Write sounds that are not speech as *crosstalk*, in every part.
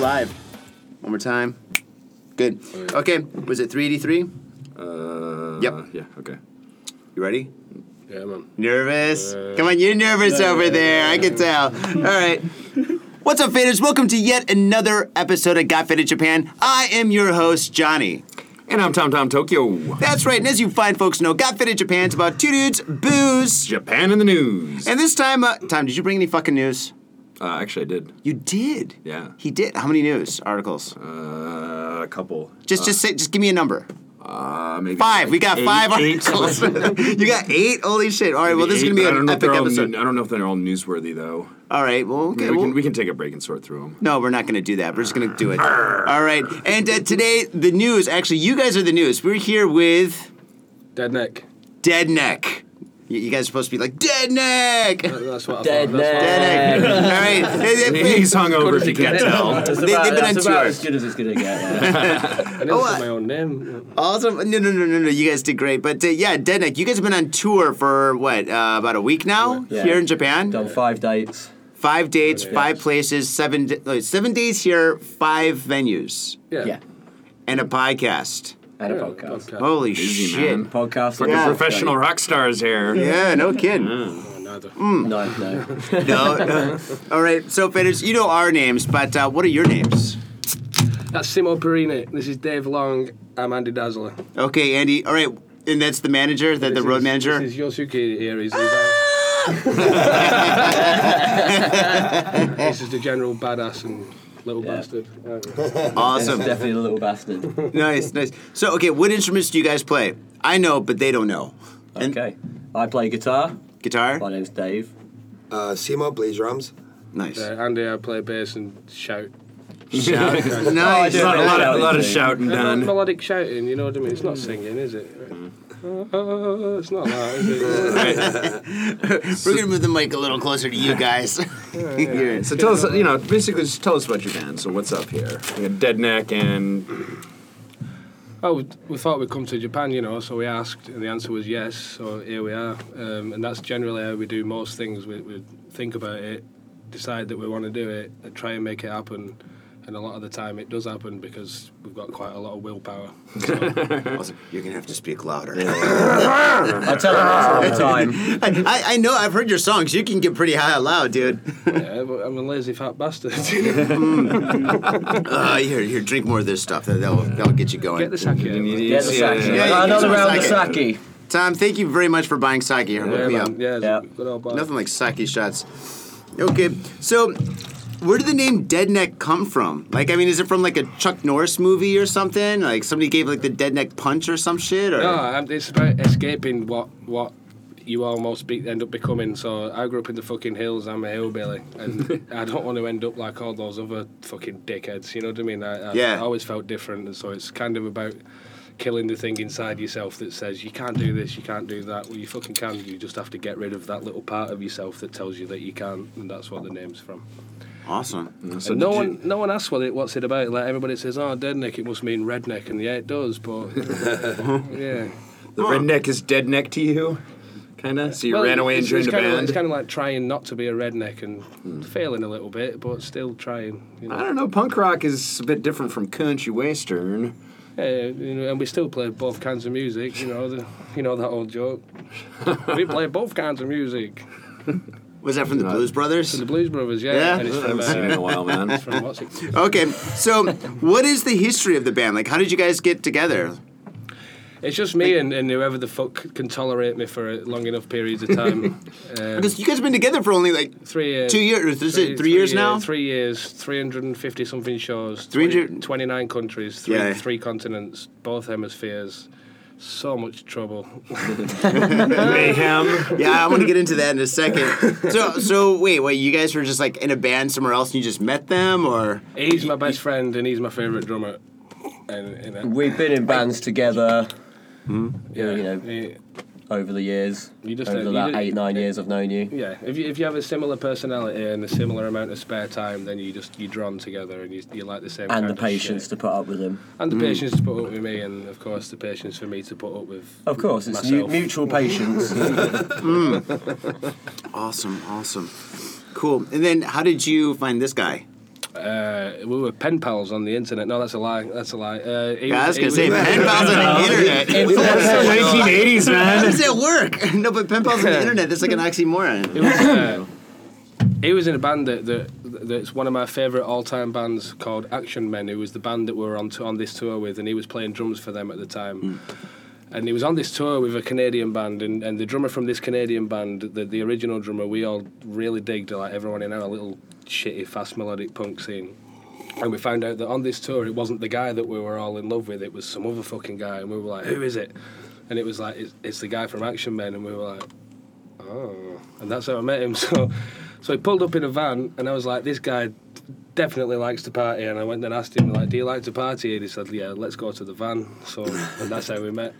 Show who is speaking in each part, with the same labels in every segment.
Speaker 1: five. One more time. Good.
Speaker 2: Oh,
Speaker 1: Okay. Was it 383?
Speaker 2: Uh,
Speaker 1: Yep.
Speaker 2: Yeah. Okay.
Speaker 1: You ready?
Speaker 3: Yeah, man.
Speaker 1: Nervous?
Speaker 2: Uh,
Speaker 1: Come on, you're nervous over there. I can tell. All right. What's up, faders? Welcome to yet another episode of Got Faded Japan. I am your host, Johnny.
Speaker 2: And I'm Tom Tom Tokyo.
Speaker 1: That's right, and as you fine folks know, Got Faded Japan's about two dudes, booze.
Speaker 2: Japan in the news.
Speaker 1: And this time, uh, Tom, did you bring any fucking news?
Speaker 2: Uh, actually, I did.
Speaker 1: You did.
Speaker 2: Yeah.
Speaker 1: He did. How many news articles?
Speaker 2: Uh, a couple.
Speaker 1: just, just say, just give me a number.
Speaker 2: Uh, maybe
Speaker 1: Five. We got
Speaker 2: eight-
Speaker 1: five *laughs*
Speaker 2: eight.
Speaker 1: articles.
Speaker 2: *laughs*
Speaker 1: you got eight. Holy shit! All right. Well, this is
Speaker 2: Eight,
Speaker 1: gonna be
Speaker 2: but I don't
Speaker 1: an
Speaker 2: know if
Speaker 1: epic
Speaker 2: they're all
Speaker 1: episode.
Speaker 2: new- I don't know if they're all newsworthy though.
Speaker 1: All right. Well, okay.
Speaker 2: Maybe we
Speaker 1: well-
Speaker 2: can we can take a break and sort through them.
Speaker 1: No, we're not going to do that. We're just going to do it. All right. And uh, today, the news. Actually, you guys are the news. We're here with
Speaker 3: Dead neck.
Speaker 1: Dead Neck. You, you guys are supposed to be like Dead Neck.
Speaker 3: That- That's what I
Speaker 4: Dead
Speaker 3: thought. That's
Speaker 4: neck.
Speaker 3: what
Speaker 1: Dead Neck. All right. They- they-
Speaker 2: He's hungover if you
Speaker 1: *laughs*
Speaker 2: can't tell.
Speaker 4: That's
Speaker 1: They- they've
Speaker 4: about,
Speaker 1: been
Speaker 4: that's
Speaker 1: on
Speaker 4: about
Speaker 1: tour.
Speaker 4: as good as it's gonna get. uh, yeah.
Speaker 3: I didn't
Speaker 1: Oh,
Speaker 3: say
Speaker 1: I-
Speaker 3: my own name.
Speaker 1: Awesome. No, no, no, no, no. You guys did great. But uh, yeah, Dead Neck. You guys have been on tour for what? Uh, about a week now
Speaker 4: Yeah.
Speaker 1: here in Japan.
Speaker 4: Done five dates.
Speaker 1: Five dates,
Speaker 3: Yeah.
Speaker 1: five places, seven d- uh, seven days here, five venues,
Speaker 3: Yeah.
Speaker 4: Yeah.
Speaker 1: and a podcast.
Speaker 4: And a
Speaker 3: Yeah,
Speaker 4: podcast.
Speaker 3: podcast.
Speaker 1: Holy
Speaker 2: Busy,
Speaker 1: shit!
Speaker 2: man.
Speaker 4: Podcast.
Speaker 2: Fucking
Speaker 1: Yeah.
Speaker 2: professional rock stars here.
Speaker 1: Yeah, no kidding.
Speaker 3: Oh, neither.
Speaker 4: No,
Speaker 3: *laughs*
Speaker 4: no.
Speaker 1: No, no. All right, so faders, you know our names, but uh, what are your names?
Speaker 3: That's Simo Perini. This is Dave Long. I'm Andy Dazzler.
Speaker 1: Okay, Andy. All right, and that's the manager, the, the
Speaker 3: This
Speaker 1: road
Speaker 3: is-
Speaker 1: manager. Ah!
Speaker 3: This is Yosuke here. He's
Speaker 1: *laughs*
Speaker 3: this is the general badass and little
Speaker 4: Yeah.
Speaker 3: bastard. *laughs*
Speaker 1: awesome,
Speaker 4: Definitely a little bastard.
Speaker 1: nice, nice. So, okay, what instruments do you guys play? I know, but they don't know. And
Speaker 4: Okay. I play guitar.
Speaker 1: Guitar.
Speaker 4: My name's Dave.
Speaker 5: Uh, Seymour plays drums.
Speaker 1: Nice.
Speaker 3: Uh, Andy, I play bass and shout.
Speaker 2: Shout.
Speaker 3: *laughs*
Speaker 1: *laughs* Nice.
Speaker 2: There's not a lot of, a lot of
Speaker 4: Yeah.
Speaker 2: shouting
Speaker 3: It's not
Speaker 2: done.
Speaker 3: melodic shouting, you know what I mean? It's
Speaker 1: Mm.
Speaker 3: not singing, is it? Uh, it's not that, is
Speaker 1: *laughs*
Speaker 3: it?
Speaker 1: We're gonna move the mic a little closer to you
Speaker 3: *laughs*
Speaker 1: guys. *laughs* You're-
Speaker 2: So tell us, you know, basically just tell us about your band. So what's up here? We got Dead Neck and
Speaker 3: Oh, we- we thought we'd come to Japan, you know, so we asked, and the answer was yes, so here we are. Um, and that's generally how we do most things. We, we think about it, decide that we want to do it, and try and make it happen. And a lot of the time it does happen because we've got quite a lot of willpower.
Speaker 1: Awesome. You're gonna have to speak louder. *laughs*
Speaker 4: I tell them
Speaker 3: Ah.
Speaker 4: this all the time.
Speaker 1: I, I, I know. I've heard your songs. You can get pretty high out loud,
Speaker 3: *laughs*
Speaker 1: dude.
Speaker 3: yeah, but I'm a lazy fat bastard. Get
Speaker 1: Uh, here, here. Drink more of this stuff. That, that'll, that'll get you going.
Speaker 3: the sack
Speaker 2: and you-
Speaker 3: here.
Speaker 4: Get the
Speaker 2: yeah,
Speaker 4: sake.
Speaker 2: yeah, yeah.
Speaker 1: yeah,
Speaker 4: Another
Speaker 1: yeah.
Speaker 4: round of
Speaker 1: Sake.
Speaker 4: sake.
Speaker 1: Tom, thank you very much for buying sake here. Hook
Speaker 3: Yeah,
Speaker 1: me
Speaker 3: man,
Speaker 1: up.
Speaker 3: yeah, it's
Speaker 4: Yeah.
Speaker 3: a good old boy.
Speaker 1: Nothing like sake shots. Okay, so where did the name Dead Neck come from? Like, I mean, is it from like a Chuck Norris movie or something? Like somebody gave like the Dead Neck punch or some shit? Or
Speaker 3: No, um, it's about escaping what what you almost be, end up becoming. So I grew up in the fucking hills. I'm a hillbilly,
Speaker 2: *laughs*
Speaker 3: and I don't want to end up like all those other fucking dickheads. You know what I mean? I, I,
Speaker 1: Yeah.
Speaker 3: I always felt different, and so it's kind of about killing the thing inside yourself that says you can't do this, you can't do that. Well, you fucking can. You just have to get rid of that little part of yourself that tells you that you can't, and that's what the name's from.
Speaker 1: awesome.
Speaker 2: So
Speaker 3: And
Speaker 2: did
Speaker 3: no
Speaker 2: you-
Speaker 3: one, no one asks what it, what's it about. Like everybody says, "Oh, dead neck," it must mean redneck, and yeah, it
Speaker 2: *laughs*
Speaker 3: does. But *laughs* yeah.
Speaker 2: The redneck is dead neck to you, kind of. So you
Speaker 3: Well,
Speaker 2: ran away and
Speaker 3: it's-
Speaker 2: joined
Speaker 3: it's
Speaker 2: a
Speaker 3: kinda
Speaker 2: band. Hmm.
Speaker 3: Like, it's kind of like trying not to be a redneck and failing a little bit, but still trying. You know.
Speaker 2: I don't know. Punk rock is a bit different from country western.
Speaker 3: Yeah, you know, and we still play both kinds of music. You know, the, you know that old joke. we play both kinds of music.
Speaker 1: Was that from the
Speaker 2: No.
Speaker 1: Blues Brothers?
Speaker 3: The Blues Brothers, yeah,
Speaker 1: Yeah.
Speaker 3: and it's
Speaker 2: I
Speaker 3: from,
Speaker 2: haven't seen it *laughs* in
Speaker 3: uh,
Speaker 2: a while, man.
Speaker 3: from what's it?
Speaker 1: Okay, so what is the history of the band? Like, how did you guys get together?
Speaker 3: It's just me and, and whoever the fuck can tolerate me for a long enough periods of
Speaker 2: *laughs*
Speaker 3: time. Um,
Speaker 1: Because you guys have been together for only like
Speaker 3: three years.
Speaker 1: two years. Is it three, years now?
Speaker 3: Three years, 350 something shows,
Speaker 1: 300
Speaker 3: 20 29 countries, three,
Speaker 1: Yeah.
Speaker 3: three continents, both hemispheres. So much trouble.
Speaker 2: *laughs* Mayhem.
Speaker 1: yeah, I want to get into that in a second. So, so wait, wait. You guys were just like in a band somewhere else, and you just met them, or
Speaker 3: He's my best friend and he's my favourite drummer. And, and uh,
Speaker 4: We've been in bands together
Speaker 3: Hmm. yeah,
Speaker 4: you know.
Speaker 3: he-
Speaker 4: over the years.
Speaker 3: You just
Speaker 4: over
Speaker 3: don't- you
Speaker 4: that
Speaker 3: don't-
Speaker 4: eight, nine years I've known you.
Speaker 3: yeah. If you, if you have a similar personality and a similar amount of spare time, then you just you're drawn together and you, you like the same.
Speaker 4: And
Speaker 3: kind
Speaker 4: the
Speaker 3: of
Speaker 4: patience
Speaker 3: shit.
Speaker 4: to put up with them.
Speaker 3: and the
Speaker 1: Mm.
Speaker 3: patience to put up with me, and of course the patience for me to put up with.
Speaker 4: Of course, it's mu-
Speaker 3: Myself.
Speaker 4: mutual patience.
Speaker 1: awesome, awesome, cool. And then, how did you find this guy?
Speaker 3: uh, we were pen pals on the internet. No, that's a lie. That's a lie. Uh, he
Speaker 1: Yeah, I was
Speaker 3: he
Speaker 1: gonna say
Speaker 5: was-
Speaker 1: pen pals on the internet. *laughs*
Speaker 5: We had a-
Speaker 6: 1980s,
Speaker 1: How
Speaker 6: man.
Speaker 1: does that work? *laughs* No, but pen pals on the internet. That's like an oxymoron.
Speaker 3: He was, uh, he was in a band that, that that's one of my favourite all-time bands called Action Men, who was the band that we were on to, on this tour with, and he was playing drums for them at the time. And he was on this tour with a Canadian band, and, and the drummer from this Canadian band, the, the original drummer, we all really digged, like everyone in our little shitty fast melodic punk scene. And we found out that on this tour, it wasn't the guy that we were all in love with, it was some other fucking guy, and we were like, who is it? And it was like, it's, it's the guy from Action Men, and we were like, oh, and that's how I met him. *laughs* So, so he pulled up in a van, and I was like, this guy definitely likes to party. And I went and asked him, like, do you like to party? And he said, yeah, let's go to the van. So, and that's how we met.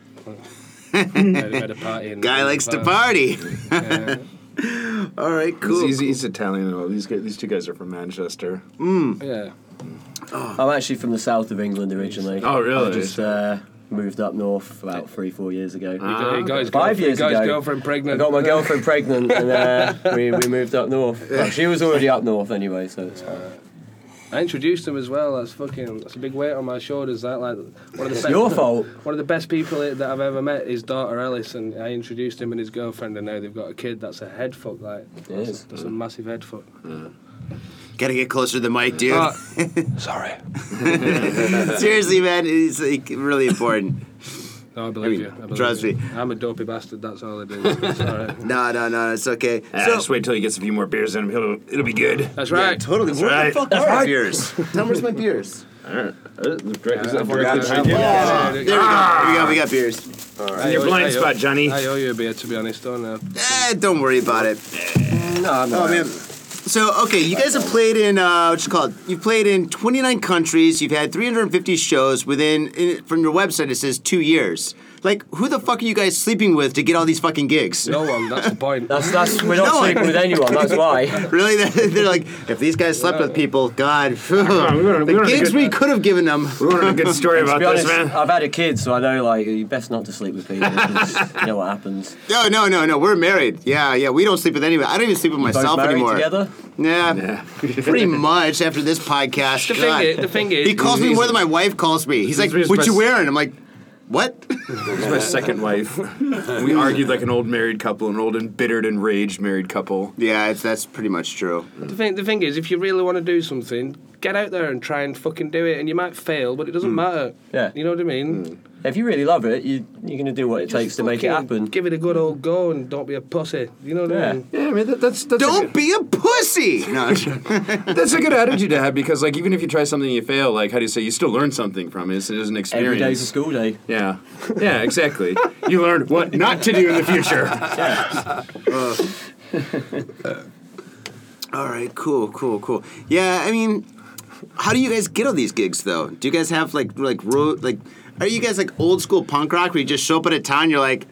Speaker 3: we had a party in- in
Speaker 1: Guy
Speaker 3: the
Speaker 1: likes to
Speaker 3: van.
Speaker 1: party. *laughs*
Speaker 3: Yeah.
Speaker 1: All right,
Speaker 2: He's,
Speaker 1: cool.
Speaker 2: he's, he's Italian. Well, these guys, these two guys are from Manchester.
Speaker 3: yeah.
Speaker 4: I'm actually from the south of England originally.
Speaker 2: Oh, really?
Speaker 4: I just uh, moved up north about three, four years ago.
Speaker 3: He got his
Speaker 4: Ah, Five
Speaker 3: girlfriend-
Speaker 4: years
Speaker 3: got his
Speaker 4: ago,
Speaker 3: girlfriend
Speaker 4: I
Speaker 3: pregnant.
Speaker 4: got my girlfriend pregnant, and uh, we, we moved up north. Well, she was already up north anyway, so it's fine.
Speaker 3: I introduced him as well. That's fucking. That's a big weight on my shoulders. That like one of the
Speaker 4: It's
Speaker 3: best-
Speaker 4: your fault.
Speaker 3: One of the best people that I've ever met. His daughter Ellis, and I introduced him and his girlfriend, and now they've got a kid. That's a head fuck. Like that's,
Speaker 4: is.
Speaker 3: A, that's a massive head fuck.
Speaker 1: Gotta get closer to the mic, dude.
Speaker 3: Ah, sorry.
Speaker 1: *laughs* Seriously, man, it's like really important.
Speaker 3: No, I believe
Speaker 1: I mean,
Speaker 3: you. I believe
Speaker 1: trust
Speaker 3: you.
Speaker 1: me.
Speaker 3: I'm a dopey bastard. That's all I do. It's all right.
Speaker 1: No, no, no, it's okay.
Speaker 2: Ah, just wait till he gets a few more beers in him. He'll, it'll be good.
Speaker 3: That's right.
Speaker 1: Totally. Where
Speaker 2: right.
Speaker 1: the fuck are my beers? Tell me where's my beers.
Speaker 3: Yeah.
Speaker 1: There we
Speaker 2: Ah.
Speaker 1: go. There we go. We got beers.
Speaker 3: I
Speaker 2: Your
Speaker 3: owe- I
Speaker 2: blind
Speaker 3: owe-
Speaker 2: spot, Johnny.
Speaker 3: I owe you a beer, to be honest, don't I?
Speaker 1: Eh, don't worry about it.
Speaker 4: No, I'm not.
Speaker 1: Oh man. So okay, you guys have played in uh, what you call it? You've played in 29 countries. You've had 350 shows within. In, from your website, it says two years. Like, who the fuck are you guys sleeping with to get all these fucking gigs?
Speaker 3: No one. That's the point.
Speaker 4: That's, that's, we're not
Speaker 1: No, I-
Speaker 4: sleeping with anyone, that's why.
Speaker 1: Really, *laughs* they're like, if these guys slept with people, God,
Speaker 2: we were- we
Speaker 1: *laughs*
Speaker 2: were
Speaker 1: the
Speaker 2: in a
Speaker 1: gigs
Speaker 2: good-
Speaker 1: we could have given them.
Speaker 2: We wanted a good story
Speaker 4: To
Speaker 2: about
Speaker 4: be
Speaker 2: this,
Speaker 4: honest,
Speaker 2: man.
Speaker 4: I've had a kid, so I know like you best not to sleep with people. 'cause you know what happens.
Speaker 1: *laughs* No, no, no, no. We're married. Yeah, yeah. We don't sleep with anybody. I don't even sleep with
Speaker 4: Both
Speaker 1: myself
Speaker 4: married
Speaker 1: anymore.
Speaker 4: together.
Speaker 1: Yeah, pretty much after this podcast.
Speaker 3: The thing,
Speaker 1: God.
Speaker 3: is, the thing is,
Speaker 1: he calls me more than my wife calls me. He's like,
Speaker 2: reason
Speaker 1: "What you
Speaker 2: my-
Speaker 1: wearing?" I'm like, "What?"
Speaker 2: She's my second wife. *laughs* We argued like an old married couple, an old embittered, enraged married couple.
Speaker 1: Yeah, it's, that's pretty much true.
Speaker 3: The thing, the thing is, if you really want to do something, get out there and try and fucking do it. And you might fail, but it doesn't matter.
Speaker 4: Mm. Yeah.
Speaker 3: You know what I mean?
Speaker 4: If you really love it, you you're gonna do what it takes to make it
Speaker 3: Fucking
Speaker 4: happen.
Speaker 3: Give it a good old go and don't be a pussy. You know what I
Speaker 4: Yeah.
Speaker 3: mean?
Speaker 2: Yeah, I mean that, that's that's a
Speaker 1: Don't
Speaker 2: good,
Speaker 1: be a pussy. No, I'm joking.
Speaker 2: that's a good attitude to have because like even if you try something and you fail, like how do you say you still learn something from it? It's, it is an experience.
Speaker 4: Every day's a school day.
Speaker 2: Yeah, yeah, exactly. you learned what not to do in the future.
Speaker 1: all right, cool, cool, cool. Yeah, I mean, how do you guys get all these gigs though? Do you guys have like like road like? Are you guys like old school punk rock where you just show up at a town? You're like,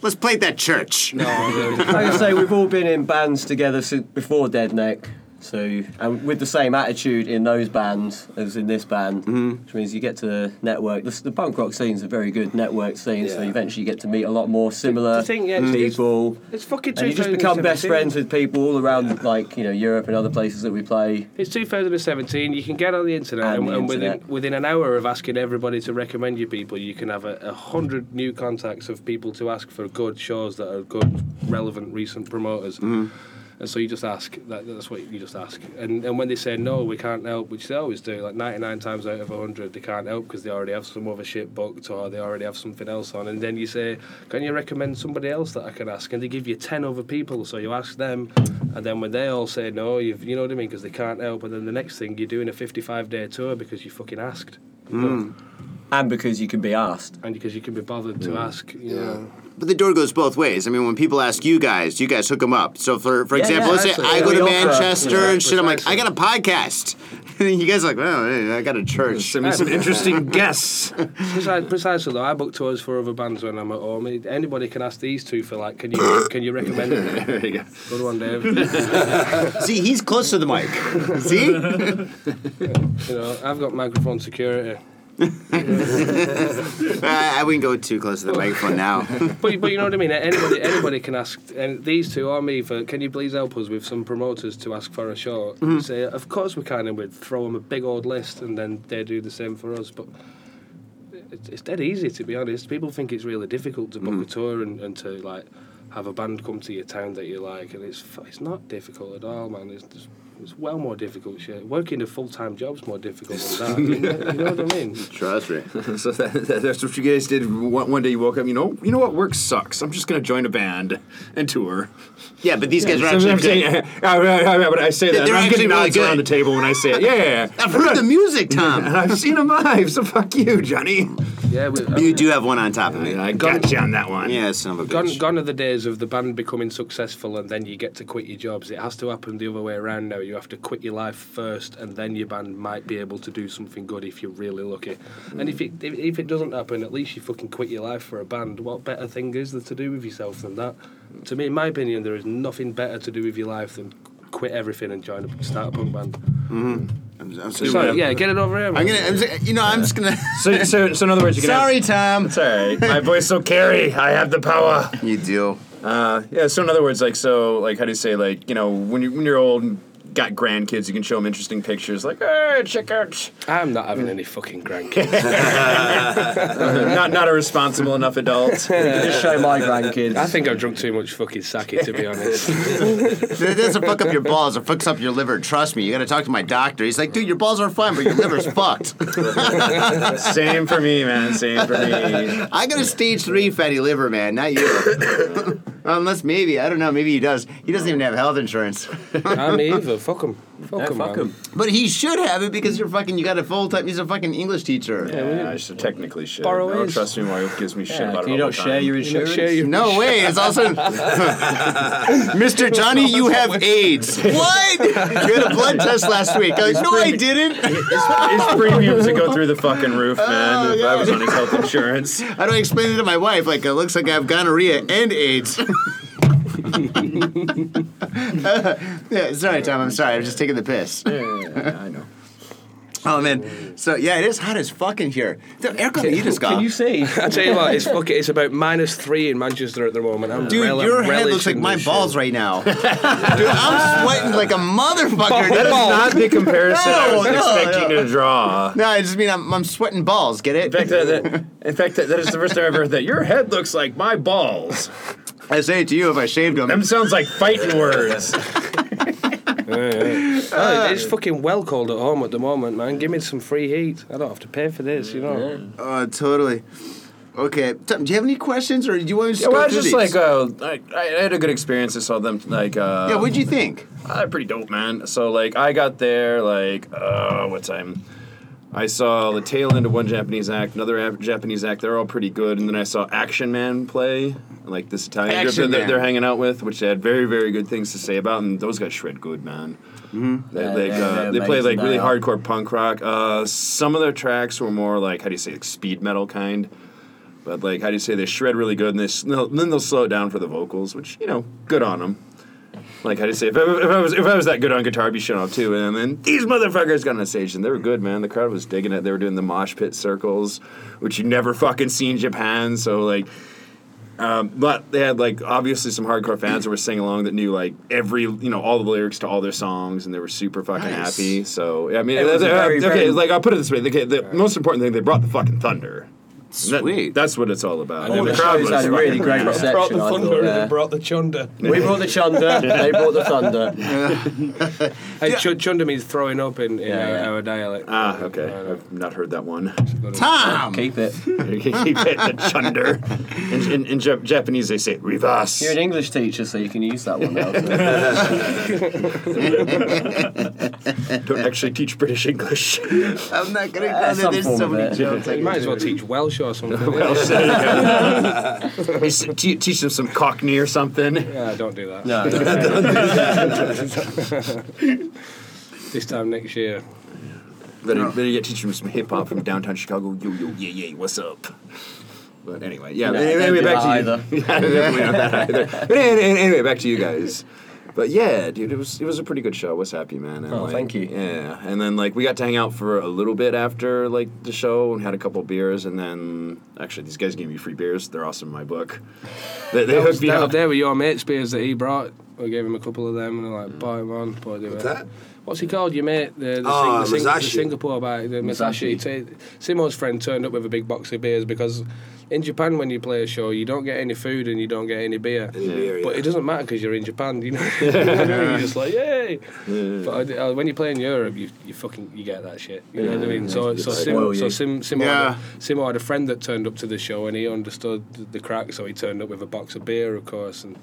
Speaker 1: "Let's play at that church."
Speaker 4: Like I say, we've all been in bands together since before Dead Neck, so and with the same attitude in those bands as in this band,
Speaker 3: Mm-hmm.
Speaker 4: which means you get to network. The, the punk rock scene's a very good network scene, so
Speaker 3: Yeah.
Speaker 4: eventually you get to meet a lot more similar
Speaker 3: The thing, yeah, it's- it's-
Speaker 4: people.
Speaker 3: It's fucking
Speaker 4: and you just become best
Speaker 3: 2017.
Speaker 4: friends with people all around, like you know, Europe and other places that we play.
Speaker 3: It's 2017. You can get on the internet, and,
Speaker 4: And the
Speaker 3: and within
Speaker 4: internet.
Speaker 3: within an hour of asking everybody to recommend you people, you can have a, a hundred new contacts of people to ask for good shows that are good, relevant, recent promoters.
Speaker 4: Mm.
Speaker 3: And so you just ask. That, that's what you just ask. And and when they say no, we can't help, which they always do. Like 99 times out of 100, they can't help because they already have some other shit booked or they already have something else on. And then you say, can you recommend somebody else that I can ask? And they give you 10 other people. So you ask them, and then when they all say no, you've, you know what I mean? Because they can't help. And then the next thing, you're doing a 55 day tour because you fucking asked.
Speaker 4: And because you can be asked.
Speaker 3: And because you can be bothered to ask. You know.
Speaker 1: But the door goes both ways. I mean, when people ask you guys, you guys hook them up. So for for
Speaker 4: Yeah,
Speaker 1: example,
Speaker 4: yeah,
Speaker 1: let's
Speaker 4: absolutely.
Speaker 1: say I
Speaker 4: Yeah,
Speaker 1: go
Speaker 4: we
Speaker 1: to
Speaker 4: all try.
Speaker 1: Manchester
Speaker 3: Yeah,
Speaker 1: and shit. I'm like, I got
Speaker 3: precisely.
Speaker 1: a podcast. *laughs* And you guys are like, well, hey, I got a
Speaker 2: *laughs*
Speaker 1: church.
Speaker 2: Send me some interesting guests.
Speaker 3: Precisely, precisely though, I book tours for other bands when I'm at home. Anybody can ask these two for like, can you can you recommend it?
Speaker 2: There you go.
Speaker 3: Good one, Dave.
Speaker 1: See, he's close to the mic. *laughs* See?
Speaker 3: You know, I've got microphone security.
Speaker 1: I, I wouldn't go too close to the microphone now.
Speaker 3: But, but you know what I mean. Anybody anybody can ask and these two or me for. Can you please help us with some promoters to ask for a show? Say of course we can, and we'd throw them a big old list, and then they do the same for us. But it's, it's dead easy to be honest. People think it's really difficult to book a tour and, and to like have a band come to your town that you like, and it's f- it's not difficult at all, man. It's just, it's well more difficult shit. Working a full time job's more difficult than that. you, know, you know what I mean?
Speaker 1: Trust me.
Speaker 2: So that, that, that's what you guys did. One, one day you woke up, you know, you know what? Work sucks. I'm just gonna join a band and tour.
Speaker 1: Yeah, but these guys are
Speaker 2: I'm,
Speaker 1: actually.
Speaker 2: I'm saying,
Speaker 1: good.
Speaker 2: I, I, I, but I say that.
Speaker 1: They're
Speaker 2: I'm
Speaker 1: actually
Speaker 2: getting
Speaker 1: really
Speaker 2: nods around the
Speaker 1: good.
Speaker 2: table when I say it. Yeah, yeah, yeah.
Speaker 1: I've heard the music, Tom.
Speaker 2: *laughs* I've seen them live, so fuck you, Johnny.
Speaker 3: Yeah, we,
Speaker 1: you do have one on top of
Speaker 2: And
Speaker 1: me.
Speaker 2: I got you on that one.
Speaker 1: Yeah, son of a
Speaker 3: Gone,
Speaker 1: bitch.
Speaker 3: gone are the days of the band becoming successful and then you get to quit your jobs. It has to happen the other way around now. You have to quit your life first, and then your band might be able to do something good if you're really lucky. And if it if, if it doesn't happen, at least you fucking quit your life for a band. What better thing is there to do with yourself than that? To me, in my opinion, there is nothing better to do with your life than quit everything and join a start a punk band.
Speaker 1: Mm-hmm. I'm, I'm
Speaker 3: So,
Speaker 1: sorry.
Speaker 3: sorry, yeah, get it over here.
Speaker 1: I'm
Speaker 3: man.
Speaker 1: gonna. I'm, s- you know, I'm just gonna.
Speaker 2: So, so, so in other words, you can.
Speaker 1: *laughs* sorry, Tom.
Speaker 2: Have, sorry, my voice will carry. I have the power.
Speaker 1: You do.
Speaker 2: Uh, yeah. So in other words, like, so, like, how do you say, like, you know, when you when you're old. and Got grandkids, you can show them interesting pictures. Like, hey, check out.
Speaker 3: I'm not having any fucking grandkids.
Speaker 2: not not a responsible enough adult.
Speaker 4: Just show my grandkids.
Speaker 3: I think I've drunk too much fucking sake, to be honest.
Speaker 1: That doesn't fuck up your balls. It fucks up your liver. Trust me. You gotta talk to my doctor. He's like, dude, your balls are fine, but your liver's fucked.
Speaker 2: Same for me, man. Same for me.
Speaker 1: I got a stage three fatty liver, man. Not you. *laughs* Unless maybe I don't know. Maybe he does. He doesn't even have health insurance.
Speaker 3: I'm either. Fuck him. Fuck
Speaker 4: yeah,
Speaker 3: him.
Speaker 4: fuck 'em.
Speaker 1: But he should have it because you're fucking. You got a full time. He's a fucking English teacher.
Speaker 2: Yeah, I should technically should.
Speaker 3: Borrow
Speaker 2: No,
Speaker 3: his.
Speaker 2: trust me, my wife gives me shit
Speaker 4: Yeah,
Speaker 2: about
Speaker 4: can
Speaker 2: it
Speaker 4: you
Speaker 2: all
Speaker 4: not
Speaker 2: the
Speaker 4: share
Speaker 2: time.
Speaker 4: your
Speaker 3: You know,
Speaker 4: insurance?
Speaker 3: share your
Speaker 1: No way. It's also Mr. Johnny, you have AIDS. What? You had a blood test last week. I'm like, no, I didn't.
Speaker 2: *laughs* His premiums would go through the fucking roof, man.
Speaker 1: Oh,
Speaker 2: if I was
Speaker 1: yeah.
Speaker 2: on his health insurance,
Speaker 1: How do I explain it to my wife? Like, it looks like I have gonorrhea and AIDS. *laughs* yeah, sorry, Tom. I'm sorry. I'm just taking the piss.
Speaker 2: I know.
Speaker 1: Oh man. So yeah, it is hot as fucking here. The air conditioning is
Speaker 4: Can you
Speaker 1: gone.
Speaker 4: see?
Speaker 3: *laughs* I tell you what, it's fuck it, It's about minus three in Manchester at the moment. I'm
Speaker 1: Dude,
Speaker 3: rel-
Speaker 1: your head looks like
Speaker 3: relishing
Speaker 1: my
Speaker 3: this
Speaker 1: balls right
Speaker 2: *laughs*
Speaker 1: now. Dude, I'm sweating like a motherfucker.
Speaker 2: That is
Speaker 1: dude.
Speaker 2: not the comparison I was
Speaker 1: No, no,
Speaker 2: expecting to draw.
Speaker 1: No, I just mean I'm, I'm sweating balls. Get it?
Speaker 2: In fact, that, that- in fact that, that is the first time I've ever heard that. Your head looks like my balls.
Speaker 1: I say it to you if I shaved them.
Speaker 2: Them sounds like fighting words.
Speaker 3: shit. Oh, it's fucking well cold at home at the moment, man. Give me some free heat. I don't have to pay for this, you know.
Speaker 1: Oh, totally. Okay, Tom, do you have any questions, or do you want to
Speaker 2: Yeah,
Speaker 1: go
Speaker 2: well, I was
Speaker 1: through
Speaker 2: just
Speaker 1: these?
Speaker 2: like, uh, I, I had a good experience. I saw them like. Uh,
Speaker 1: yeah, what'd you think?
Speaker 2: Uh, pretty dope, man. So like, I got there like, uh, what time? I saw the tail end of one Japanese act, another ap- Japanese act. They're all pretty good, and then I saw Action Man play, like this Italian group
Speaker 1: Action
Speaker 2: that they're,
Speaker 1: Man.
Speaker 2: they're hanging out with, which they had very, very good things to say about, and those guys shred good, man.
Speaker 1: Mm-hmm.
Speaker 2: They,
Speaker 4: Yeah,
Speaker 2: like,
Speaker 4: they're-
Speaker 2: uh,
Speaker 4: they're
Speaker 2: they play
Speaker 4: amazing,
Speaker 2: like really
Speaker 4: they are.
Speaker 2: hardcore punk rock. Uh, some of their tracks were more like how do you say like speed metal kind, but like how do you say they shred really good, and they s- no, then they'll slow it down for the vocals, which you know, good on them. Like how do you say if I, if I was if I was that good on guitar, I'd be shut off too. And then these motherfuckers got on stage, and they were good, man. The crowd was digging it. They were doing the mosh pit circles, which you never fucking see in Japan. So like. Um, but they had like obviously some hardcore fans that were singing along that knew like every you know all the lyrics to all their songs and they were super fucking
Speaker 1: Nice.
Speaker 2: happy. So yeah, I mean,
Speaker 4: It was
Speaker 2: uh,
Speaker 4: a very,
Speaker 2: okay,
Speaker 4: very-
Speaker 2: like I'll put it this way: the, the most important thing they brought the fucking thunder. And that-
Speaker 1: Sweet.
Speaker 2: that's what it's all about. And
Speaker 4: the
Speaker 2: the crowd was
Speaker 4: shows had a
Speaker 2: fucking-
Speaker 4: really great reception. I thought, yeah.
Speaker 3: brought the chunder.
Speaker 4: We brought the chunder, they brought the thunder.
Speaker 3: Hey, chu- chunder means throwing up in, in
Speaker 4: Yeah,
Speaker 3: our,
Speaker 4: yeah.
Speaker 3: our dialect.
Speaker 2: Ah, okay. I've not heard that one.
Speaker 1: Tom,
Speaker 4: Keep it.
Speaker 2: You Keep it the chunder. In, in, in Jap- Japanese, they say rivas.
Speaker 4: You're an English teacher, so you can use that one now.
Speaker 2: Don't actually teach British English. *laughs*
Speaker 1: I'm not gonna go there.
Speaker 4: Uh, some
Speaker 1: There's
Speaker 4: form
Speaker 1: so
Speaker 4: of
Speaker 1: many
Speaker 4: it.
Speaker 1: jokes.
Speaker 3: you
Speaker 1: Like,
Speaker 3: might as well teach Welsh
Speaker 1: *laughs*
Speaker 3: or something.
Speaker 2: Just te- teach them some Cockney or something.
Speaker 3: yeah, don't do that.
Speaker 4: No, *laughs* no.
Speaker 3: This time next year.
Speaker 2: Better, better get teaching him some hip hop from downtown Chicago. Yo, yo, yeah, yeah, what's up? But anyway, yeah.
Speaker 4: No,
Speaker 2: anyway,
Speaker 4: don't do
Speaker 2: back *laughs*
Speaker 4: that
Speaker 2: to you. Yeah, definitely not that either. But anyway, anyway, back to you guys. But yeah, dude, it was it was a pretty good show. I was happy, man. And
Speaker 4: Oh,
Speaker 2: like,
Speaker 4: thank you.
Speaker 2: Yeah, and then like we got to hang out for a little bit after like the show and had a couple beers, and then actually these guys gave me free beers. They're awesome in my book. They, they hooked me
Speaker 3: Down
Speaker 2: up.
Speaker 3: there were your mates beers that he brought. We gave him a couple of them and like buy one. But they
Speaker 5: Mm. What's
Speaker 3: were-
Speaker 5: that?
Speaker 3: What's he called? Your mate, the, the, sing, the,
Speaker 5: Ah,
Speaker 3: sing, the
Speaker 5: Musashi.
Speaker 3: Singapore guy, the Musashi. T- Simo's friend turned up with a big box of beers because in Japan when you play a show you don't get any food and you don't get any beer.
Speaker 5: Any beer,
Speaker 3: But
Speaker 5: yeah.
Speaker 3: it
Speaker 5: *laughs*
Speaker 3: doesn't matter because you're in Japan, you know. *laughs* you're just like yay. But uh, when you play in Europe, you, you fucking you get that shit. You know what I mean? So so
Speaker 4: Like,
Speaker 3: Simo,
Speaker 4: well,
Speaker 3: so
Speaker 4: you-
Speaker 3: Sim, Simo,
Speaker 1: Yeah.
Speaker 3: had a, Simo had a friend that turned up to the show and he understood th- the crack, so he turned up with a box of beer, of course, and.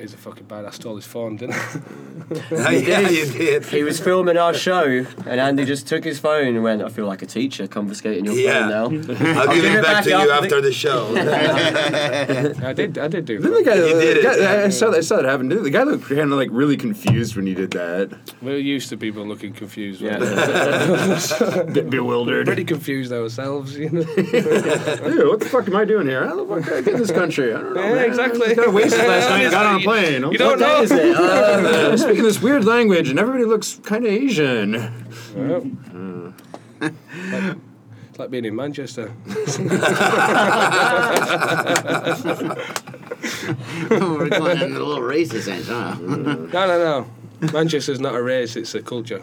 Speaker 3: He's a fucking badass. Stole his phone, didn't I?
Speaker 5: yeah, you did.
Speaker 4: He was filming our show, and Andy just took his phone and went, "I feel like a teacher confiscating your phone
Speaker 5: Yeah.
Speaker 4: now."
Speaker 5: *laughs* I'll give it back to you after the *laughs* show.
Speaker 3: *laughs* I did. I did do
Speaker 2: Then
Speaker 3: that.
Speaker 2: the guy,
Speaker 5: You
Speaker 2: the
Speaker 5: did it.
Speaker 2: guy- I saw that, I saw that happen. The guy looked kind of like really confused when he did that,
Speaker 3: We're used to people looking confused.
Speaker 4: Yeah.
Speaker 3: Yeah.
Speaker 2: bit bewildered.
Speaker 3: Pretty confused ourselves, you know.
Speaker 2: Dude, what the fuck am I doing here? How the fuck did I get in this country? I don't know.
Speaker 3: Yeah,
Speaker 2: man.
Speaker 3: exactly.
Speaker 2: I got wasted *laughs* last night.
Speaker 3: Honestly,
Speaker 2: and Got on a
Speaker 3: you-
Speaker 2: plane. I'm
Speaker 3: *laughs* you don't
Speaker 2: fucked
Speaker 3: know.
Speaker 2: up.
Speaker 4: Is it? Uh,
Speaker 2: I'm speaking this weird language, and everybody looks kind of Asian.
Speaker 3: Yeah. Like- Hmm. *laughs* it's like being in Manchester.
Speaker 1: *laughs* We're going in a little racist end, huh?
Speaker 3: No, no, no. Manchester's not a race; it's a culture.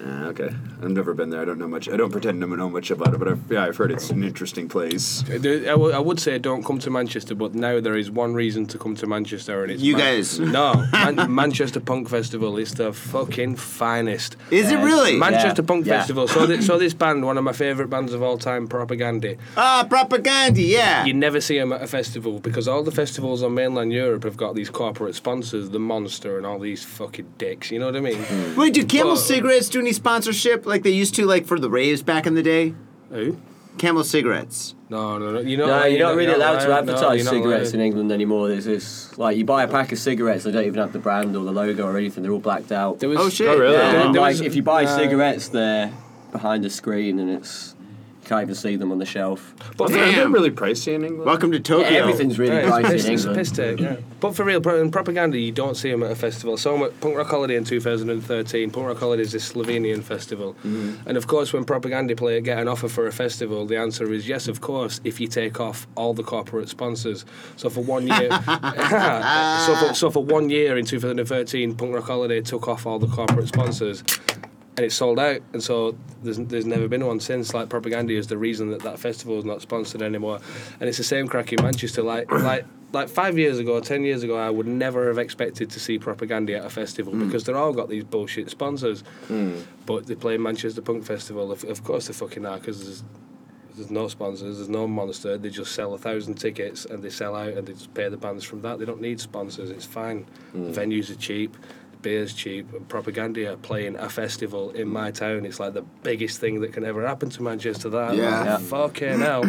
Speaker 2: Ah, okay, I've never been there. I don't know much. I don't pretend to know much about it, but I've, yeah, I've heard it's an interesting place.
Speaker 3: There- I would- I would say don't come to Manchester, but now there is one reason to come to Manchester, and it's
Speaker 1: You
Speaker 3: Man-
Speaker 1: guys.
Speaker 3: No, Man- Manchester Punk Festival is the fucking finest.
Speaker 1: Is it
Speaker 4: Yeah.
Speaker 1: really?
Speaker 4: Man-
Speaker 3: Manchester
Speaker 4: Yeah,
Speaker 3: Punk
Speaker 4: yeah.
Speaker 3: Festival. So, this, so this band, one of my favourite bands of all time, Propaganda.
Speaker 1: Ah, propaganda, yeah.
Speaker 3: You never see them at a festival because all the festivals on mainland Europe have got these corporate sponsors, the Monster, and all these fucking dicks. You know what I mean?
Speaker 4: Hmm.
Speaker 1: Wait, do Camel
Speaker 3: Uh,
Speaker 1: cigarettes do any sponsorship like they used to, like for the raves back in the day?
Speaker 3: Who?
Speaker 1: Camel cigarettes.
Speaker 3: No, no, no. You're not,
Speaker 4: no, you're not really allowed to
Speaker 3: allowed- no,
Speaker 4: advertise
Speaker 3: you're not
Speaker 4: cigarettes in
Speaker 3: allowed.
Speaker 4: England anymore. There's this, like, you buy a pack of cigarettes, they don't even have the brand or the logo or anything. They're all blacked out.
Speaker 3: There was,
Speaker 1: Oh, shit.
Speaker 2: Oh, really?
Speaker 4: And,
Speaker 3: there
Speaker 4: like,
Speaker 3: was-
Speaker 4: if you buy
Speaker 3: no.
Speaker 4: cigarettes, they're behind a screen, and it's you can't even see them on the shelf. *laughs*
Speaker 2: But they're, they're really pricey in England.
Speaker 1: Welcome to Tokyo.
Speaker 4: Everything's really
Speaker 3: Yeah, it's
Speaker 4: pricey
Speaker 3: piss-
Speaker 4: in
Speaker 3: it's
Speaker 4: England.
Speaker 3: piss take, yeah. But for real, pro- in propaganda, you don't see them at a festival. So I'm at Punk Rock Holiday in 2013. Punk Rock Holiday is this Slovenian festival.
Speaker 4: Mm-hmm.
Speaker 3: And of course, when propaganda play get an offer for a festival, the answer is yes, of course, if you take off all the corporate sponsors. So for one
Speaker 4: *laughs*
Speaker 3: year, *laughs* so, for, so for one year in 2013, Punk Rock Holiday took off all the corporate sponsors. And it's sold out, and so there's, there's never been one since. Like propaganda is the reason that that festival is not sponsored anymore, and it's the same crack in Manchester. Like like like five years ago, ten years ago, I would never have expected to see propaganda at a festival because they're all got these bullshit sponsors. But they play Manchester Punk Festival. Of, of course, they fucking are because there's, there's no sponsors, there's no monster. They just sell a thousand tickets and they sell out and they just pay the bands from that. They don't need sponsors. It's fine. The venues are cheap. the Beer's cheap and propaganda are playing a festival in my town. It's like the biggest thing that can ever happen to Manchester. That
Speaker 1: Yeah.
Speaker 4: Yeah.
Speaker 3: fucking hell,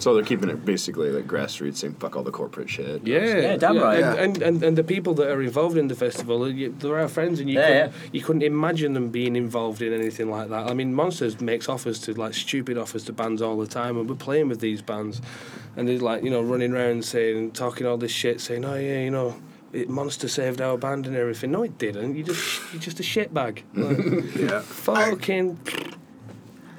Speaker 2: So they're keeping it basically like grassroots and fuck all the corporate shit.
Speaker 3: yeah,
Speaker 4: Yeah, damn right.
Speaker 3: And, and, and and the people that are involved in the festival, you, they're our friends, and you
Speaker 4: Yeah,
Speaker 3: couldn't,
Speaker 4: yeah.
Speaker 3: you couldn't imagine them being involved in anything like that. I mean, Monsters makes offers to like stupid offers to bands all the time, and we're playing with these bands, and they're like you know running around saying talking all this shit, saying oh yeah you know. It, Monster saved our band and everything. No, it didn't. You just, you're just a
Speaker 4: *laughs*
Speaker 3: shitbag. Like,
Speaker 5: yeah.
Speaker 3: fucking.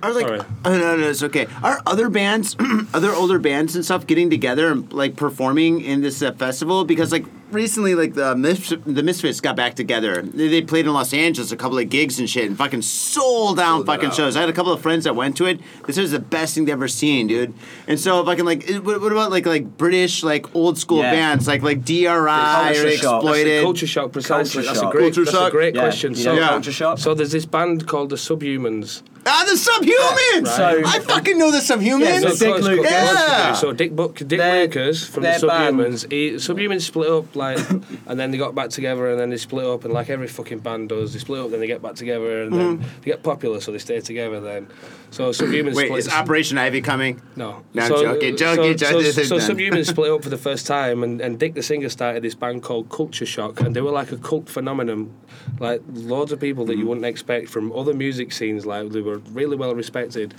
Speaker 1: Are like,
Speaker 3: Sorry.
Speaker 1: oh no, no, it's okay. Are other bands, *clears throat* other older bands and stuff, getting together and like performing in this uh, festival? Because like recently, like the Mis- the Misfits got back together. They, they played in Los Angeles a couple of gigs and shit, and fucking sold out
Speaker 5: Sold it
Speaker 1: fucking
Speaker 5: out.
Speaker 1: shows. I had a couple of friends that went to it. This is the best thing they've ever seen, dude. And so fucking like, it- what, what about like like British like old school
Speaker 4: Yeah.
Speaker 1: bands like like DRI
Speaker 4: Culture
Speaker 1: or
Speaker 4: shock. That's the
Speaker 1: Exploited?
Speaker 3: Culture shock, precisely.
Speaker 4: Culture
Speaker 3: that's
Speaker 4: shock.
Speaker 3: a great,
Speaker 1: Culture
Speaker 3: that's
Speaker 1: shock?
Speaker 3: A great
Speaker 4: Yeah.
Speaker 3: question.
Speaker 4: You
Speaker 3: so,
Speaker 4: know, culture shock.
Speaker 3: so there's this band called the Subhumans.
Speaker 1: Ah, the Subhumans.
Speaker 4: So-
Speaker 1: I fucking know the Subhumans.
Speaker 4: Yeah, so-
Speaker 3: of course,
Speaker 4: Dick Lucas.
Speaker 1: Yeah.
Speaker 3: Yeah. So Dick Book, Dick
Speaker 4: They're-
Speaker 3: Lucas from the
Speaker 4: they're banned.
Speaker 3: Subhumans. He, Subhumans split up, like,
Speaker 4: *coughs*
Speaker 3: and then they got back together, and then they split up, and like every fucking band does, they split up, then they get back together, and then
Speaker 4: Mm-hmm.
Speaker 3: they get popular, so they stay together. Then, so Subhumans.
Speaker 1: Wait,
Speaker 3: split,
Speaker 1: is Operation Ivy coming?
Speaker 3: No.
Speaker 1: No, joking, joking,
Speaker 3: so,
Speaker 1: joking, this
Speaker 3: So,
Speaker 1: is
Speaker 3: so
Speaker 1: done.
Speaker 3: Subhuman split up for the first time, and, and Dick the singer started this band called Culture Shock, and they were like a cult phenomenon. Like loads of people that you wouldn't expect from other music scenes, like they were really well respected.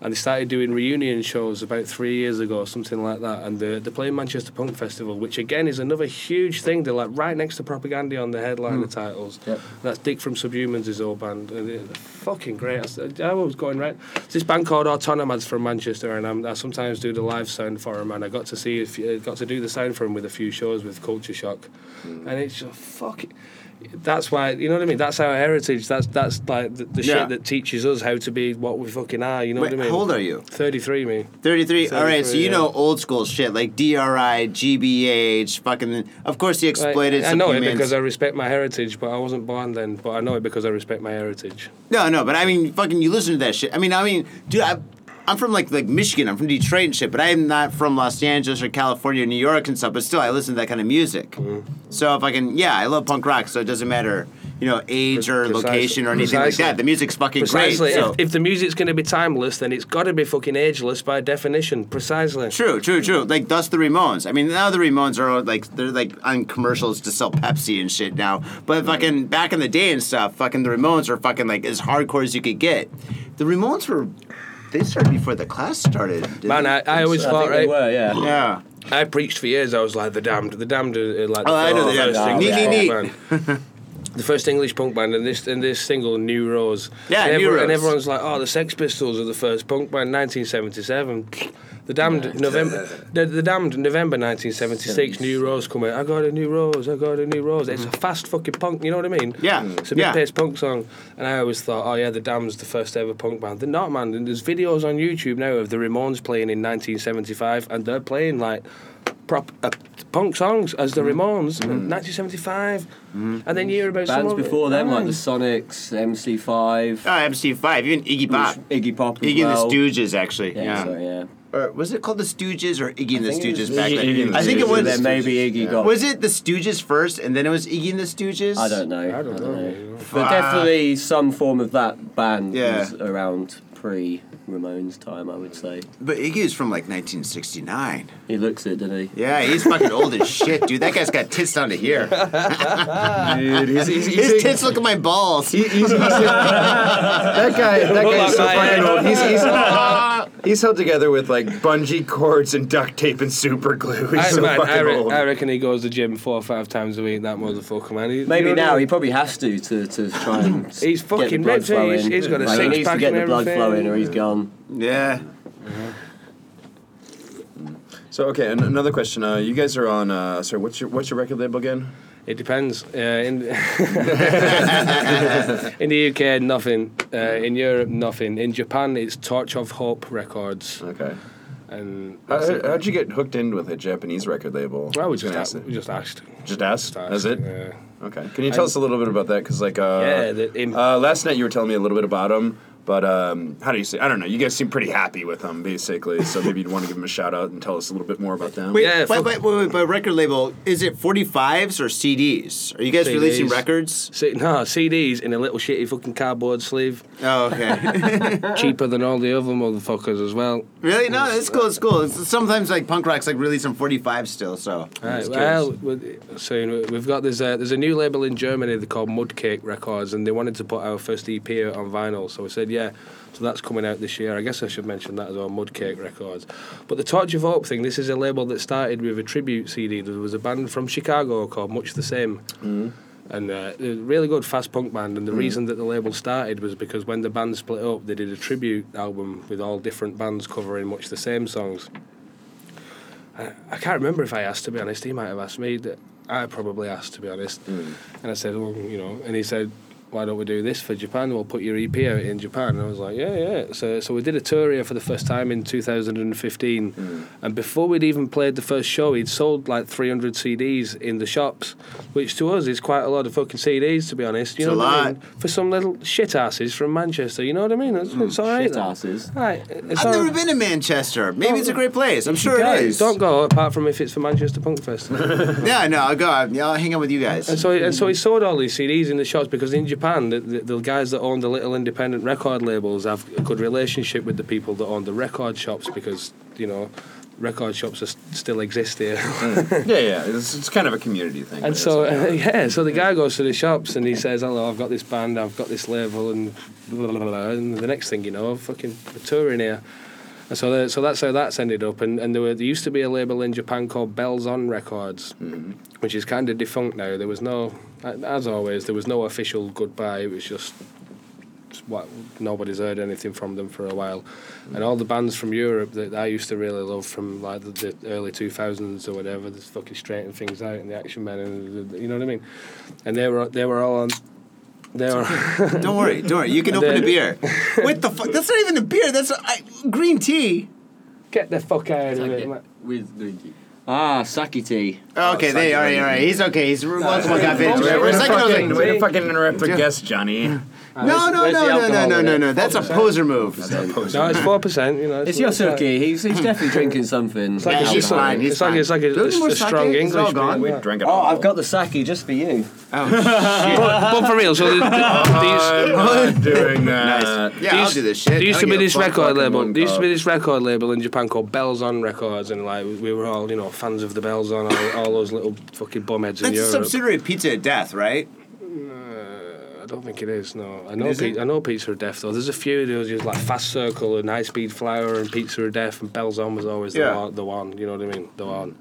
Speaker 3: And they started doing reunion shows about three years ago, something like that. And they're, they're playing Manchester Punk Festival, which again is another huge thing. They're like right next to Propaganda on the headliner titles.
Speaker 4: Yep.
Speaker 3: That's Dick from Subhumans, his old band. And Uh, they're fucking great. I s- I was going right. It's this band called Autonomads from Manchester, and I'm, I sometimes do the live sound for them. And I got to see, if uh, got to do the sound for them with a few shows with Culture Shock,
Speaker 1: Mm.
Speaker 3: and it's just fucking. That's why you know what I mean. That's our heritage. That's that's like the, the
Speaker 1: Yeah.
Speaker 3: shit that teaches us how to be what we fucking are. You know
Speaker 1: Wait,
Speaker 3: what I mean?
Speaker 1: how old are you?
Speaker 3: Thirty-three, me.
Speaker 1: 33. All right, so
Speaker 3: 33,
Speaker 1: you know
Speaker 3: yeah.
Speaker 1: old school shit like DRI, GBH, fucking. Of course, he
Speaker 3: Like,
Speaker 1: exploited
Speaker 3: I
Speaker 1: some
Speaker 3: know
Speaker 1: humans.
Speaker 3: it because I respect my heritage, but I wasn't born then. But I know it because I respect my heritage.
Speaker 1: No, no, but I mean, fucking, you listen to that shit. I mean, I mean, dude, I, I'm from like like Michigan. I'm from Detroit and shit, but I am not from Los Angeles or California or New York and stuff. But still, I listen to that kind of music.
Speaker 3: Mm-hmm.
Speaker 1: So if I can, yeah, I love punk rock. So it doesn't matter, you know, age or
Speaker 3: Pre- precisely.
Speaker 1: location or anything
Speaker 3: Precisely.
Speaker 1: like that. The music's fucking
Speaker 3: Precisely.
Speaker 1: great. So.
Speaker 3: If, if the music's going to be timeless, then it's got to be fucking ageless by definition. Precisely.
Speaker 1: True, true, true. Like thus the Ramones. I mean, now the Ramones are like they're like on commercials to sell Pepsi and shit now. But fucking back in the day and stuff, fucking the Ramones are fucking like as hardcore as you could get. The Ramones were they started before the class started. didn't
Speaker 3: Man,
Speaker 1: they?
Speaker 3: I, I always
Speaker 4: I
Speaker 3: thought right.
Speaker 4: think they were, yeah.
Speaker 1: yeah.
Speaker 3: I preached for years. I was like the damned, the damned are are like.
Speaker 1: Oh, I know The
Speaker 3: first
Speaker 1: Damned.
Speaker 3: English
Speaker 1: Neat,
Speaker 3: punk band. The first English punk band, and this and this single New Rose.
Speaker 1: Yeah,
Speaker 3: and,
Speaker 1: New
Speaker 3: everyone- and
Speaker 1: Rose.
Speaker 3: everyone's like, "Oh, the Sex Pistols are the first punk band, 1977." The Damned, November. The, the Damned, November 1976. New Rose come out. I got a new rose. I got a new rose. It's a fast fucking punk. You know what I mean?
Speaker 1: Yeah,
Speaker 3: It's a
Speaker 1: yeah.
Speaker 3: mid-paced punk song, and I always thought, "Oh yeah, the Damned's the first ever punk band." They're not, man. And there's videos on YouTube now of the Ramones playing in 1975, and they're playing like prop uh, punk songs as
Speaker 4: Mm.
Speaker 3: the Ramones, in 1975, and then you hear about
Speaker 4: Bands
Speaker 3: some of-
Speaker 4: before them, like the
Speaker 3: Man.
Speaker 4: Sonics, MC5,
Speaker 1: Oh, MC5, even Iggy Pop.
Speaker 4: Iggy Pop. as
Speaker 1: Iggy and
Speaker 4: well.
Speaker 1: the Stooges, actually. Yeah.
Speaker 4: Yeah, so, yeah.
Speaker 1: Or was it called the Stooges or Iggy and the
Speaker 4: I think it
Speaker 1: Stooges
Speaker 4: was
Speaker 1: back
Speaker 4: Iggy
Speaker 1: then?
Speaker 2: and the
Speaker 1: I think it
Speaker 2: Stooges.
Speaker 1: was.
Speaker 4: Then maybe Iggy got.
Speaker 1: Was it the Stooges first, and then it was Iggy and the Stooges?
Speaker 4: I don't know. I
Speaker 3: don't
Speaker 4: don't
Speaker 3: know.
Speaker 4: know.
Speaker 1: Fuck.
Speaker 4: But definitely some form of that band
Speaker 1: Yeah.
Speaker 4: was around pre Ramones time, I would say.
Speaker 1: But Iggy is from like 1969.
Speaker 4: He looks it, doesn't he?
Speaker 1: Yeah, he's fucking old as shit, dude. That guy's got tits down to
Speaker 3: *laughs*
Speaker 1: here.
Speaker 2: *laughs* Dude, he's, he's, he's,
Speaker 1: His tits look at my balls. *laughs*
Speaker 2: He- he's- he's- that guy, that guy is so fucking old. He's,
Speaker 3: *laughs*
Speaker 1: Uh,
Speaker 2: he's, he's held together with like bungee cords and duct tape and super glue. He's
Speaker 3: I,
Speaker 2: so
Speaker 3: man,
Speaker 2: fucking
Speaker 3: I, re-
Speaker 2: old.
Speaker 3: I reckon he goes to the gym four or five times a week. That motherfucker, man. He,
Speaker 4: Maybe
Speaker 3: you know what I
Speaker 4: now
Speaker 3: mean?
Speaker 4: he probably has to to, to try and s-
Speaker 3: *clears throat* He's
Speaker 4: get the
Speaker 3: fucking
Speaker 4: blood
Speaker 3: ripped, eh? He's-
Speaker 4: flowing.
Speaker 3: he's got a
Speaker 4: like, he needs
Speaker 3: six-pack
Speaker 4: to get
Speaker 3: and
Speaker 4: the blood
Speaker 3: everything.
Speaker 4: flowing, or he's gone.
Speaker 1: Yeah.
Speaker 2: So okay, an- another question. Uh, you guys are on. Uh, sorry, what's your what's your record label again?
Speaker 3: It depends. Uh,
Speaker 4: *laughs*
Speaker 3: in, *laughs* in the UK, nothing. Uh, in Europe, nothing. In Japan, it's Torch of Hope Records.
Speaker 2: Okay.
Speaker 3: And
Speaker 2: How,
Speaker 3: that's it.
Speaker 2: how'd you get hooked in with a Japanese record label?
Speaker 3: well, we
Speaker 2: I was
Speaker 3: just,
Speaker 2: gonna
Speaker 3: asked,
Speaker 2: ask
Speaker 3: we
Speaker 2: that.
Speaker 3: just asked.
Speaker 2: Just asked.
Speaker 3: asked,
Speaker 2: That's it.
Speaker 3: yeah.
Speaker 2: Okay. Can you tell us a little bit about that? Because like, uh,
Speaker 3: Yeah, the- in-
Speaker 2: uh, last night you were telling me a little bit about them, but um, how do you say? I don't know. You guys seem pretty happy with them, basically. So maybe you'd want to give them a shout out and tell us a little bit more about them.
Speaker 1: Wait,
Speaker 3: Yeah,
Speaker 1: wait,
Speaker 3: fuck-
Speaker 1: wait, wait, wait, but record label, is it 45s or CDs? Are you guys releasing
Speaker 3: CDs.
Speaker 1: records?
Speaker 3: See, no, CDs in a little shitty fucking cardboard sleeve.
Speaker 1: Oh, okay. *laughs*
Speaker 3: Cheaper than all the other motherfuckers as well.
Speaker 1: really? No, it's cool, it's cool. It's, sometimes, like, punk rock's, like, releasing 45 still, so.
Speaker 3: Right, well, with- soon we- we've got there's a, there's a new label in Germany they're called Mudcake Records, and they wanted to put our first EP out on vinyl. So we said, yeah, so that's coming out this year. I guess I should mention that as well, Mudcake Records. But the Torch of Hope thing, this is a label that started with a tribute CD. There was a band from Chicago called Much the Same. And uh, a really good fast punk band, and the reason that the label started was because when the band split up, they did a tribute album with all different bands covering much the same songs. I can't remember if I asked to be honest. He might have asked me. That I probably asked to be honest.
Speaker 1: Hmm.
Speaker 3: And I said, well, you know, and he said, why don't we do this for Japan? We'll put your EP out in Japan. And I was like, yeah, yeah. So so we did a tour here for the first time in 2015.
Speaker 1: Hmm.
Speaker 3: And before we'd even played the first show, he'd sold like 300 CDs in the shops, which to us is quite a lot of fucking CDs to be honest. You
Speaker 1: It's
Speaker 3: know
Speaker 1: a
Speaker 3: what I
Speaker 1: lot.
Speaker 3: mean? For some little shit asses from Manchester. You know what I mean? It's, it's all right.
Speaker 4: Shit asses.
Speaker 3: Right. uh, It's
Speaker 1: Hmm. I've
Speaker 3: all-
Speaker 1: never been to Manchester. Maybe it's a great place. I'm sure it
Speaker 3: Oh. Guys,
Speaker 1: is.
Speaker 3: Don't go apart from if it's for Manchester Punk Fest.
Speaker 1: Yeah, no, I'll go. I'll I'll hang out with you
Speaker 3: And
Speaker 1: guys.
Speaker 3: so, and so he sold all these CDs in the shops because in Japan, the, the, the guys that own the little independent record labels have a good relationship with the people that own the record shops because you know record shops are s- still exist here. *laughs*
Speaker 2: Yeah, yeah. It's, it's kind of a community thing.
Speaker 3: and
Speaker 2: but
Speaker 3: so
Speaker 2: it's-
Speaker 3: *laughs* yeah, so the guy goes to the shops and he says, "Hello, I've got this band, I've got this label," and blah, blah, blah, blah. and the next thing you know, fucking we're touring here. And so, the, so that's how that's ended up. And, and there, were, there used to be a label in Japan called Bells On Records, which is kind of defunct now. There was no, as always, there was no official goodbye. It was just what nobody's heard anything from them for a while. And all the bands from Europe that I used to really love from like the, the early 2000s or whatever, the fucking Straighten Things Out and the Action Men, and the, you know what I mean? And they were they were all on. They were *laughs*
Speaker 1: Don't worry, don't worry. You can
Speaker 3: And
Speaker 1: open a
Speaker 3: then-
Speaker 1: beer. What the fuck? That's not even a beer. That's a, I, green tea.
Speaker 3: get the fuck out of it. man.
Speaker 4: With Ah, sake tea.
Speaker 1: Oh,
Speaker 3: Oh,
Speaker 1: Okay, they all right, all right. He's okay. He's multiple got
Speaker 3: it's-
Speaker 1: bitch.
Speaker 3: it's-
Speaker 1: We're
Speaker 3: it's-
Speaker 1: second
Speaker 3: it's-
Speaker 1: only.
Speaker 3: it's-
Speaker 2: Way to fucking interrupt a guest, Johnny.
Speaker 1: No, no, no,
Speaker 4: where's the
Speaker 1: no, no,
Speaker 4: alcohol
Speaker 1: no,
Speaker 4: in
Speaker 1: no,
Speaker 4: it?
Speaker 1: no. That's a poser move.
Speaker 3: No, it's four percent. You know,
Speaker 4: It's
Speaker 3: like-
Speaker 4: Yosuke. He's, he's definitely drinking something.
Speaker 3: It's like,
Speaker 1: Yeah,
Speaker 3: a-
Speaker 1: he's
Speaker 3: it's like-
Speaker 1: fine, he's
Speaker 3: it's like it's like a,
Speaker 1: fine. Do
Speaker 3: a,
Speaker 1: you want
Speaker 3: a
Speaker 1: sake?
Speaker 3: strong
Speaker 1: It's
Speaker 3: English.
Speaker 1: all gone.
Speaker 2: We
Speaker 3: beer.
Speaker 2: drink it
Speaker 4: Oh,
Speaker 2: all.
Speaker 4: I've got the sake just for you.
Speaker 3: But, but for real, so
Speaker 1: *laughs*
Speaker 3: the, the, these.
Speaker 2: I'm doing that.
Speaker 1: Yeah, I'll
Speaker 3: used-
Speaker 1: do this shit.
Speaker 3: There used
Speaker 1: I
Speaker 3: to
Speaker 1: don't
Speaker 3: be
Speaker 1: give a
Speaker 3: this
Speaker 1: fuck.
Speaker 2: fucking
Speaker 3: record label.
Speaker 2: one
Speaker 3: There used to be
Speaker 2: card.
Speaker 3: this record label in Japan called Bells On Records, and like we were all, you know, fans of the Bells On, all, all those little fucking bumheads in
Speaker 1: That's a
Speaker 3: Europe.
Speaker 1: subsidiary of Pizza at Death, right?
Speaker 3: I don't think it is. No, I know.
Speaker 1: Is it?
Speaker 3: Pe- I know Pizza of Death though. There's a few. There was just like Fast Circle and High Speed Flower and Pizza of Death and Bells On was always
Speaker 1: Yeah.
Speaker 3: the, one, the one. You know what I mean? The one.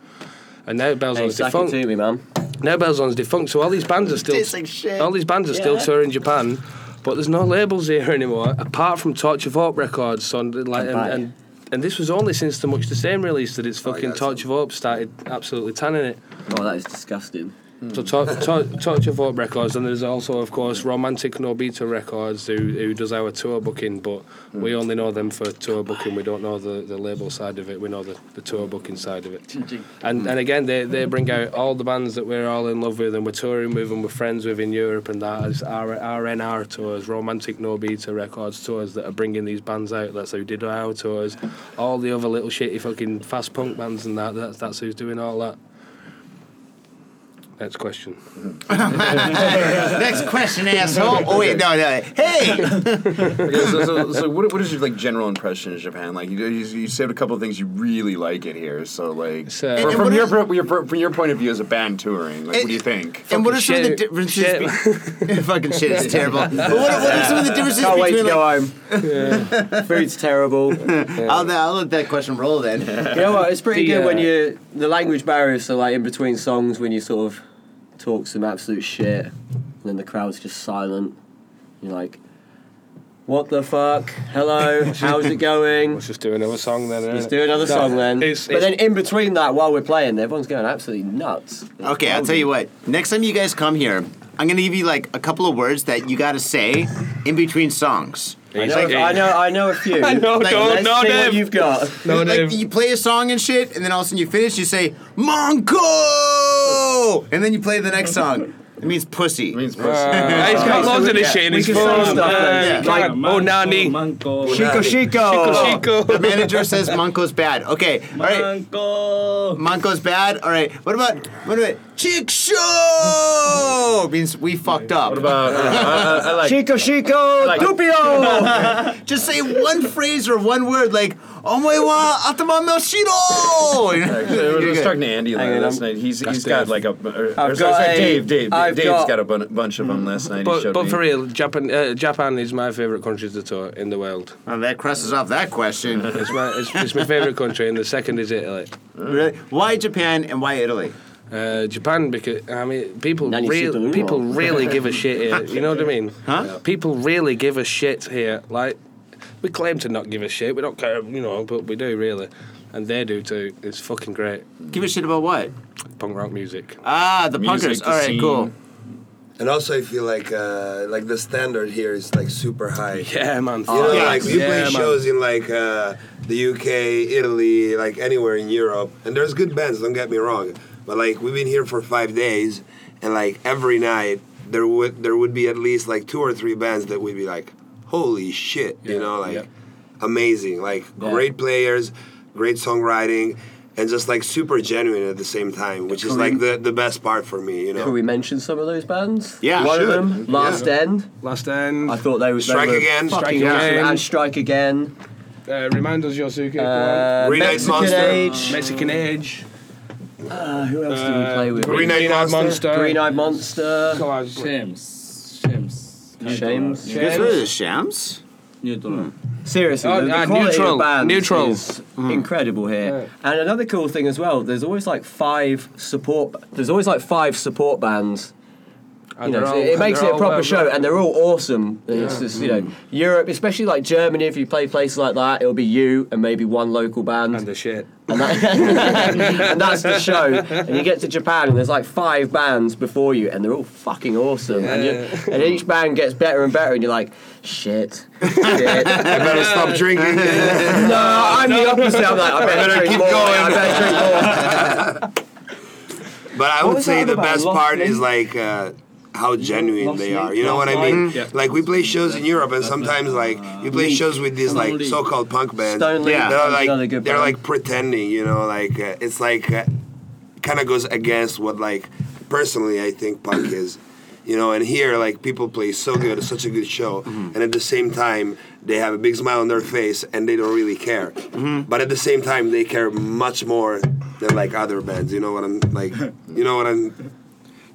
Speaker 3: And now Bells
Speaker 4: Hey,
Speaker 3: On's
Speaker 4: sake
Speaker 3: defunct.
Speaker 4: to me, man.
Speaker 3: Now Bells On's defunct. So all these bands are still.
Speaker 1: Dissing shit.
Speaker 3: All these bands are still
Speaker 4: Yeah.
Speaker 3: touring Japan, but there's no labels here anymore apart from Torture of Hope Records. So like, and,
Speaker 4: Bye.
Speaker 3: and and this was only since the much the same release that it's
Speaker 1: Oh,
Speaker 3: fucking Torture of Hope started absolutely tanning it.
Speaker 4: Oh, that is disgusting.
Speaker 3: So Tor- Tor- Torture of Hope Records, and there's also of course Romantic Nobita Records who who does our tour booking, but we only know them for tour booking. We don't know the, the label side of it. We know the, the tour booking side of it. And and again, they, they bring out all the bands that we're all in love with and we're touring with and we're friends with in Europe and that is our RNR tours, Romantic No Beta Records tours that are bringing these bands out. That's who did our tours. All the other little shitty fucking fast punk bands and that. That's that's who's doing all that. Next question.
Speaker 1: Next question,
Speaker 3: *laughs*
Speaker 1: asshole. Oh wait, no, no. Hey,
Speaker 2: Okay, so, so, so what, what is your like general impression of Japan? Like you, you, you said a couple of things you really like it here. So like
Speaker 3: So-
Speaker 2: from,
Speaker 1: And
Speaker 2: from
Speaker 1: what
Speaker 2: your,
Speaker 1: is-
Speaker 2: pro- your pro- from your point of view as a band touring, like
Speaker 1: And-
Speaker 2: what do you think?
Speaker 1: and what are some of the
Speaker 3: shit.
Speaker 1: differences?
Speaker 3: Shit.
Speaker 1: be- *laughs* fucking shit is
Speaker 3: *laughs*
Speaker 1: terrible. But what, are- what are some of the differences
Speaker 4: Can't wait to
Speaker 1: between?
Speaker 4: go
Speaker 1: Like,
Speaker 4: home. *laughs* Food's terrible. you
Speaker 1: I'll, I'll let that question roll then.
Speaker 4: know what? It's pretty
Speaker 3: The,
Speaker 4: good when
Speaker 3: uh,
Speaker 4: you the language barriers are like in between songs when you sort of talk some absolute shit, and then the crowd's just silent. You're like, "What the fuck? Hello, how's it going?"
Speaker 3: Let's just do another song then.
Speaker 4: Let's
Speaker 3: innit?
Speaker 4: do another
Speaker 3: No,
Speaker 4: song then.
Speaker 3: It's,
Speaker 4: but
Speaker 3: it's-
Speaker 4: then in between that, while we're playing, everyone's going absolutely nuts.
Speaker 1: Okay, I'll tell you what. Next time you guys come here, I'm gonna give you like a couple of words that you gotta say in between songs.
Speaker 4: I know, I know, I know a few.
Speaker 3: *laughs* I know,
Speaker 1: Like,
Speaker 3: don't,
Speaker 4: Let's
Speaker 3: no,
Speaker 4: see
Speaker 3: Dave.
Speaker 4: what you've got.
Speaker 3: No,
Speaker 1: like
Speaker 3: Dave.
Speaker 1: you play a song and shit, and then all of a sudden you finish, you say Monko, and then you play the next song. It means pussy.
Speaker 2: It means
Speaker 3: Uh,
Speaker 2: person.
Speaker 3: he's got
Speaker 4: Okay, so
Speaker 3: loads of
Speaker 4: we
Speaker 3: this
Speaker 4: get-
Speaker 3: shit in
Speaker 4: we
Speaker 3: his
Speaker 4: can say
Speaker 3: phone.
Speaker 4: stuff
Speaker 3: Uh,
Speaker 4: then.
Speaker 1: Yeah.
Speaker 3: Like, oh, Nani.
Speaker 6: Manco.
Speaker 4: Chico, Chico.
Speaker 1: Oh. the
Speaker 3: Chico.
Speaker 1: manager says Monko's bad. Okay, all right.
Speaker 6: Manco.
Speaker 1: Monko's bad. All right. What about what about Chick Show? means we fucked up.
Speaker 2: What about uh, I, I, I like
Speaker 4: Chico, Chico,
Speaker 2: Like-
Speaker 4: Dupio.
Speaker 1: Just say one phrase or one word like "Omoe wa atama no shiro."
Speaker 2: Actually, I was- I
Speaker 1: You're
Speaker 2: was
Speaker 1: good.
Speaker 2: talking to Andy
Speaker 4: Hang on,
Speaker 2: last
Speaker 4: I'm-
Speaker 2: night. He's he's
Speaker 3: That's
Speaker 2: got
Speaker 3: Dave.
Speaker 2: like a. Or, or,
Speaker 4: I've
Speaker 2: sorry,
Speaker 4: got
Speaker 2: sorry,
Speaker 4: a-
Speaker 2: Dave. Dave.
Speaker 4: I've
Speaker 2: Dave's
Speaker 4: got-
Speaker 2: got, a bun- bunch of them last night. he
Speaker 3: But,
Speaker 2: showed
Speaker 3: but
Speaker 2: me.
Speaker 3: for real, Japan, uh, Japan is my favourite country to tour in the world.
Speaker 1: Well, that crosses off that
Speaker 2: *laughs*
Speaker 1: question.
Speaker 3: It's my, it's, it's my favourite country, and the second is Italy.
Speaker 1: Really? Why Japan and why Italy?
Speaker 3: Uh, Japan, because I mean, people
Speaker 4: Nanny
Speaker 3: really,
Speaker 4: Sidoruma.
Speaker 3: people
Speaker 4: *laughs*
Speaker 3: really give a shit here. You know what I mean?
Speaker 1: Huh?
Speaker 3: People really give a shit here. Like, we claim to not give a shit. We don't care, you know, but we do really, and they do too. It's fucking great.
Speaker 1: Give a shit about what?
Speaker 3: Punk rock music.
Speaker 1: Ah, the
Speaker 2: Music,
Speaker 1: punkers.
Speaker 2: the
Speaker 1: All right,
Speaker 2: scene.
Speaker 1: cool.
Speaker 5: And also, I feel like uh, like the standard here is like super high.
Speaker 3: Yeah, man.
Speaker 5: You know,
Speaker 4: Oh,
Speaker 3: fuck
Speaker 5: like Oh, you
Speaker 3: yeah,
Speaker 5: play
Speaker 3: man.
Speaker 5: shows in like uh, the UK, Italy, like anywhere in Europe, and there's good bands. Don't get me wrong, but like we've been here for five days, and like every night there would there would be at least like two or three bands that would be like, holy shit, you
Speaker 3: Yeah,
Speaker 5: know, like
Speaker 3: yeah.
Speaker 5: amazing, like great players, great songwriting, and just like super genuine at the same time, which is like the the best part for me, you know.
Speaker 4: Can we mention some of those bands?
Speaker 1: Yeah,
Speaker 4: one
Speaker 1: should.
Speaker 4: of them, Last End.
Speaker 3: Last end.
Speaker 4: I thought they, was- they
Speaker 5: Strike
Speaker 4: were
Speaker 5: Again.
Speaker 4: fucking
Speaker 3: Strike
Speaker 4: awesome.
Speaker 3: Again.
Speaker 4: and Strike Again.
Speaker 3: Uh, remind us, Yosuke.
Speaker 4: Uh,
Speaker 5: Green Eyed
Speaker 4: Mexican
Speaker 5: Monster.
Speaker 4: Age.
Speaker 3: Mexican Age.
Speaker 4: Uh, who else did we play with?
Speaker 5: Green Eyed Monster.
Speaker 4: Green Eyed Monster.
Speaker 3: Collage.
Speaker 6: Shames. Shames.
Speaker 4: Shames.
Speaker 1: You guys really the shams?
Speaker 6: Neutral.
Speaker 4: Seriously,
Speaker 3: Oh,
Speaker 4: the, the
Speaker 3: uh,
Speaker 4: quality
Speaker 3: neutral,
Speaker 4: of bands
Speaker 3: neutral.
Speaker 4: is Mm. incredible here. And another cool thing as well, there's always like five support. There's always like five support bands. You
Speaker 3: And
Speaker 4: know,
Speaker 3: they're
Speaker 4: so
Speaker 3: all-
Speaker 4: it
Speaker 3: and
Speaker 4: makes
Speaker 3: they're
Speaker 4: it a
Speaker 3: all
Speaker 4: proper
Speaker 3: well
Speaker 4: show,
Speaker 3: done.
Speaker 4: and they're all awesome. It's just you know Europe, especially like Germany. If you play places like that, it'll be you and maybe one local band,
Speaker 3: And the shit.
Speaker 4: and, that, *laughs* and that's the show. And you get to Japan, and there's like five bands before you, and they're all fucking awesome. And, you, and each band gets better and better, and you're like, shit, shit.
Speaker 5: *laughs* I better
Speaker 1: *laughs*
Speaker 5: stop drinking.
Speaker 4: *laughs* No, I'm the opposite. I'm like, I better,
Speaker 5: better
Speaker 4: drink
Speaker 5: keep
Speaker 4: more.
Speaker 5: going.
Speaker 4: I better drink more.
Speaker 5: But I would
Speaker 4: was that
Speaker 5: say
Speaker 4: other
Speaker 5: the
Speaker 4: band?
Speaker 5: best
Speaker 4: Lost
Speaker 5: part
Speaker 4: Link?
Speaker 5: is like uh, how genuine
Speaker 6: Lost
Speaker 5: they
Speaker 6: Link?
Speaker 5: are. You know what I
Speaker 6: Lost
Speaker 5: mean?
Speaker 6: Link? Yeah.
Speaker 5: Like we play shows in Europe, and sometimes like
Speaker 6: uh,
Speaker 5: you play shows with these like
Speaker 6: Link.
Speaker 5: so-called punk bands.
Speaker 4: Stone Link
Speaker 5: Yeah,
Speaker 4: is
Speaker 5: they're
Speaker 4: another
Speaker 5: like
Speaker 4: good
Speaker 5: they're
Speaker 4: band.
Speaker 5: like pretending. You know, like uh, it's like uh, kind of goes against what like personally I think punk is. You know, and here like people play so good, it's such a good show, and at the same time they have a big smile on their face and they don't really care. But at the same time they care much more than like other bands. You know what I'm like? You know what I'm?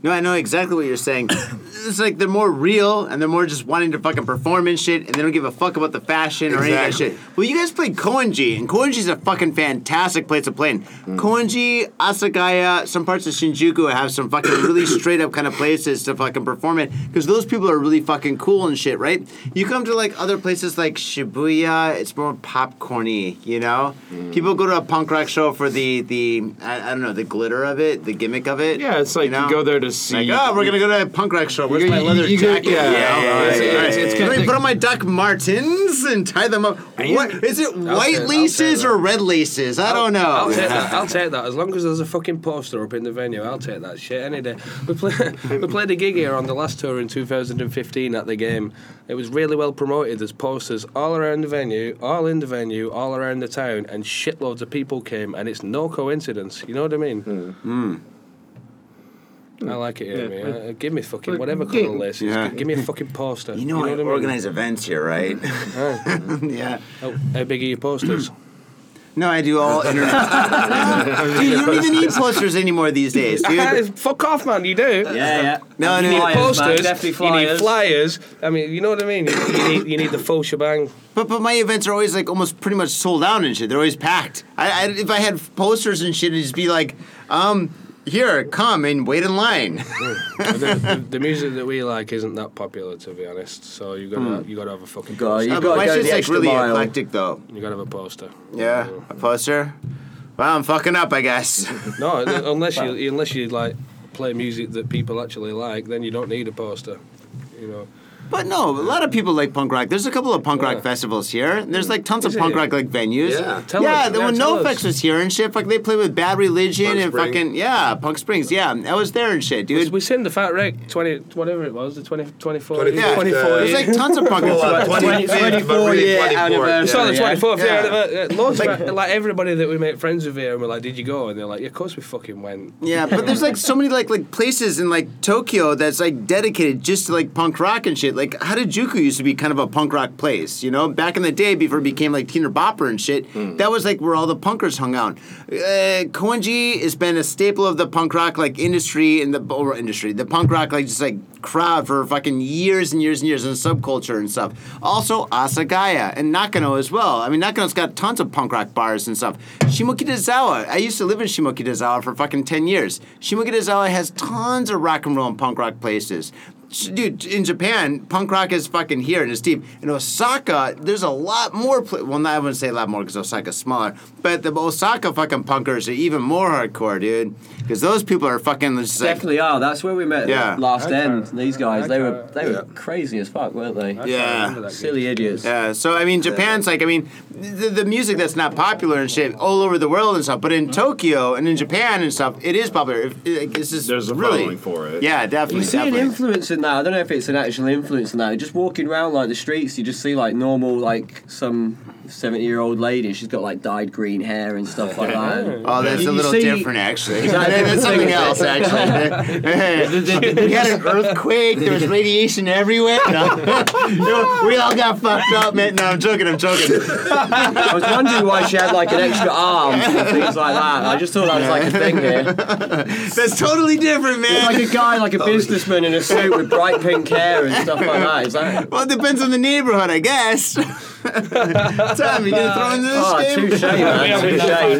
Speaker 1: No, I know exactly what you're saying.
Speaker 2: *coughs*
Speaker 1: it's like they're more real and they're more just wanting to fucking perform and shit, and they don't give a fuck about the fashion or any of that
Speaker 5: Exactly.
Speaker 1: shit. Well, you guys played Koenji, and Koenji's a fucking fantastic place to play in.
Speaker 2: Mm.
Speaker 1: Koenji, Asakaya, some parts of Shinjuku have some
Speaker 2: *coughs*
Speaker 1: fucking really straight up kind of places to fucking perform in, because those people are really fucking cool and shit, right? You come to like other places like Shibuya, it's more popcorny, you know?
Speaker 2: Mm.
Speaker 1: People go to a punk rock show for the, the I, I don't know, the glitter of it, the gimmick of it.
Speaker 2: Yeah, it's like you,
Speaker 1: know?
Speaker 2: go there to see.
Speaker 1: Like, oh, we're gonna go to a punk rock show. Where's
Speaker 2: You-
Speaker 1: my
Speaker 2: you-
Speaker 1: leather
Speaker 2: you go-
Speaker 1: jacket?
Speaker 2: yeah,
Speaker 5: yeah, yeah,
Speaker 1: it's-
Speaker 5: yeah,
Speaker 1: it's-
Speaker 5: yeah,
Speaker 1: it's
Speaker 5: yeah,
Speaker 1: kinda
Speaker 5: yeah.
Speaker 1: like, put on my Doc Martens and tie them up. What is it?
Speaker 3: take
Speaker 1: White
Speaker 3: that, I'll
Speaker 1: laces
Speaker 3: take
Speaker 1: or red laces? I don't
Speaker 3: I'll
Speaker 1: know.
Speaker 3: take that. I'll take that. As long as there's a fucking poster up in the venue, I'll take that shit any day. We, *laughs* play, we played a gig here on the last tour in 2015 at the game. It was really well promoted. There's posters all around the venue, all in the venue, all around the town, and shitloads of people came. And it's no coincidence. You know what I mean?
Speaker 1: Hmm.
Speaker 3: I like it here, Hmm. yeah, Give me fucking whatever colour laces.
Speaker 1: Yeah.
Speaker 3: Give me a fucking poster.
Speaker 1: You know, I
Speaker 3: what I mean?
Speaker 1: organize events here, right? *laughs* yeah.
Speaker 3: Oh, how big are your posters?
Speaker 1: No, I do all internet. dude, you don't even need posters anymore these days, dude.
Speaker 3: *laughs* Fuck off, man. You do.
Speaker 4: Yeah, yeah.
Speaker 1: No,
Speaker 4: You
Speaker 1: no,
Speaker 4: need
Speaker 1: no.
Speaker 4: flyers, man,
Speaker 3: posters.
Speaker 4: Definitely
Speaker 3: You need
Speaker 4: flyers.
Speaker 3: flyers. I mean, you know what I mean. You, you need you need the full shebang.
Speaker 1: But but my events are always like almost pretty much sold out and shit. They're always packed. I, I if I had posters and shit, it'd just be like, um, here, come and wait in line.
Speaker 3: the, the, the music that we like isn't that popular, to be honest. So you gotta you gotta have a fucking
Speaker 4: Got
Speaker 3: poster.
Speaker 4: you.
Speaker 1: Uh,
Speaker 4: gotta
Speaker 1: but my
Speaker 4: go
Speaker 1: shit's
Speaker 4: the
Speaker 1: like
Speaker 4: extra
Speaker 1: really
Speaker 4: mile.
Speaker 1: eclectic though.
Speaker 3: You gotta have a poster.
Speaker 1: Yeah, a poster. Well, I'm fucking up, I guess.
Speaker 3: No, unless you unless you like play music that people actually like, then you don't need a poster. You know.
Speaker 1: *laughs* but no, a lot of people like punk rock. There's a couple of punk rock
Speaker 3: Yeah.
Speaker 1: festivals here. and There's like tons
Speaker 3: Is
Speaker 1: of punk
Speaker 3: it?
Speaker 1: rock like venues.
Speaker 5: Yeah.
Speaker 3: Tell
Speaker 1: yeah,
Speaker 3: us.
Speaker 1: the-
Speaker 3: Yeah,
Speaker 1: when
Speaker 3: tell
Speaker 1: NoFX
Speaker 3: us.
Speaker 1: was here and shit, like they played with Bad Religion
Speaker 5: Punk
Speaker 1: and
Speaker 5: Spring.
Speaker 1: fucking yeah, Punk Springs. Yeah, I was there and shit, dude.
Speaker 3: We seen the Fat Wreck twenty whatever it was the 20, 24
Speaker 5: Twenty-
Speaker 1: yeah,
Speaker 5: Twenty-
Speaker 1: there's like tons *laughs* of punk rock.
Speaker 5: Well, 25th,
Speaker 4: 24
Speaker 5: but really
Speaker 4: year
Speaker 5: 24th,
Speaker 4: anniversary.
Speaker 3: It's on the
Speaker 4: Yeah.
Speaker 3: twenty fourth. Yeah,
Speaker 1: Yeah.
Speaker 3: yeah, yeah. loads of like everybody that we make friends with here, and we're like, "Did you go?" And they're like, "Yeah, of course we fucking went."
Speaker 1: Yeah, but there's like so many like like places in like Tokyo that's like dedicated just to like punk rock and shit. Like Harajuku used to be kind of a punk rock place, you know, back in the day before it became like Teener Bopper and shit. That was like where all the punkers hung out. Uh, Koenji has been a staple of the punk rock like industry in the or industry, the punk rock like just like crowd for fucking years and years and years and subculture and stuff. Also Asagaya and Nakano as well. I mean Nakano's got tons of punk rock bars and stuff. Shimokitazawa. I used to live in Shimokitazawa for fucking 10 years. Shimokitazawa has tons of rock and roll and punk rock places. Sh- Dude, in Japan, punk rock is fucking here and it's deep. In Osaka, there's a lot more. Pla- well, not, I wouldn't say a lot more because Osaka's smaller, but the Osaka fucking punkers are even more hardcore, dude. Because those people are fucking just like,
Speaker 4: Definitely are. That's where we met
Speaker 1: Yeah.
Speaker 4: last end. These guys, they were
Speaker 3: Okay.
Speaker 4: they were crazy as fuck, weren't they?
Speaker 1: yeah.
Speaker 4: Silly idiots.
Speaker 1: Yeah, Uh, so I mean, Japan's like, I mean, the, the music that's not popular and shit all over the world and stuff, but in Tokyo and in Japan and stuff, it is popular. If- It, it's just
Speaker 2: There's a
Speaker 1: really,
Speaker 2: following for it.
Speaker 1: Yeah, definitely.
Speaker 4: You see an
Speaker 1: definitely.
Speaker 4: influence in that. I don't know if it's an actual influence in that. Just walking around like the streets, you just see like normal, like some seventy year old lady. She's got like dyed green hair and stuff like that.
Speaker 1: Oh, that's
Speaker 4: You-
Speaker 1: a
Speaker 4: you
Speaker 1: little
Speaker 4: see-
Speaker 1: different,
Speaker 4: *laughs*
Speaker 1: actually.
Speaker 4: Is that a
Speaker 1: that's
Speaker 4: different
Speaker 1: something
Speaker 4: thing?
Speaker 1: else, actually. *laughs* we had an earthquake. There was radiation everywhere. No. *laughs* No, we all got fucked up, man. No, I'm joking. I'm joking.
Speaker 4: I was wondering why she had like an extra arm and things like that. I just thought that was like a
Speaker 1: *laughs*
Speaker 4: thing here.
Speaker 1: That's totally different, man.
Speaker 4: Like a guy, like a businessman in a suit with bright pink hair and stuff like that. Is that?
Speaker 1: well, it depends on the neighborhood, I guess. *laughs* Tom, you gonna throw into this
Speaker 4: Oh,
Speaker 1: game?
Speaker 4: touche,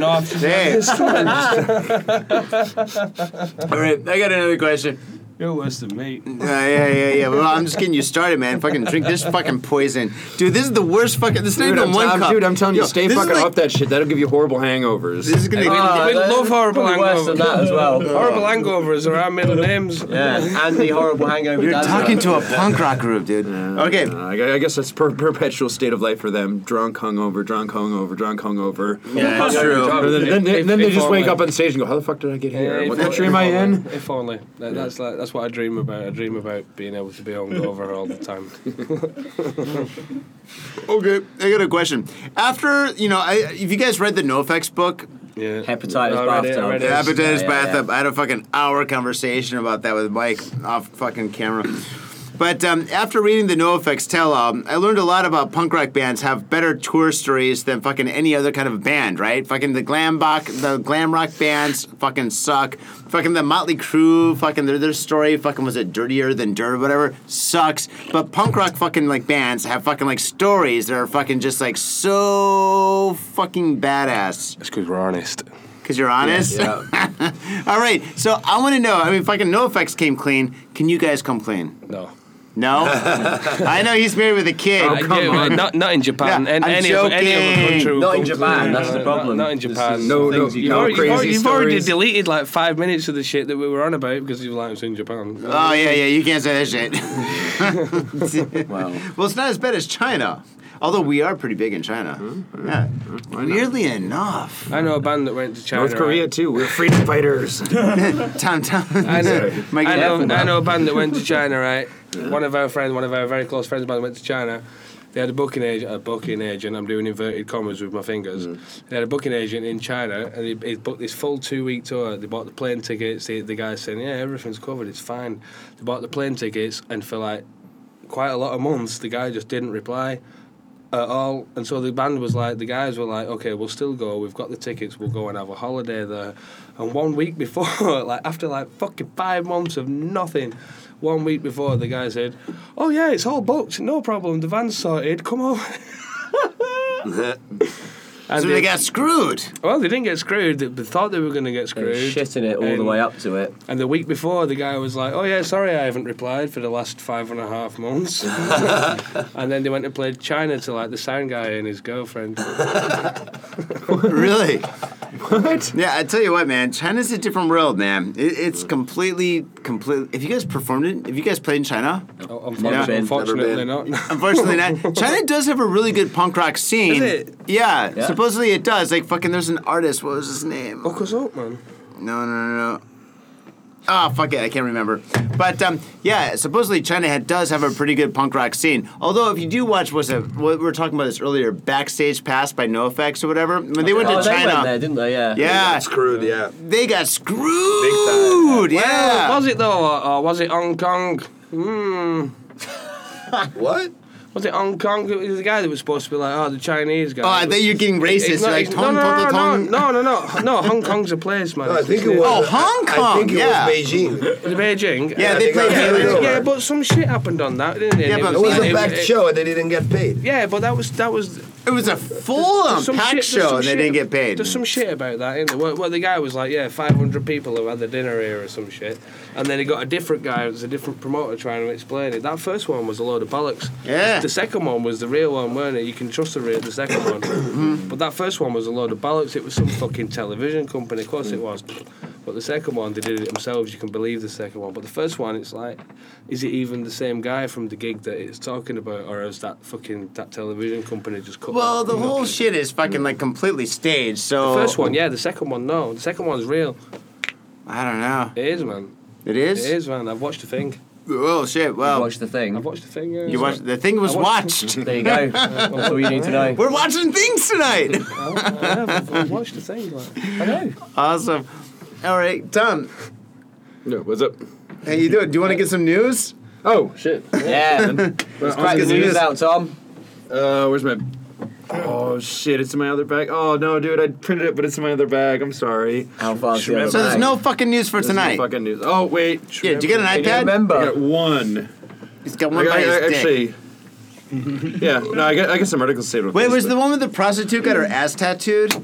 Speaker 4: man. Touche.
Speaker 1: Hey. *laughs* All right, I got another question.
Speaker 6: You're worse than me.
Speaker 1: Uh, yeah, yeah, yeah. Well, I'm just getting you started, man. Fucking drink this fucking poison, dude. This is the worst fucking. This is not
Speaker 2: Dude,
Speaker 1: even
Speaker 2: I'm,
Speaker 1: one
Speaker 2: I'm-
Speaker 1: cup,
Speaker 2: dude, I'm telling
Speaker 1: Yo,
Speaker 2: you, stay
Speaker 1: this is
Speaker 2: fucking
Speaker 1: like-
Speaker 2: off that shit. That'll give you horrible hangovers.
Speaker 1: This is gonna. be
Speaker 4: Ah,
Speaker 3: We
Speaker 4: that's
Speaker 3: love horrible
Speaker 4: probably worse than that as well.
Speaker 3: Horrible hangovers are our middle names.
Speaker 4: Yeah, and the horrible hangover.
Speaker 1: You're
Speaker 4: does
Speaker 1: talking
Speaker 4: that.
Speaker 1: to a punk rock group, dude. Okay.
Speaker 2: Uh, I, I guess that's per- perpetual state of life for them. Drunk, hungover, drunk, hungover, drunk, hungover.
Speaker 1: Yeah, it's true.
Speaker 2: Then, then,
Speaker 3: If-
Speaker 2: then they
Speaker 3: if
Speaker 2: just wake
Speaker 3: only.
Speaker 2: up on stage and go, "How the fuck did I get here?
Speaker 3: Yeah,
Speaker 2: what
Speaker 3: if
Speaker 2: country am
Speaker 3: only-
Speaker 2: I in?"
Speaker 3: If only. That, that's like, that's what I dream about. I dream about being able to be hungover all the time.
Speaker 1: Okay, I got a question. After you know, I if you guys read the NoFX book,
Speaker 4: *laughs*
Speaker 3: Yeah.
Speaker 4: Hepatitis
Speaker 3: I read it, I
Speaker 4: bathtub.
Speaker 3: read it.
Speaker 1: Yeah, Hepatitis
Speaker 4: Yeah, yeah,
Speaker 1: bathtub. I had a fucking hour conversation about that with Mike off fucking camera. But um, after reading the NoFX tell all, I learned a lot about punk rock bands have better tour stories than fucking any other kind of band, right? Fucking the glam rock, the glam rock bands fucking suck. Fucking the Motley Crue, fucking their, their story, fucking was it dirtier than dirt or whatever, sucks. But punk rock fucking like bands have fucking like stories that are fucking just like so fucking badass.
Speaker 3: It's because we're honest.
Speaker 1: Cause you're honest. *laughs* All right, so I want to know. I mean, fucking NoFX came clean. Can you guys come clean?
Speaker 3: No. *laughs*
Speaker 1: No. I know he's married with a kid.
Speaker 3: Uh, yeah, but not, not in Japan.
Speaker 1: Yeah,
Speaker 3: and
Speaker 1: I'm
Speaker 3: any, other, any
Speaker 1: joking.
Speaker 3: other country. will
Speaker 4: Not in
Speaker 3: come
Speaker 4: Japan,
Speaker 3: clean.
Speaker 4: that's the
Speaker 3: No,
Speaker 4: problem.
Speaker 3: Not, not in
Speaker 4: This
Speaker 3: Japan.
Speaker 4: is
Speaker 2: No,
Speaker 4: things
Speaker 2: no,
Speaker 4: you
Speaker 2: you've
Speaker 4: can't-
Speaker 2: already-
Speaker 3: You've already,
Speaker 2: Crazy
Speaker 3: you've already
Speaker 2: stories.
Speaker 3: deleted like five minutes of the shit that we were on about because you were like, it's in Japan.
Speaker 1: oh yeah, yeah. You can't say that
Speaker 3: *laughs*
Speaker 1: shit.
Speaker 4: Well,
Speaker 1: well, it's not as bad as China. Although we are pretty big in China.
Speaker 3: Hmm,
Speaker 1: Yeah. Weirdly
Speaker 3: *laughs*
Speaker 1: enough,
Speaker 3: I know a band that went to China.
Speaker 2: North Korea
Speaker 3: right?
Speaker 2: too. We're freedom fighters.
Speaker 1: Tom, Tom.
Speaker 3: I know,
Speaker 1: Mike,
Speaker 3: I,
Speaker 1: you
Speaker 3: know,
Speaker 1: laughing
Speaker 3: I know a band that went to China, right? One of our friends, one of our very close friends, of mine went to China. They had a booking agent, a booking agent. I'm doing inverted commas with my fingers. They had a booking agent in China, and he, he booked this full two-week tour. They bought the plane tickets. The, the guy saying, "Yeah, everything's covered. It's fine." They bought the plane tickets, and for like quite a lot of months, the guy just didn't reply at all. And so the band was like, the guys were like, okay, we'll still go. We've got the tickets. We'll go and have a holiday there. And one week *laughs* before, like after like fucking five months of nothing, one week before, the guy said, oh yeah, it's all booked. No problem. The van's sorted. Come over. *laughs* and
Speaker 1: So
Speaker 3: they,
Speaker 1: they got screwed.
Speaker 3: well, they didn't get screwed. They, they thought they were going to get
Speaker 4: they were
Speaker 3: screwed.
Speaker 4: shitting it all the
Speaker 3: And-
Speaker 4: way up to it.
Speaker 3: And the week before, the guy was like, "Oh yeah, sorry, I haven't replied for the last five and a half months." and then they went and played China to like the sound guy and his girlfriend.
Speaker 1: really? What? Yeah, I tell you what, man. China's a different world, man. It, it's completely, completely. If you guys performed it, if you guys played in China,
Speaker 5: Oh,
Speaker 4: Never
Speaker 3: Unfortunately, unfortunately
Speaker 4: been,
Speaker 5: never
Speaker 1: *laughs*
Speaker 3: not.
Speaker 1: Unfortunately not. China does have a really good punk rock scene.
Speaker 3: Does it?
Speaker 1: Yeah,
Speaker 4: Yeah.
Speaker 1: supposedly it does. Like fucking, there's an artist. What was his name?
Speaker 3: Fuck us up, man.
Speaker 1: No, no, no, no. Ah, fuck it, I can't remember. But um, yeah, supposedly China had, does have a pretty good punk rock scene. Although, if you do watch, was it what we were talking about this earlier, Backstage Pass by NoFX or whatever? When they went to
Speaker 4: Oh, they went there,
Speaker 1: China,
Speaker 4: didn't they? Yeah.
Speaker 1: yeah,
Speaker 5: Screwed, yeah.
Speaker 1: they got screwed. Yeah,
Speaker 3: Well, was it though, or, or was it Hong Kong? Hmm.
Speaker 5: What?
Speaker 3: Was it Hong Kong? It was the guy that was supposed to be like, "Oh, the Chinese guy."
Speaker 1: oh, I think you're getting racist.
Speaker 3: It's not-
Speaker 1: like
Speaker 3: it's-
Speaker 1: tong,
Speaker 3: no,
Speaker 1: tong,
Speaker 3: no, no,
Speaker 1: tong, tong.
Speaker 3: no, no, no, no, no. Hong Kong's a place, man.
Speaker 5: *laughs* No, I think it was. uh,
Speaker 1: Oh,
Speaker 5: I-
Speaker 1: Hong
Speaker 5: I
Speaker 1: Kong,
Speaker 5: think it
Speaker 1: yeah.
Speaker 5: was Beijing.
Speaker 3: The Beijing. Uh,
Speaker 1: Yeah,
Speaker 5: I
Speaker 1: they
Speaker 5: think
Speaker 1: played.
Speaker 5: I
Speaker 1: Yeah,
Speaker 5: heard it
Speaker 1: yeah,
Speaker 5: over.
Speaker 3: Yeah, but some shit happened on that, didn't it?
Speaker 1: Yeah,
Speaker 3: And
Speaker 1: but
Speaker 5: It was a
Speaker 1: It-
Speaker 5: back
Speaker 3: it-
Speaker 5: show and they didn't get paid.
Speaker 3: Yeah, but that was that was
Speaker 1: It was a full-on
Speaker 3: some
Speaker 1: packed
Speaker 3: shit, there's
Speaker 1: show,
Speaker 3: some
Speaker 1: and they
Speaker 3: shit-
Speaker 1: didn't get paid.
Speaker 3: There's some shit about that, isn't there? Well, well, the guy was like, yeah, 500 people have had the dinner here or some shit, and then he got a different guy, it was a different promoter trying to explain it. That first one was a load of bollocks.
Speaker 1: Yeah.
Speaker 3: The second one was the real one, weren't it? You can trust the real, the
Speaker 1: *coughs*
Speaker 3: second one. but that first one was a load of bollocks. It was some fucking television company, of course it was. But the second one, they did it themselves. You can believe the second one. But the first one, it's like, is it even the same guy from the gig that it's talking about, or is that fucking that television company just cut?
Speaker 1: Well,
Speaker 3: that,
Speaker 1: the
Speaker 3: you know?
Speaker 1: whole shit is fucking like completely staged. So
Speaker 3: The first one, yeah. The second one, no. The second one's real.
Speaker 1: I don't know.
Speaker 3: It is, man.
Speaker 1: It is.
Speaker 3: It is, man. I've watched the thing.
Speaker 1: Oh shit! Well,
Speaker 4: Watch the thing.
Speaker 3: I've watched the thing. Yeah,
Speaker 1: you watched. The thing was
Speaker 3: I watched
Speaker 1: watched.
Speaker 4: There you go. *laughs* That's all you need to know.
Speaker 1: We're watching things
Speaker 3: *laughs*
Speaker 1: tonight.
Speaker 3: I, have, *laughs* I've watched the thing. Like,
Speaker 4: I know.
Speaker 1: awesome. All right, Tom.
Speaker 2: *laughs* No, what's up?
Speaker 1: How you doing? Do you want to get some news?
Speaker 2: Oh shit!
Speaker 4: Yeah.
Speaker 2: Well,
Speaker 4: Crack the
Speaker 1: Because it
Speaker 4: news
Speaker 1: is-
Speaker 4: out, Tom.
Speaker 2: Uh, where's my? Oh shit! It's in my other bag. Oh no, dude! I printed it, but it's in my other bag. I'm sorry.
Speaker 4: How far's the other
Speaker 1: So there's
Speaker 4: bag?
Speaker 1: no fucking news for
Speaker 2: This is
Speaker 1: tonight.
Speaker 2: Fucking news. Oh wait.
Speaker 1: Yeah, did you get an
Speaker 2: I
Speaker 1: iPad?
Speaker 2: I
Speaker 4: Remember.
Speaker 2: got one.
Speaker 1: He's got
Speaker 2: I
Speaker 1: one
Speaker 2: got-
Speaker 1: by
Speaker 2: I-
Speaker 1: his dick.
Speaker 2: actually. *laughs* yeah. No, I get. I get some articles saved. on
Speaker 1: Wait, was
Speaker 2: Facebook.
Speaker 1: the one with the prostitute got her ass tattooed?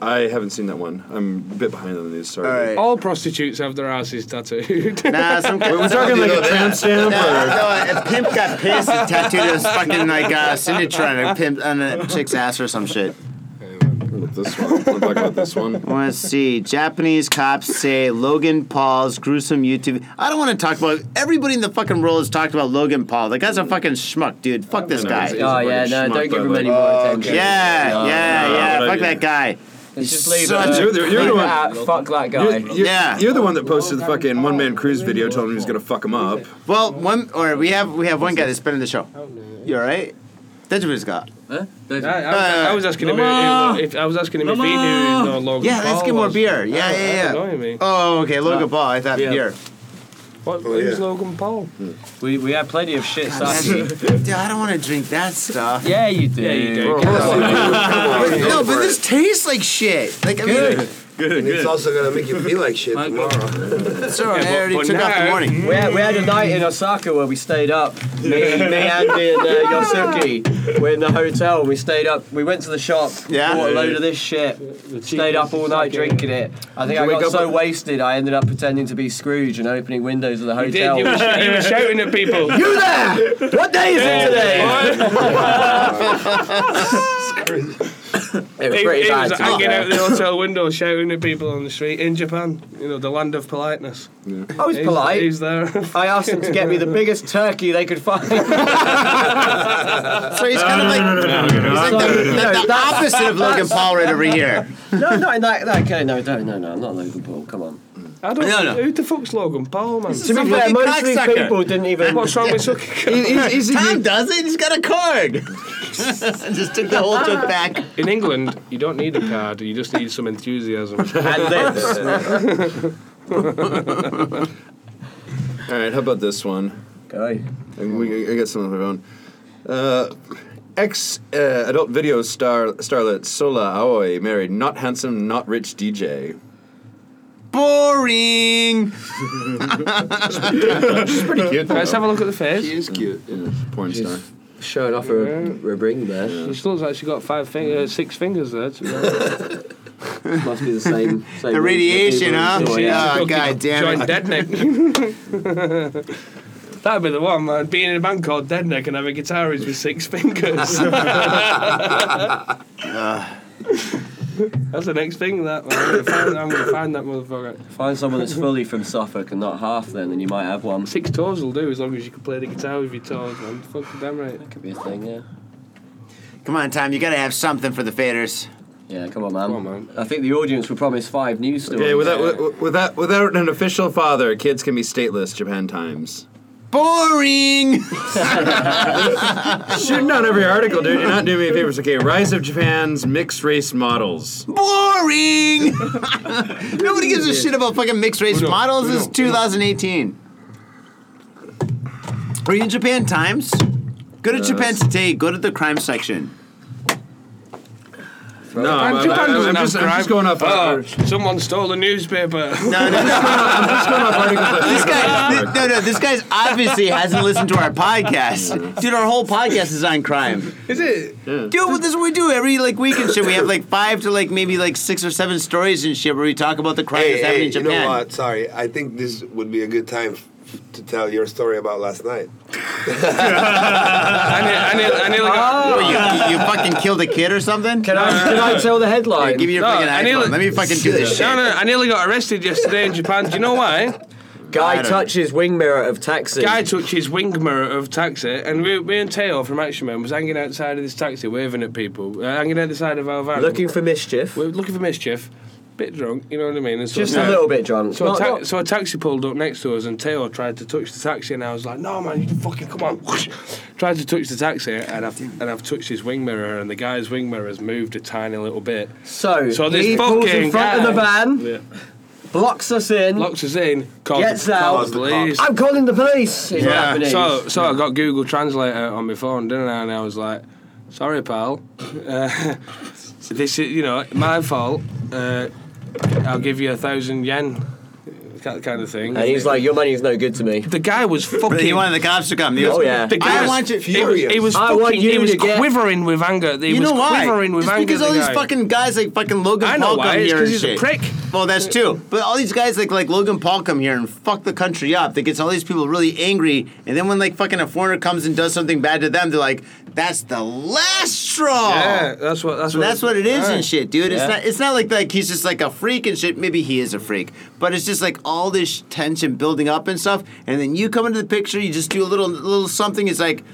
Speaker 2: I haven't seen that one. I'm a bit behind on the news. Sorry.
Speaker 1: All right.
Speaker 3: all prostitutes have their asses *laughs* tattooed.
Speaker 1: Nah, some guy.
Speaker 2: Wait, we're talking like a tramp stamp
Speaker 1: No,
Speaker 2: or.
Speaker 1: no, a pimp got pissed and tattooed his fucking like uh, signature on a pimp on a chick's ass or some shit.
Speaker 2: Look at this one. Let's talk about this one.
Speaker 1: Let's see. Japanese cops say Logan Paul's gruesome YouTube. I don't want to talk about. Everybody in the fucking world has talked about Logan Paul. The guy's a fucking schmuck, dude. Fuck this
Speaker 2: know,
Speaker 1: guy.
Speaker 2: he's-
Speaker 1: Yeah,
Speaker 4: Oh yeah, no,
Speaker 2: Fucking
Speaker 4: don't
Speaker 2: schmuck,
Speaker 4: give him
Speaker 2: but
Speaker 4: any
Speaker 2: like-
Speaker 4: more
Speaker 5: Oh,
Speaker 4: attention.
Speaker 5: okay.
Speaker 1: yeah,
Speaker 2: no,
Speaker 1: yeah.
Speaker 2: no,
Speaker 1: Fuck
Speaker 2: no.
Speaker 1: that guy.
Speaker 4: Let's just leave it.
Speaker 1: such-
Speaker 4: at-
Speaker 2: You're the- you're the
Speaker 4: leave it
Speaker 2: one-
Speaker 4: at Fuck that guy.
Speaker 2: You're, you're-
Speaker 1: Yeah.
Speaker 2: you're the one that posted the fucking one man cruise video, told him he was gonna fuck
Speaker 1: *laughs*
Speaker 2: him up.
Speaker 1: Well, one or we have we have one guy that's been in the show. You all right? That's what he's got.
Speaker 6: Huh?
Speaker 3: I,
Speaker 6: That's-
Speaker 3: I, I was asking him
Speaker 6: Mama!
Speaker 3: if, if I was asking him if he
Speaker 6: Mama!
Speaker 3: knew no Logan
Speaker 1: Yeah, let's
Speaker 3: Paul
Speaker 1: get more
Speaker 3: was.
Speaker 1: beer. Yeah,
Speaker 3: I-
Speaker 1: yeah, yeah.
Speaker 3: That's annoying Uh, me.
Speaker 1: Oh, okay. Logan Paul. I thought
Speaker 4: Yeah.
Speaker 1: beer.
Speaker 3: What,
Speaker 5: Oh, yeah.
Speaker 3: who's Logan Paul?
Speaker 4: We, we had plenty of shit sake.
Speaker 1: *laughs* Dude, I don't want to drink that stuff.
Speaker 4: *laughs* Yeah, you do.
Speaker 3: Yeah, you do.
Speaker 5: *laughs*
Speaker 1: No, but this tastes like shit. Like I mean,
Speaker 2: Good,
Speaker 5: It's also gonna make you feel like shit
Speaker 6: My God.
Speaker 5: tomorrow.
Speaker 1: sorry,
Speaker 3: Yeah,
Speaker 1: I
Speaker 3: but-
Speaker 1: already
Speaker 3: but
Speaker 1: took off the
Speaker 3: now-
Speaker 1: morning.
Speaker 4: We had, we had a night in Osaka where we stayed up, me, me Andy and uh,
Speaker 1: *laughs*
Speaker 4: Yosuke. We're in the hotel. We stayed up. We went to the shop,
Speaker 1: Yeah.
Speaker 4: bought a load of this shit, stayed up all night drinking it. I think I
Speaker 2: wake
Speaker 4: got
Speaker 2: up
Speaker 4: so
Speaker 2: with-
Speaker 4: wasted I ended up pretending to be Scrooge and opening windows of the
Speaker 3: You did.
Speaker 4: hotel.
Speaker 3: You were, sh- you were shouting at people.
Speaker 4: You there? What day is it today? It was
Speaker 3: He,
Speaker 4: pretty
Speaker 3: he
Speaker 4: bad.
Speaker 3: was
Speaker 4: to be
Speaker 3: hanging out the
Speaker 4: fair.
Speaker 3: hotel window, shouting at people on the street in Japan. You know, the land of politeness.
Speaker 4: I was
Speaker 3: He's-
Speaker 4: polite.
Speaker 3: He's there. *laughs*
Speaker 4: I asked them to get me the biggest turkey they could find.
Speaker 1: So he's kind of like, he's like the, the- the opposite of Logan Paul right over here.
Speaker 4: no, not in that. that okay, no, don't, no, no, I'm not Logan Paul. Come on.
Speaker 3: I don't.
Speaker 1: No, no.
Speaker 3: Who the fuck's Logan Paul, man?
Speaker 4: To be
Speaker 1: Some
Speaker 4: fair,
Speaker 1: fucking
Speaker 4: most of these
Speaker 1: cocksucker.
Speaker 4: people didn't even.
Speaker 3: What's wrong with sucking?
Speaker 2: E-,
Speaker 1: Tom does it. He's got a card. *laughs* Just took the whole joke back.
Speaker 3: In England, you don't need a card. You just need some enthusiasm.
Speaker 4: And lips.
Speaker 2: All right, how about this one?
Speaker 4: Okay.
Speaker 2: I, we, I got some on my phone. Uh, ex uh, adult video star starlet Sola Aoi married not handsome, not rich DJ.
Speaker 1: Boring.
Speaker 2: Pretty cute.
Speaker 3: *laughs* Let's have a look at the face.
Speaker 5: He's cute.
Speaker 2: yeah, porn star.
Speaker 4: Showing off her, her ring there.
Speaker 3: She looks like she got five fingers, six fingers there. To be honest.
Speaker 4: Must be the same. same
Speaker 1: The radiation, huh?
Speaker 4: Oh, yeah.
Speaker 1: Yeah. Oh,
Speaker 3: Fucking
Speaker 1: God damn
Speaker 3: joined
Speaker 1: it. *laughs*
Speaker 3: Deadneck. *laughs* That'd be the one, man. Being in a band called Deadneck and having guitarist with six
Speaker 1: *laughs*
Speaker 3: fingers. *laughs* That's the next thing. That man. I'm, gonna find, I'm gonna find that motherfucker.
Speaker 4: Find someone that's fully from Suffolk and not half, then, and you might have one.
Speaker 3: Six toes will do as long as you can play the guitar with your toes, man. Fucking damn right.
Speaker 4: Could be a thing, yeah.
Speaker 1: Come on, Tom. You gotta have something for the faders.
Speaker 4: Yeah, come on, man.
Speaker 3: Come on, man.
Speaker 4: I think the audience were promised five news stories.
Speaker 2: Okay, without, wi- without without an official father, kids can be stateless. Japan Times. *laughs*
Speaker 1: Boring.
Speaker 2: Shooting down every article, dude. You're not doing me favors. Okay, rise of Japan's mixed race
Speaker 1: *laughs*
Speaker 2: models.
Speaker 1: Boring. Nobody gives a shit about fucking mixed race models. This is 2018. Are you in Japan Times? Go to Japan today. Go to the crime *laughs* section.
Speaker 2: No, I'm, I'm-
Speaker 3: Japan
Speaker 2: I'm
Speaker 3: doesn't have
Speaker 2: just, I'm
Speaker 3: crime.
Speaker 2: just going off.
Speaker 3: Oh,
Speaker 2: ar-
Speaker 3: someone stole the newspaper.
Speaker 1: No, no, no.
Speaker 2: I'm uh, just going off articles. *laughs* that
Speaker 1: This
Speaker 2: people
Speaker 1: *laughs* guy, th-
Speaker 2: have.
Speaker 1: no, no. This guy's obviously hasn't listened to our podcast, dude. Our whole podcast is on crime,
Speaker 3: Is it?
Speaker 1: dude. Well, this is what we do every like week and shit. We have like five to like maybe like six or seven stories and shit where we talk about the crime
Speaker 5: Hey,
Speaker 1: that's happening
Speaker 5: hey,
Speaker 1: in
Speaker 5: you
Speaker 1: Japan.
Speaker 5: know what? Sorry, I think this would be a good time f- to tell your story about last night.
Speaker 3: I nearly, I nearly, I nearly got.
Speaker 1: What, you, you fucking killed a kid or something?
Speaker 4: Can I, can I tell the headline?
Speaker 1: Give me your
Speaker 3: No,
Speaker 1: fucking
Speaker 3: I knew
Speaker 1: iPhone.
Speaker 3: it.
Speaker 1: Let me
Speaker 3: *laughs*
Speaker 1: fucking do this shit.
Speaker 3: No, no, I nearly got arrested yesterday in Japan. Do you know why?
Speaker 4: Guy
Speaker 1: I don't-
Speaker 4: touches wing mirror of taxi.
Speaker 3: Guy touches wing mirror of taxi, and we, me and Teo from Action Man was hanging outside of this taxi, waving at people, uh, hanging out the side of our van.
Speaker 4: looking for mischief.
Speaker 3: We're looking for mischief. bit drunk, you know what I mean? And so
Speaker 4: Just
Speaker 3: ta-
Speaker 4: a little bit drunk.
Speaker 3: So,
Speaker 4: Not-
Speaker 3: a ta-
Speaker 4: not-
Speaker 3: so a taxi pulled up next to us, and Teo tried to touch the taxi, and I was like, "No, man, you fucking come on!" *laughs* tried to touch the taxi, and I've and I've touched his wing mirror, and the guy's wing mirror has moved a tiny little bit.
Speaker 4: So,
Speaker 3: So this
Speaker 4: he pulls
Speaker 3: fucking
Speaker 4: in front of the
Speaker 3: guy-
Speaker 4: van,
Speaker 3: Yeah.
Speaker 4: blocks us in.
Speaker 3: Locks us in, calls
Speaker 4: Gets
Speaker 3: the,
Speaker 4: out.
Speaker 3: calls the police.
Speaker 4: I'm calling the police. It's happening.
Speaker 3: So, so I got Google Translator on my phone, didn't I? And I was like, "Sorry, pal. *laughs* Uh, this is, you know, my fault. Uh, I'll give you a thousand yen, that kind of thing."
Speaker 4: and he's like, "Your money is no good to me."
Speaker 3: "The guy was
Speaker 1: But he
Speaker 3: fucking."
Speaker 1: wanted the cops to come. He
Speaker 4: Oh,
Speaker 1: was-
Speaker 4: yeah.
Speaker 3: The guy
Speaker 1: I
Speaker 3: was,
Speaker 1: want you.
Speaker 3: He was, he was
Speaker 4: I
Speaker 3: fucking.
Speaker 4: want you
Speaker 3: he was
Speaker 4: to get-
Speaker 3: quivering with anger. He
Speaker 1: You
Speaker 3: was
Speaker 1: know why?
Speaker 3: quivering with
Speaker 1: It's
Speaker 3: anger.
Speaker 1: because
Speaker 3: the
Speaker 1: all these
Speaker 3: guy.
Speaker 1: fucking guys like fucking Logan
Speaker 3: I know
Speaker 1: Paul
Speaker 3: why,
Speaker 1: come
Speaker 3: it's
Speaker 1: here
Speaker 3: 'cause
Speaker 1: and
Speaker 3: he's a
Speaker 1: shit.
Speaker 3: prick.
Speaker 1: Well, that's too. But all these guys like like Logan Paul come here and fuck the country up. They gets all these people really angry, and then when like fucking a foreigner comes and does something bad to them, they're like, "That's the last straw."
Speaker 3: Yeah, that's what. That's
Speaker 1: So
Speaker 3: what.
Speaker 1: that's what it is and shit, dude.
Speaker 4: Yeah.
Speaker 1: It's not. It's not like like he's just like a freak and shit. Maybe he is a freak, but it's just like all this tension building up and stuff. And then you come into the picture, you just do a little little something. It's like.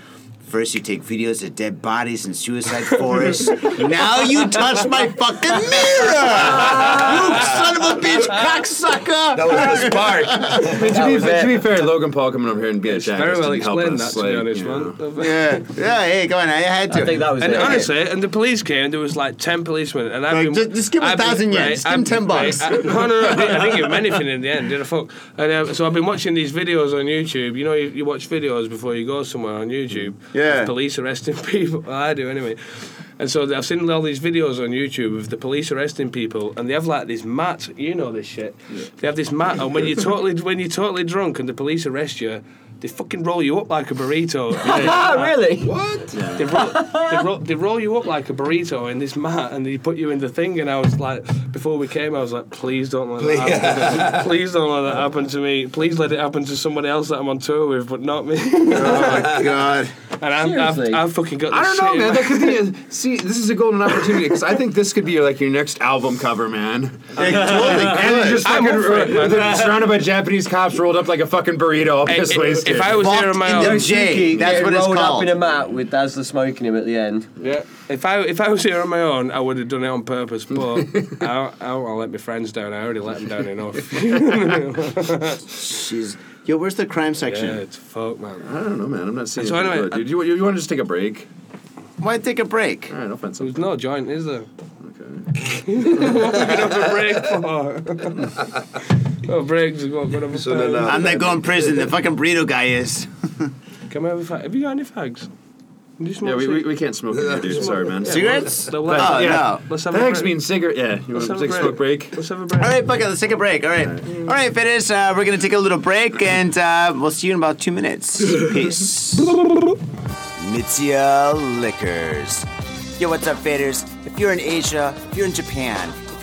Speaker 1: First, you take videos of dead bodies in
Speaker 4: *laughs*
Speaker 1: suicide forests. now you touch my fucking mirror, you son of a
Speaker 4: *laughs*
Speaker 1: bitch, cocksucker.
Speaker 5: That was the spark.
Speaker 4: That
Speaker 2: to, be,
Speaker 4: was
Speaker 2: fa-
Speaker 4: it.
Speaker 2: to be fair, Logan Paul coming over here and being a jackass
Speaker 3: Very well
Speaker 2: didn't help
Speaker 3: explained that
Speaker 2: us,
Speaker 3: to be
Speaker 2: like,
Speaker 3: honest,
Speaker 2: you know.
Speaker 3: man.
Speaker 1: yeah, yeah. Hey, come on, I had to.
Speaker 4: I think that was
Speaker 3: And
Speaker 4: it.
Speaker 3: honestly, and the police came. There was like ten policemen, and I've
Speaker 1: Like,
Speaker 3: been,
Speaker 1: just- just give 'em a
Speaker 3: I've been-
Speaker 1: thousand yen, just give 'em
Speaker 3: I've-
Speaker 1: 10 bucks.
Speaker 3: I, no, no, no, I didn't, I didn't give him anything in the end. Did I fuck? And uh, so I've been watching these videos on YouTube. You know, you, you watch videos before you go somewhere on YouTube.
Speaker 1: Mm. Yeah.
Speaker 3: Of police arresting *laughs* people. Well, I do anyway. And so I've seen all these videos on YouTube of the police arresting people, and they have like this mat. You know this shit. They have this mat, and when you're totally when you're totally drunk, and the police arrest you, they fucking roll you up like
Speaker 1: *laughs*
Speaker 3: a burrito.
Speaker 4: Ah, really?
Speaker 3: They roll, they, roll, they roll you up like a burrito in this mat and they put you in the thing. And I was like, before we came, I was like, please don't let that happen. please don't let that happen to me. Please let it happen to someone else that I'm on tour with, but not me. *laughs* and
Speaker 1: Oh
Speaker 2: *laughs*
Speaker 1: my god.
Speaker 3: I'm, I've,
Speaker 4: Seriously?
Speaker 3: I've fucking got this
Speaker 2: I don't
Speaker 3: shit
Speaker 2: know, man.
Speaker 3: in my-
Speaker 2: That could be *laughs* a see. This is a golden opportunity because I think this could be like your next album cover, man.
Speaker 1: They totally
Speaker 2: And
Speaker 1: could.
Speaker 2: they're just
Speaker 3: I'm
Speaker 2: fucking
Speaker 3: up for it, man.
Speaker 2: they're surrounded by Japanese cops rolled up like a fucking burrito, all piss
Speaker 3: if,
Speaker 2: wasted.
Speaker 3: if I was
Speaker 1: Locked
Speaker 3: here on my
Speaker 1: in
Speaker 3: own,
Speaker 1: the
Speaker 4: Joe
Speaker 1: Jake,
Speaker 4: Suki
Speaker 1: that's
Speaker 4: getting
Speaker 1: what it's
Speaker 4: rolled
Speaker 1: called.
Speaker 4: up in a mat with Dazzler smoking him at the end.
Speaker 3: Yeah. If I if I was here on my own, I would have done it on purpose.
Speaker 2: *laughs*
Speaker 3: But I, I don't want to let my friends down. I already let them down enough. yeah,
Speaker 1: Jeez. Yo, where's the crime section?
Speaker 3: it's fuck, man.
Speaker 2: I don't know, man. I'm not seeing
Speaker 3: So
Speaker 2: it.
Speaker 3: anyway,
Speaker 2: dude. You, you, want to just take a break?
Speaker 1: Why take a break?
Speaker 2: All right, I'll find
Speaker 3: There's
Speaker 2: something.
Speaker 3: no joint, is *laughs* there?
Speaker 2: Okay.
Speaker 3: a Oh, break for. a break to go, go have a
Speaker 5: So then,
Speaker 3: fag.
Speaker 5: uh,
Speaker 1: I'm not going prison. The fucking burrito guy is.
Speaker 3: Can we have a fag? Have you got any fags? Do you smoke
Speaker 2: Yeah, we, we, Ah,
Speaker 3: cig-
Speaker 2: we can't smoke in here, dude. Sorry, man.
Speaker 1: Cigarettes?
Speaker 3: The
Speaker 1: Oh,
Speaker 3: last-
Speaker 1: no.
Speaker 3: Let's have a
Speaker 2: Thanks
Speaker 3: break.
Speaker 2: means cigarette. Yeah, you want
Speaker 3: Let's
Speaker 2: to
Speaker 3: have
Speaker 2: take a
Speaker 3: a
Speaker 2: smoke break?
Speaker 3: Let's have a break.
Speaker 1: All right, fuck it. Let's take a break. All right. All right, fitters. Uh, we're going to take a little break, and uh, we'll see you in about two minutes. Peace. Mitsuya Liquors. Yo, what's up, faders? If you're in Asia, if you're in Japan, if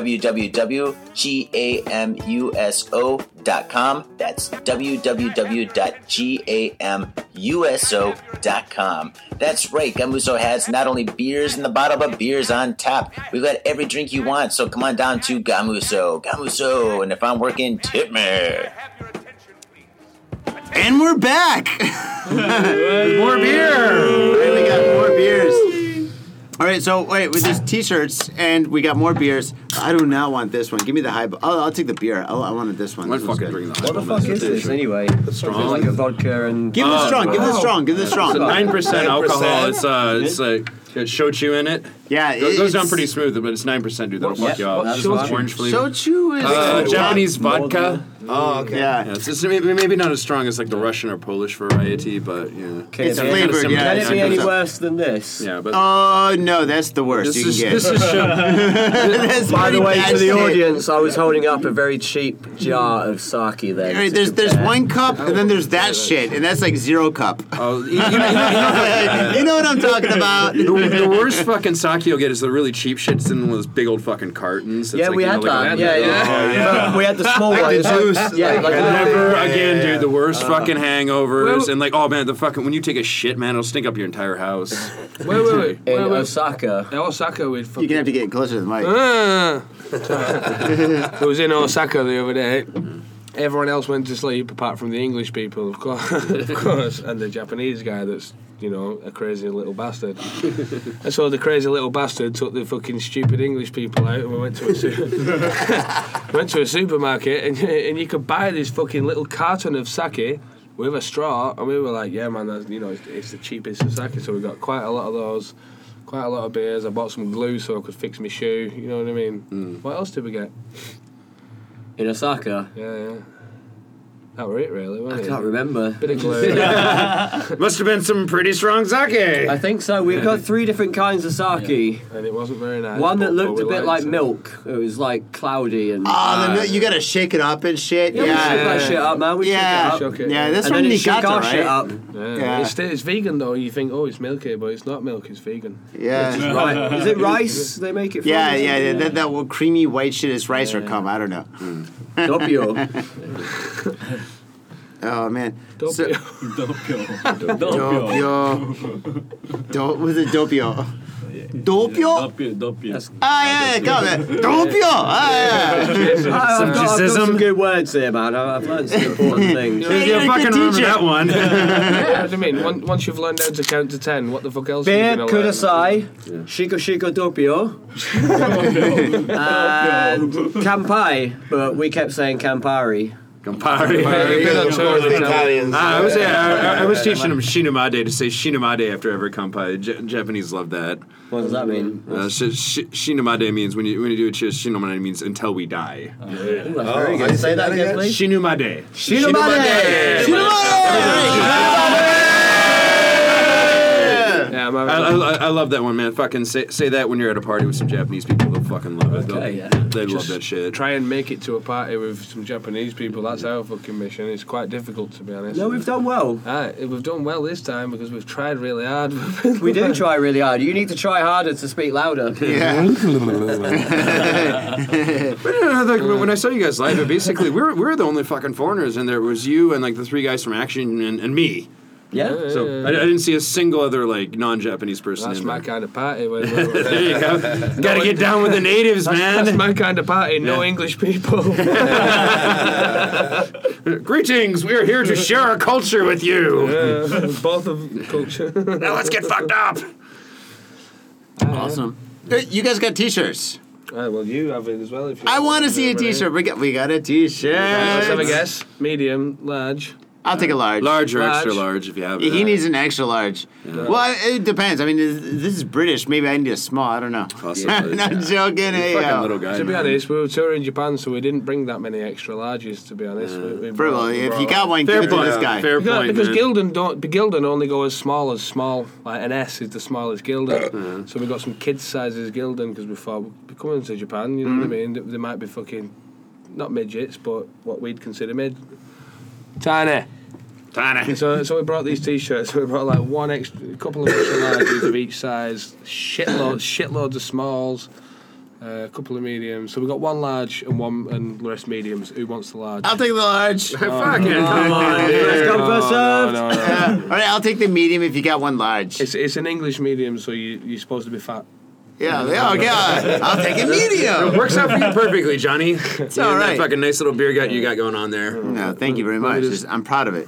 Speaker 7: www.gamuso.com. That's www.gamuso.com. That's right, Gamuso has not only beers in the bottle, but beers on tap. We've got every drink you want, so come on down to Gamuso. Gamuso, and if I'm working, tip me.
Speaker 1: And we're back. *laughs* With more beer. Right, we got more beers. All right, so wait, with these t-shirts and we got more beers. I do not want this one. Give me the high. I'll, I'll take the beer. I'll, I wanted this one.
Speaker 2: Let's
Speaker 1: This one's
Speaker 2: fucking
Speaker 1: good.
Speaker 2: drink that.
Speaker 4: What the fuck is this anyway? It's
Speaker 2: strong.
Speaker 4: like a vodka and.
Speaker 1: Give it
Speaker 2: Oh,
Speaker 1: strong. Give it
Speaker 4: Uh, wow.
Speaker 1: strong. Give it strong.
Speaker 4: It's a
Speaker 2: Nine percent
Speaker 5: 9%.
Speaker 2: alcohol. It's uh, it's like got shochu in it.
Speaker 1: Yeah,
Speaker 2: it goes down
Speaker 1: it's-
Speaker 2: pretty smooth, but it's nine percent. Dude, that'll fuck you up.
Speaker 4: what's
Speaker 2: It's
Speaker 4: shochu?
Speaker 2: Orange flavor.
Speaker 1: Shochu is
Speaker 2: Uh,
Speaker 1: good.
Speaker 2: Japanese vodka.
Speaker 5: Oh, okay.
Speaker 1: Yeah.
Speaker 2: Yeah, it's, it's maybe, maybe not as strong as like the Russian or Polish variety, but yeah.
Speaker 4: Can
Speaker 1: It's
Speaker 4: it be-
Speaker 1: flavored,
Speaker 2: Kinda
Speaker 1: yeah,
Speaker 2: similar.
Speaker 4: Can
Speaker 1: it's
Speaker 4: it be any
Speaker 1: Yeah.
Speaker 4: worse than this?
Speaker 2: Yeah, but
Speaker 1: Oh no, that's the worst
Speaker 2: this
Speaker 1: you can
Speaker 2: is
Speaker 1: get. *laughs*
Speaker 2: this *laughs* is shochu.
Speaker 1: That's
Speaker 4: By the
Speaker 1: pretty
Speaker 4: way,
Speaker 1: bad
Speaker 4: to the
Speaker 1: shit.
Speaker 4: audience, I was holding up a very cheap jar of sake there.
Speaker 1: All right,
Speaker 4: to
Speaker 1: there's there's
Speaker 4: compare.
Speaker 1: one cup and then there's that shit and that's like zero cup.
Speaker 2: Oh, you- you know- you know-
Speaker 1: *laughs* you know what I'm talking about.
Speaker 2: the, the worst fucking sake you'll get is the really cheap shit. It's in one of those big old fucking cartons. It's
Speaker 4: Yeah,
Speaker 2: like,
Speaker 4: we
Speaker 2: you know,
Speaker 4: had
Speaker 2: like
Speaker 4: that.
Speaker 2: a- Oh,
Speaker 4: Yeah, yeah. But we had the small one.
Speaker 5: the
Speaker 4: It's like-
Speaker 5: juice,
Speaker 4: Yeah, *laughs*
Speaker 5: like-
Speaker 4: like
Speaker 5: Yeah.
Speaker 2: Never
Speaker 5: Yeah,
Speaker 2: again,
Speaker 5: yeah, yeah.
Speaker 2: dude. The worst fucking hangovers
Speaker 3: Well-
Speaker 2: and like, oh man, the fucking when you take a shit, man, it'll stink up your entire house.
Speaker 3: Wait, wait, wait.
Speaker 4: in
Speaker 3: wait, wait.
Speaker 4: Osaka.
Speaker 3: In Osaka, we'd fucking.
Speaker 1: You're gonna have to get closer to the mic.
Speaker 3: Ah. I Ah. was in Osaka the other day. Everyone else went to sleep apart from the English people, of course, of course, and the Japanese guy that's you know a crazy little bastard. and so the crazy little bastard took the fucking stupid English people out, and we went to a su- *laughs* went to a supermarket, and and you could buy this fucking little carton of sake. With a straw, and we were like, "Yeah, man, that's, you know, it's, it's the cheapest of sake." So we got quite a lot of those quite a lot of beers. I bought some glue so I could fix my shoe. You know what I mean?
Speaker 1: Mm.
Speaker 3: What else did we get?
Speaker 4: In Osaka.
Speaker 3: Yeah, yeah. That were it, really. Wasn't
Speaker 4: I
Speaker 3: it?
Speaker 4: can't remember.
Speaker 3: Bit of glue.
Speaker 4: *laughs*
Speaker 2: Must have been some pretty strong sake.
Speaker 4: I think so. We've got three different kinds of sake.
Speaker 3: and it wasn't very nice.
Speaker 4: One that
Speaker 3: but- but
Speaker 4: looked
Speaker 3: we
Speaker 4: a bit
Speaker 3: liked
Speaker 4: like
Speaker 3: it.
Speaker 4: milk. It was like cloudy and.
Speaker 1: Ah, the milk- you gotta shake it up and shit.
Speaker 4: Yeah, we shook
Speaker 1: Yeah,
Speaker 4: that shit up, man. We shook
Speaker 1: yeah,
Speaker 4: it up.
Speaker 3: shook it up.
Speaker 1: yeah. That's
Speaker 4: and
Speaker 1: from
Speaker 4: then it shook
Speaker 1: Niigata,
Speaker 4: our
Speaker 1: right?
Speaker 4: shit up.
Speaker 3: Yeah.
Speaker 1: Yeah.
Speaker 3: It's, it's vegan though. You think, oh, it's milky, but it's not milk. It's vegan.
Speaker 1: Yeah.
Speaker 4: Right. Is
Speaker 1: *laughs*
Speaker 4: it rice they make it from?
Speaker 1: Yeah, yeah, yeah, that that well, creamy white shit is rice or cum. I don't know. *laughs*
Speaker 4: Doppio.
Speaker 1: Oh man,
Speaker 3: Don't
Speaker 1: So-
Speaker 3: be- *laughs*
Speaker 1: dopio. *laughs* Do- was it dopio? Dopio?
Speaker 6: Doppio, doppio.
Speaker 1: Ah yeah, yeah, come on. Dopio. Ah yeah.
Speaker 4: I've, got, I've got some
Speaker 2: Subjectism.
Speaker 4: good words here, man. I've, I've learned some
Speaker 1: *laughs*
Speaker 4: important things.
Speaker 1: Yeah,
Speaker 2: You
Speaker 1: you're a
Speaker 2: fucking
Speaker 1: good
Speaker 2: remember
Speaker 1: teacher.
Speaker 2: that one.
Speaker 3: Yeah, what do you mean? Once, once you've learned how to count to ten, what the fuck else? are
Speaker 4: Beer
Speaker 3: you gonna learn?
Speaker 4: Kudasai, Shiko
Speaker 1: *laughs*
Speaker 4: Shiko Doppio, and Kampai, but we kept saying Campari.
Speaker 2: Campari.
Speaker 3: Yeah, you've been on tour
Speaker 5: Of course,
Speaker 3: with
Speaker 5: the
Speaker 3: them.
Speaker 5: Italians.
Speaker 2: Ah, I was, yeah, I, I was teaching him Shinamade to say Shinamade after every kampai. J- Japanese love that.
Speaker 4: What does that mean?
Speaker 2: Uh, sh- sh- shinamade means when you when you do a cheers. Shinamade means until we die.
Speaker 4: Ooh,
Speaker 5: Oh,
Speaker 4: that's very good.
Speaker 5: I
Speaker 4: Say that again, please.
Speaker 2: Shinumade.
Speaker 4: Shinomade!
Speaker 3: Yeah, I'm
Speaker 4: Uh,
Speaker 3: having-
Speaker 2: I, I, I- I love that one, man. Fucking say, say that when you're at a party with some Japanese people. They'll fucking love it. They'll-
Speaker 4: Okay, yeah.
Speaker 2: They love that shit.
Speaker 3: try and make it *laughs* to a party with some Japanese people. That's our fucking mission. It's quite difficult to be honest.
Speaker 4: No, we've done well.
Speaker 3: Aye, we've done well this time because we've tried really hard. *laughs*
Speaker 4: We do try really hard. You need to try harder to speak louder.
Speaker 2: But no, no, no, like, when I saw you guys live, it basically we were, we were the only fucking foreigners, and there was you and like the three guys from Action and, and me.
Speaker 4: Yeah?
Speaker 2: So I, I didn't see a single other like non-Japanese person.
Speaker 3: That's
Speaker 2: in
Speaker 3: my
Speaker 2: there.
Speaker 3: kind of party. Where,
Speaker 2: There you *laughs* go. Gotta get down with the natives, man.
Speaker 3: that's my kind of party. No English people.
Speaker 2: Greetings. We are here to share our culture with you.
Speaker 3: Both of culture.
Speaker 2: Now let's get fucked up.
Speaker 1: Awesome. Hey, *laughs* You guys got t-shirts.
Speaker 3: Aye, well, you have it as well. If you
Speaker 1: I want to see a t-shirt. We got, we got a t-shirt.
Speaker 3: Let's have a guess. Medium, large.
Speaker 1: I'll take a large.
Speaker 2: Large or
Speaker 3: Large.
Speaker 2: extra large if you have it.
Speaker 1: He needs an extra large. Well, I- it depends. I mean, is- this is British. Maybe I need a small. I don't know.
Speaker 2: Possibly,
Speaker 1: *laughs* I'm not
Speaker 2: yeah.
Speaker 1: joking. hey,
Speaker 2: fucking
Speaker 1: yo.
Speaker 2: little guy.
Speaker 3: To be
Speaker 2: man.
Speaker 3: honest, we were touring Japan, so we didn't bring that many extra larges. To be honest, we, we
Speaker 1: Bro,
Speaker 3: brought- we
Speaker 1: if you
Speaker 3: brought-
Speaker 1: got one,
Speaker 2: Fair
Speaker 1: give it to
Speaker 2: point.
Speaker 1: this guy.
Speaker 2: Fair
Speaker 3: Because,
Speaker 2: point.
Speaker 3: because
Speaker 2: man.
Speaker 3: Gildan don't, but Gildan only go as small as small. Like an S is the smallest Gildan. So we got some kids sizes Gildan because before we coming to Japan, you know what I mean? They, they might be fucking not midgets, but what we'd consider mid. Tiny.
Speaker 2: Tiny.
Speaker 3: So, so we brought these t-shirts. We brought like one extra, a couple of extra larges of each size, shitloads, shitloads of smalls, uh, a couple of mediums. So we've got one large and one and the rest mediums. Who wants the large?
Speaker 1: I'll take the large.
Speaker 2: Fuck it. Oh, Come on.
Speaker 4: Let's go first served.
Speaker 3: no, no, no.
Speaker 1: Uh, *laughs* all right, I'll take the medium if you got one large.
Speaker 3: It's, it's an English medium, so you, you're supposed to be fat.
Speaker 1: yeah, yeah, okay. uh, I'll take a medium.
Speaker 2: Works out for you perfectly, Johnny. It's
Speaker 1: all right.
Speaker 2: That fucking nice little beer gut you got going on there.
Speaker 1: No, thank you very much. It's- I'm proud of it.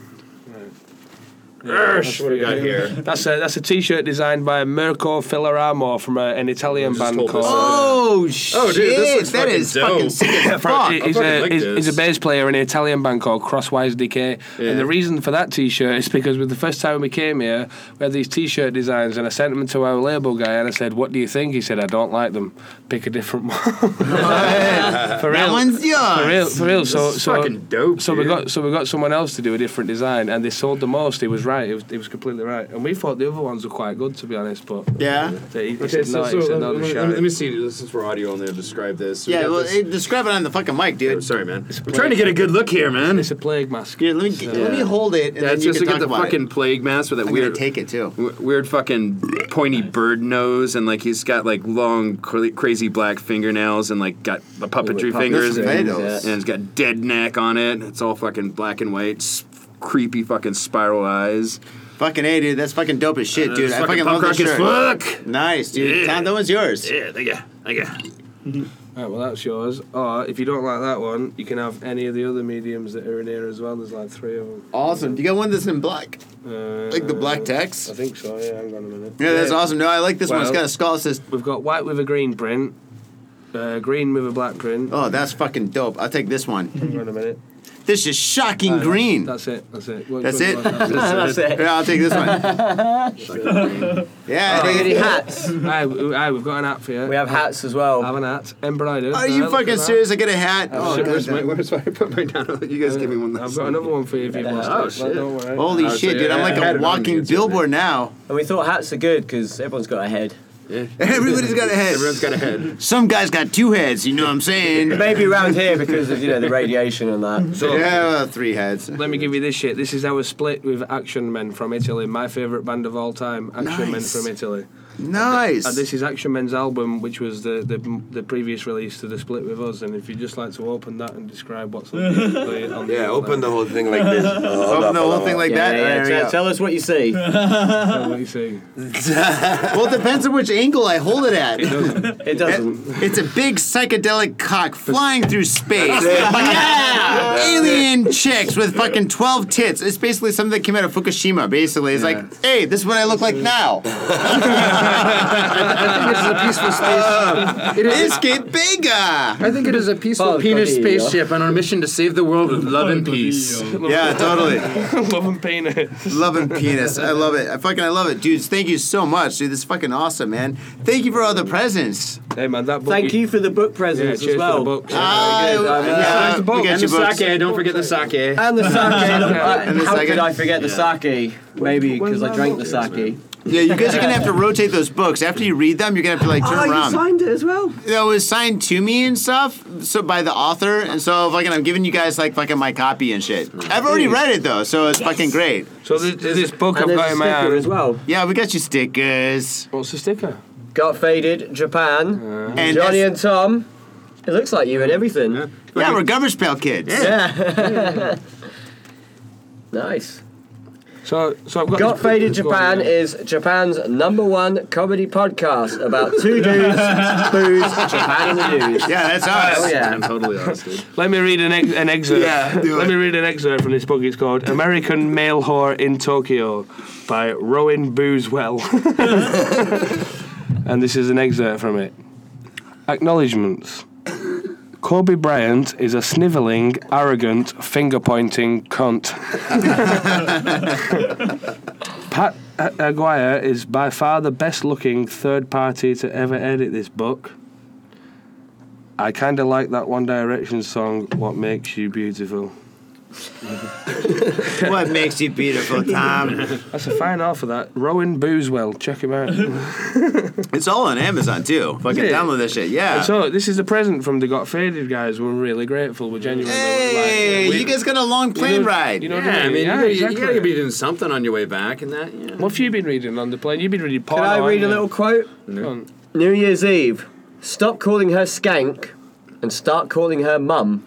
Speaker 2: Ursh, what do we got here?
Speaker 3: That's a that's a T-shirt designed by Mirko Filaramo from a, an Italian band
Speaker 2: told this
Speaker 3: called.
Speaker 1: Oh, shit.
Speaker 2: Oh, dude, this looks
Speaker 1: that
Speaker 2: fucking
Speaker 1: is
Speaker 2: dope.
Speaker 1: fucking sick
Speaker 2: *laughs*
Speaker 1: as fuck.
Speaker 3: He's
Speaker 2: Oh, fucking
Speaker 3: a,
Speaker 2: like
Speaker 3: he's, he's a
Speaker 2: this.
Speaker 3: bass player in an Italian band called Crosswise Decay.
Speaker 2: Yeah.
Speaker 3: And the reason for that t shirt is because with the first time we came here, we had these t shirt designs, and I sent them to our label guy and I said, What do you think? He said, I don't like them. Pick a
Speaker 2: *laughs*
Speaker 3: different one. *laughs* for
Speaker 1: That
Speaker 3: real.
Speaker 1: one's yours.
Speaker 3: For real, for real. So,
Speaker 2: This is
Speaker 3: so
Speaker 2: fucking dope,
Speaker 3: So we
Speaker 2: dude.
Speaker 3: got so we got someone else to do a different design, and they sold the most. He was right. He was, he was completely right. And we thought the other ones were quite good, to be honest. But
Speaker 1: Yeah.
Speaker 3: they, he
Speaker 2: Okay,
Speaker 3: said,
Speaker 2: so,
Speaker 3: no,
Speaker 2: so
Speaker 3: he said,
Speaker 2: let, let
Speaker 3: no, they're
Speaker 2: me,
Speaker 3: shite.
Speaker 2: let me- let me see. Since we're audio only, I'll describe this. So we
Speaker 1: Yeah,
Speaker 2: got
Speaker 1: well,
Speaker 2: this-
Speaker 1: eh, describe it on the fucking mic,
Speaker 2: Oh,
Speaker 1: dude.
Speaker 2: sorry, man. I'm trying to get a good look here, man.
Speaker 3: It's a plague mask.
Speaker 1: Here, let me
Speaker 3: So-
Speaker 1: let me hold it and
Speaker 2: Yeah,
Speaker 1: then
Speaker 2: it's
Speaker 1: you
Speaker 2: just
Speaker 1: can
Speaker 2: to
Speaker 1: talk
Speaker 2: get the
Speaker 1: about
Speaker 2: fucking
Speaker 1: it.
Speaker 2: plague mask with that
Speaker 1: I'm
Speaker 2: weird,
Speaker 1: gonna take it too.
Speaker 2: w- weird fucking pointy bird nose, and like he's got like long, cra- crazy black fingernails, and like got the puppetry
Speaker 4: puppet
Speaker 1: fingers,
Speaker 2: fingers, and,
Speaker 1: yeah.
Speaker 2: and it's got dead neck on it. It's all fucking black and white, s- creepy fucking spiral eyes.
Speaker 1: Fucking a, dude. That's fucking dope as shit, dude.
Speaker 2: It's
Speaker 1: I fucking love
Speaker 2: Uh, punk
Speaker 1: this
Speaker 2: rock as
Speaker 1: shirt.
Speaker 2: fuck.
Speaker 1: Nice, dude.
Speaker 2: Yeah.
Speaker 1: Tom, that one's yours.
Speaker 2: Yeah, thank you, thank you.
Speaker 3: Right, well, that's yours. Or if you don't like that one, you can have any of the other mediums that are in here as well. There's like three of them.
Speaker 1: Awesome. You got one that's in black,
Speaker 3: Uh,
Speaker 1: like the black text.
Speaker 3: I think so. Yeah, hang on a minute.
Speaker 1: Yeah, that's awesome. No, I like this one. It's
Speaker 3: Well-
Speaker 1: got a skull. It says,
Speaker 3: We've got white with a green print, uh, green with a black print.
Speaker 1: "Oh, that's fucking dope. I'll take this one.
Speaker 3: Hang on a minute.
Speaker 1: This is shocking
Speaker 3: Right,
Speaker 1: green.
Speaker 3: Uh, That's it. That's it. What-
Speaker 1: That's
Speaker 3: what-
Speaker 1: it? *laughs*
Speaker 3: what- that's
Speaker 4: That's it.
Speaker 1: Yeah, I'll take this one. yeah, I
Speaker 4: Any
Speaker 1: think
Speaker 4: hats?
Speaker 3: Aye, we- aye, we've got an hat for you.
Speaker 4: We have hats as
Speaker 3: Have
Speaker 4: well.
Speaker 3: an hat, embroidered.
Speaker 1: Are
Speaker 3: Aye,
Speaker 1: you
Speaker 3: look at
Speaker 1: fucking
Speaker 3: that.
Speaker 1: serious? I get a hat.
Speaker 3: Oh,
Speaker 1: Oh,
Speaker 2: Where's
Speaker 1: God.
Speaker 2: my,
Speaker 5: *laughs*
Speaker 2: where's my, I put my down? You guys give me one.
Speaker 3: I've
Speaker 2: last
Speaker 3: got
Speaker 2: time.
Speaker 3: another one for you if you want.
Speaker 2: Oh,
Speaker 3: it,
Speaker 2: shit.
Speaker 3: Don't worry.
Speaker 1: Holy
Speaker 2: I was
Speaker 1: shit,
Speaker 2: like,
Speaker 1: dude! I'm
Speaker 2: I
Speaker 1: like
Speaker 2: had
Speaker 1: a
Speaker 2: it on
Speaker 1: walking
Speaker 2: me, so-
Speaker 1: billboard now.
Speaker 4: And we thought hats are good because everyone's got a head.
Speaker 1: *laughs* Everybody's got a head.
Speaker 2: Everyone's got a head.
Speaker 1: Some guys got two heads. You know what I'm
Speaker 4: *laughs*
Speaker 1: saying?
Speaker 4: Maybe around here because of you know the radiation and that.
Speaker 2: So,
Speaker 1: Yeah, well, three heads.
Speaker 3: Let me give you this shit. This is our split with Action Men from Italy, my favourite band of all time, Action Men
Speaker 1: Nice.
Speaker 3: from Italy.
Speaker 1: Nice.
Speaker 3: And this is Action Men's album, which was the, the the previous release to the split with us. And if you'd just like to open that and describe what's on
Speaker 1: *laughs*
Speaker 3: the on
Speaker 5: Yeah, open the whole thing like this. Oh,
Speaker 1: Open the whole thing like
Speaker 4: Yeah,
Speaker 1: that.
Speaker 4: yeah,
Speaker 1: There we
Speaker 4: tell-
Speaker 1: go.
Speaker 4: tell us what you see.
Speaker 3: Tell what
Speaker 2: *laughs*
Speaker 3: you see.
Speaker 1: Well, it depends on which angle I hold it at.
Speaker 4: It doesn't.
Speaker 1: It's a big psychedelic cock flying through space. yeah! Alien chicks with fucking 12 tits. It's basically something that came out of Fukushima, basically. It's like, hey, this is what I look like now.
Speaker 3: *laughs*
Speaker 2: it
Speaker 1: It's get bigger.
Speaker 2: I think it is a peaceful
Speaker 4: Porco
Speaker 2: penis
Speaker 4: Dio.
Speaker 2: spaceship on our mission to save the world with love and peace.
Speaker 1: Yeah, totally.
Speaker 3: Love and penis.
Speaker 1: Loving penis. I love it. I fucking I love it. Dudes, thank you so much, dude. This is fucking awesome, man. Thank you for all the presents.
Speaker 3: Hey man, that book.
Speaker 4: Thank you for the book
Speaker 3: Yeah,
Speaker 4: presents
Speaker 3: cheers
Speaker 4: as
Speaker 3: for the
Speaker 4: well.
Speaker 3: books.
Speaker 1: Ah, yeah, we got
Speaker 2: and
Speaker 1: your
Speaker 2: the
Speaker 1: books.
Speaker 2: sake, don't forget the sake.
Speaker 4: And the sake. *laughs*
Speaker 1: And the
Speaker 4: How
Speaker 1: sake.
Speaker 4: could I forget the sake? Maybe because I drank the sake.
Speaker 1: Yeah, you guys are gonna
Speaker 4: *laughs*
Speaker 1: have to rotate those books. After you read them, you're gonna have to like turn around.
Speaker 4: Oh, it as well.
Speaker 1: that was signed to me and stuff, so by the author, and so fucking I'm giving you guys like fucking my copy and shit. I've already read it though, so it's fucking great.
Speaker 3: So this, this book
Speaker 4: And
Speaker 3: I've
Speaker 4: there's
Speaker 3: got
Speaker 4: a
Speaker 3: in my
Speaker 4: sticker
Speaker 3: hand.
Speaker 4: as well.
Speaker 1: Yeah, we got you stickers.
Speaker 3: What's the sticker?
Speaker 4: Got faded, Japan,
Speaker 1: And
Speaker 4: Johnny
Speaker 1: that's-
Speaker 4: and Tom. It looks like you and everything. Yeah.
Speaker 1: yeah, we're garbage pail kids.
Speaker 4: *laughs* Nice.
Speaker 3: So so I've got.
Speaker 4: Got
Speaker 3: this-
Speaker 4: Faded
Speaker 3: this one
Speaker 4: Japan
Speaker 3: here.
Speaker 4: is Japan's number one comedy podcast about two dudes, booze, Japan and the news.
Speaker 1: Yeah, that's us.
Speaker 4: Oh yeah.
Speaker 2: I'm totally honest, dude.
Speaker 3: Let me read an, ex- an excerpt. Let me read an excerpt from this book. It's called American Male Whore in Tokyo by Rowan Boozwell. *laughs* and this is an excerpt from it. Acknowledgements. Kobe Bryant is a snivelling, arrogant, finger pointing cunt. *laughs* Pat A- Aguirre is by far the best looking third party to ever edit this book. I kind of like that One Direction song, What Makes You Beautiful.
Speaker 1: What makes you beautiful, Tom?
Speaker 3: That's a fine offer, that. Rowan Boozwell, check him out.
Speaker 8: *laughs*
Speaker 1: it's all on Amazon too. Fucking
Speaker 3: Is it?
Speaker 1: download that shit. Yeah.
Speaker 3: so, this is the present from the Got Faded guys. We're really grateful. We're genuinely.
Speaker 1: Hey,
Speaker 3: like, we-
Speaker 1: you guys got a long plane
Speaker 3: know-
Speaker 1: ride.
Speaker 3: you know-
Speaker 2: Yeah,
Speaker 3: what I
Speaker 2: I
Speaker 3: mean?
Speaker 2: mean,
Speaker 3: Yeah,
Speaker 2: you,
Speaker 3: exactly.
Speaker 2: you gotta be doing something on your way back, and that. Yeah.
Speaker 3: What have you been reading on the plane? You've been reading porn.
Speaker 4: Can I read a little quote? New Year's Eve. Stop calling her skank and start calling her mum.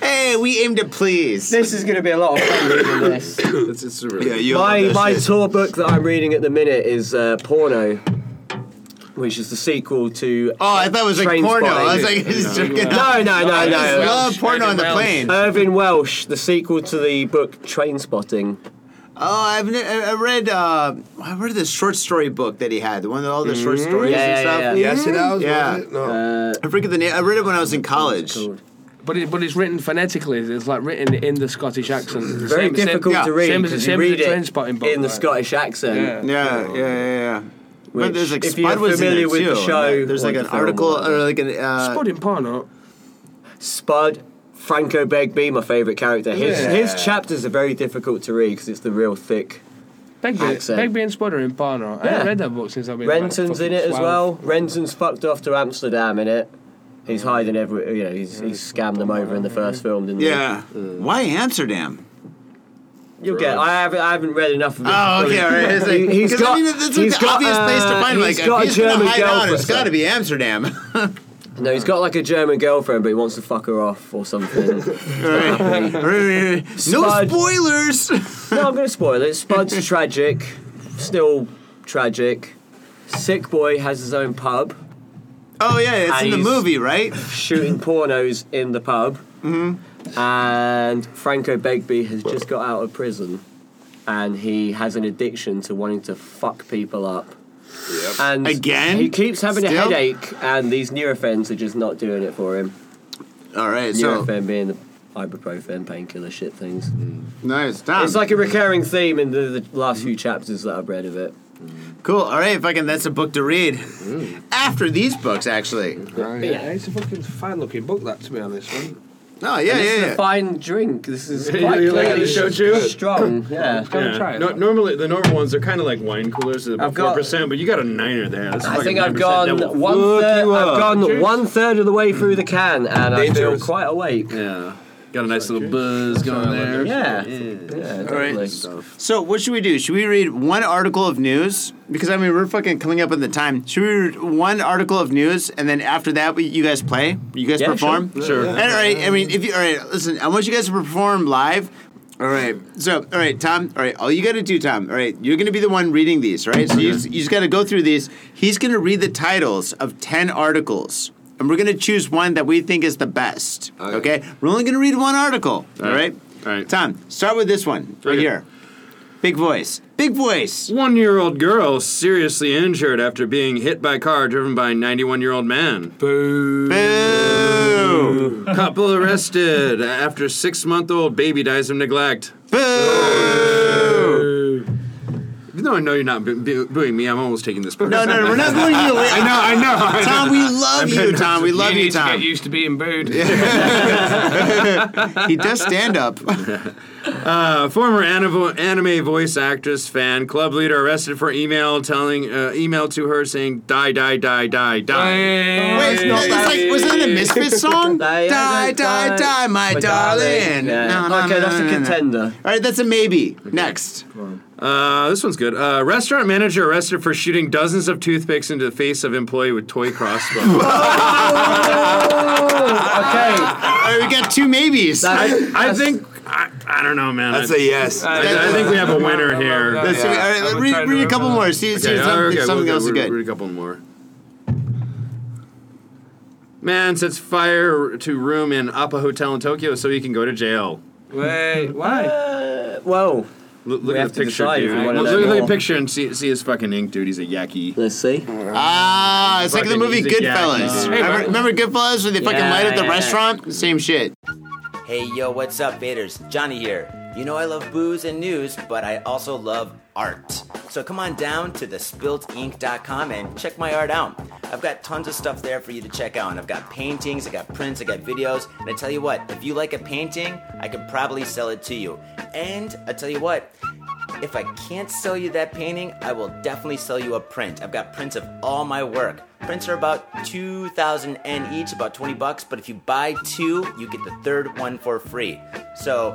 Speaker 1: Hey, we aim to please.
Speaker 4: This is going to be a lot of fun *laughs* reading this.
Speaker 2: It's, it's really.
Speaker 5: Yeah, you
Speaker 4: my my tour book that I'm reading at the minute is uh, Porno, which is the sequel to.
Speaker 1: Oh, I thought it was like
Speaker 4: Train
Speaker 1: porno. I was
Speaker 4: spotting.
Speaker 1: like, *laughs* he's joking.
Speaker 4: No, no, no,
Speaker 1: I just
Speaker 4: no. Uh,
Speaker 1: love porno on the
Speaker 6: Welsh.
Speaker 1: plane. Oh,
Speaker 4: Irvin Welsh, the sequel to the book Train Spotting.
Speaker 1: Oh, I've ne- I I read uh, I read this short story book that he had, the one with all the short stories
Speaker 4: Mm-hmm. Yeah,
Speaker 1: and
Speaker 4: yeah,
Speaker 1: stuff. Mm-hmm.
Speaker 4: yeah.
Speaker 5: Yes, it was.
Speaker 1: Yeah.
Speaker 5: Was it? No.
Speaker 1: I forget the name. I read it when I was in college.
Speaker 8: But it, but it's written phonetically. It's like written in the Scottish accent.
Speaker 4: Very
Speaker 8: Same-
Speaker 4: difficult
Speaker 1: yeah,
Speaker 4: to read.
Speaker 8: same as-
Speaker 4: 'cause
Speaker 8: same
Speaker 4: you
Speaker 8: as
Speaker 4: read
Speaker 8: the
Speaker 4: it
Speaker 8: Trainspotting book,
Speaker 4: in the
Speaker 8: right.
Speaker 4: Scottish accent.
Speaker 8: Yeah.
Speaker 1: Yeah, yeah, yeah, yeah.
Speaker 4: Which,
Speaker 1: but there's like
Speaker 4: if you're
Speaker 1: Spud was in
Speaker 4: familiar
Speaker 1: there,
Speaker 4: with the
Speaker 1: too.
Speaker 4: show
Speaker 1: There's
Speaker 4: or
Speaker 1: like
Speaker 4: the
Speaker 1: an
Speaker 4: film or
Speaker 1: article
Speaker 4: whatever.
Speaker 1: or like an uh,
Speaker 8: Spud in porno.
Speaker 4: Spud, Franco Begbie, my favourite character. His
Speaker 8: Yeah.
Speaker 4: his chapters are very difficult to read because it's the real thick.
Speaker 8: Begbie,
Speaker 4: Accent.
Speaker 8: Begbie and Spud are in porno. I
Speaker 4: Yeah.
Speaker 8: haven't read that book since I've been.
Speaker 4: Renton's
Speaker 8: like
Speaker 4: in it as
Speaker 8: fucking
Speaker 4: well.
Speaker 8: 12.
Speaker 4: Renton's fucked off to Amsterdam in it. He's hiding every, you know, he's, he's scammed them over in Mm. the first film, didn't
Speaker 1: yeah. Why Amsterdam?
Speaker 4: he? You'll get. I haven't, I haven't read enough of it.
Speaker 1: Oh, okay, all right. It's like,
Speaker 4: He- he's
Speaker 1: 'cause
Speaker 4: got-
Speaker 1: I mean, that's
Speaker 4: he's
Speaker 1: like the
Speaker 4: got,
Speaker 1: obvious place to
Speaker 4: uh,
Speaker 1: find.
Speaker 4: he's
Speaker 1: like,
Speaker 4: got a
Speaker 1: if he's gonna
Speaker 4: German
Speaker 1: hide out, it's
Speaker 4: girlfriend.
Speaker 1: got to be Amsterdam.
Speaker 4: No, he's got like a German girlfriend, but he wants to fuck her off or something.
Speaker 1: *laughs* no
Speaker 4: Spud.
Speaker 1: spoilers.
Speaker 4: no, I'm going to spoil it.
Speaker 1: *laughs*
Speaker 4: Spud's tragic, still tragic. Sick boy has his own pub,
Speaker 1: Oh yeah, it's
Speaker 4: And
Speaker 1: in the
Speaker 4: he's-
Speaker 1: movie, right?
Speaker 4: shooting pornos in the pub,
Speaker 1: Mm-hmm.
Speaker 4: and Franco Begbie has just got out of prison, and he has an addiction to wanting to fuck people up. And
Speaker 1: Again?
Speaker 4: he keeps having a
Speaker 1: Still?
Speaker 4: headache, and these neurophens are just not doing it for him.
Speaker 1: All right, so Um,
Speaker 4: Neurofen being the ibuprofen painkiller shit things.
Speaker 1: nice. Tom.
Speaker 4: It's like a recurring theme in the, the last few chapters that I've read of it.
Speaker 1: cool. All right, fucking that's a book to read.
Speaker 4: Mm.
Speaker 1: After these books, actually.
Speaker 8: Right,
Speaker 4: Yeah.
Speaker 8: yeah. it's a fucking fine looking book. That to be honest, one.
Speaker 1: Oh yeah,
Speaker 4: this is
Speaker 1: yeah,
Speaker 4: a
Speaker 1: yeah.
Speaker 4: fine drink. This is
Speaker 2: Yeah,
Speaker 4: quite
Speaker 2: you like
Speaker 4: clearly
Speaker 2: the shochu?
Speaker 4: strong. Yeah.
Speaker 8: Gotta try it.
Speaker 2: No, normally the normal ones are kind of like wine coolers,
Speaker 4: I've
Speaker 2: about
Speaker 4: got-
Speaker 2: four percent, but you got a niner there. That's
Speaker 4: I
Speaker 2: fucking
Speaker 4: think I've
Speaker 2: 9%. That
Speaker 4: gone
Speaker 2: will
Speaker 4: one
Speaker 2: fuck
Speaker 4: third.
Speaker 2: you up.
Speaker 4: I've gone one third of the way through the can, and I feel
Speaker 5: Dangerous.
Speaker 4: quite awake. Yeah,
Speaker 2: Yeah, got a nice little buzz going there.
Speaker 4: yeah, definitely.
Speaker 1: So what should we do? Should we read one article of news? Because I mean, we're fucking coming up on the time. Should we read one article of news and then after that, we, you guys play? You guys
Speaker 4: Yeah,
Speaker 1: perform?
Speaker 2: Sure.
Speaker 1: And, all right. I mean, if you all right, listen. I want you guys to perform live. All right. So, all right, Tom. All right. All you got to do, Tom. All right. You're going to be the one reading these, right? So you just, you just got to go through these. He's going to read the titles of ten articles, and we're going to choose one that we think is the best. Okay. We're only going to read one article. All right.
Speaker 2: All right.
Speaker 1: Tom, start with this one right
Speaker 2: Okay.
Speaker 1: here. Big voice. Big voice.
Speaker 2: One year old girl seriously injured after being hit by car driven by 91 year old man.
Speaker 1: Mm. Boo.
Speaker 2: Couple arrested after six month old baby dies of neglect.
Speaker 1: Boo.
Speaker 2: Even though I know you're not boo- boo- booing me, I'm almost taking this person.
Speaker 1: No, no, no. We're not going you. I know.
Speaker 2: I know. I know.
Speaker 1: *laughs* Tom, we love you, Tom. We love
Speaker 8: you
Speaker 1: you,
Speaker 8: need to
Speaker 1: Tom.
Speaker 8: get used to being booed.
Speaker 3: *laughs*
Speaker 1: He does stand up.
Speaker 2: *laughs* A former anime, anime voice actress fan club leader arrested for email telling uh, email to her saying die die die die die.
Speaker 1: Wait, it's
Speaker 4: not that
Speaker 1: like, was that a Misfits song?
Speaker 4: Die,
Speaker 1: *laughs* die, die, die, my darling.
Speaker 4: Yeah.
Speaker 1: No, no,
Speaker 4: okay,
Speaker 1: no,
Speaker 4: that's
Speaker 1: no,
Speaker 4: a
Speaker 1: no, no.
Speaker 4: contender.
Speaker 1: All right, that's a maybe. Next.
Speaker 2: Uh, this one's good. Uh, restaurant manager arrested for shooting dozens of toothpicks into the face of employee with
Speaker 1: *laughs*
Speaker 2: toy crossbow.
Speaker 4: Okay,
Speaker 1: All right, we got two maybes.
Speaker 4: That-
Speaker 2: I, I think I, I don't know, man.
Speaker 5: That's
Speaker 2: I,
Speaker 5: a yes.
Speaker 2: I- I think we have a winner
Speaker 8: I love
Speaker 2: here.
Speaker 8: that.
Speaker 1: That's-
Speaker 5: Yeah,
Speaker 1: all
Speaker 8: I'm
Speaker 1: right, read,
Speaker 8: trying to
Speaker 1: read a couple
Speaker 8: remember.
Speaker 1: more. See, see
Speaker 2: Okay,
Speaker 1: if something,
Speaker 2: okay,
Speaker 1: something
Speaker 2: we'll
Speaker 1: else is
Speaker 2: read,
Speaker 1: good.
Speaker 2: Read a couple more. Man sets fire to room in Appa Hotel in Tokyo so he can go to jail.
Speaker 8: Wait, why?
Speaker 4: well,
Speaker 2: Look, look
Speaker 4: We
Speaker 2: at
Speaker 4: have
Speaker 2: the
Speaker 4: to
Speaker 2: picture,
Speaker 4: decide if
Speaker 2: dude.
Speaker 4: we wanna
Speaker 2: Look-
Speaker 4: know
Speaker 2: look at
Speaker 4: more.
Speaker 2: the picture and see see his fucking ink, dude. He's a yucky.
Speaker 4: let's see.
Speaker 1: Ah, it's like the
Speaker 2: Fucking
Speaker 1: movie
Speaker 2: easy
Speaker 1: Goodfellas.
Speaker 2: jack, dude.
Speaker 1: remember, remember Goodfellas where they fucking
Speaker 7: Yeah,
Speaker 1: light up the
Speaker 7: yeah, yeah.
Speaker 1: restaurant? Same shit.
Speaker 7: Hey, yo, what's up, Vaders? Johnny here. You know I love booze and news, but I also love art. So come on down to thespiltink.com and check my art out. I've got tons of stuff there for you to check out. And I've got paintings, I got prints, I got videos. And I tell you what, if you like a painting, I could probably sell it to you. And I tell you what, if I can't sell you that painting, I will definitely sell you a print. I've got prints of all my work. Prints are about 2,000 N each, about 20 bucks, but if you buy two, you get the third one for free. So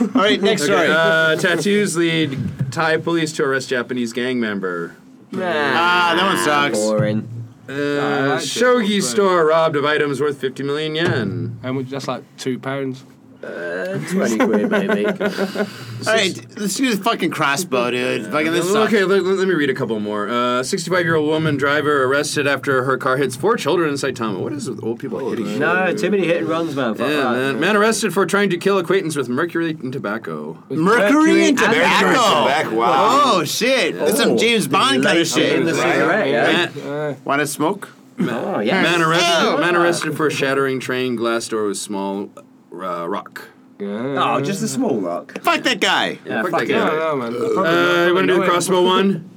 Speaker 1: All right, next story.
Speaker 2: Uh, tattoos lead Thai police to arrest Japanese gang member.
Speaker 1: ah, that one sucks.
Speaker 4: Boring.
Speaker 2: Uh,
Speaker 3: liked it,
Speaker 2: shogi
Speaker 3: but-
Speaker 2: store robbed of items worth 50 million yen.
Speaker 3: How much? Um, That's like two pounds.
Speaker 4: Twenty quid maybe.
Speaker 1: All right, let's do the fucking crossbow, dude. Fucking this sucks.
Speaker 2: okay, let, let me read a couple more. Uh, 65-year-old woman driver arrested after her car hits four children in Saitama. What is it with old people hitting each other,
Speaker 4: no,
Speaker 2: dude?
Speaker 4: too many hit and runs, man. Fuck
Speaker 2: Yeah,
Speaker 4: that.
Speaker 2: man. Man arrested for trying to kill acquaintance with mercury and tobacco.
Speaker 1: Mercury and
Speaker 4: Mercury
Speaker 1: tobacco.
Speaker 5: and tobacco, wow.
Speaker 1: Oh shit! That's some
Speaker 4: Oh.
Speaker 1: James Bond kind of shit.
Speaker 4: In the cigarette, yeah.
Speaker 2: Man,
Speaker 1: Want to smoke?
Speaker 4: Oh, yeah.
Speaker 2: man arrested,
Speaker 1: Oh.
Speaker 2: man arrested for shattering train glass door with small uh, rock.
Speaker 4: Oh, just a small rock.
Speaker 1: Fuck that guy.
Speaker 4: Yeah,
Speaker 2: fuck
Speaker 4: fuck
Speaker 2: that
Speaker 4: it.
Speaker 2: guy.
Speaker 3: I don't know, man. They're
Speaker 2: Uh,
Speaker 3: probably not
Speaker 2: you want to do the
Speaker 3: knowing.
Speaker 2: crossbow one?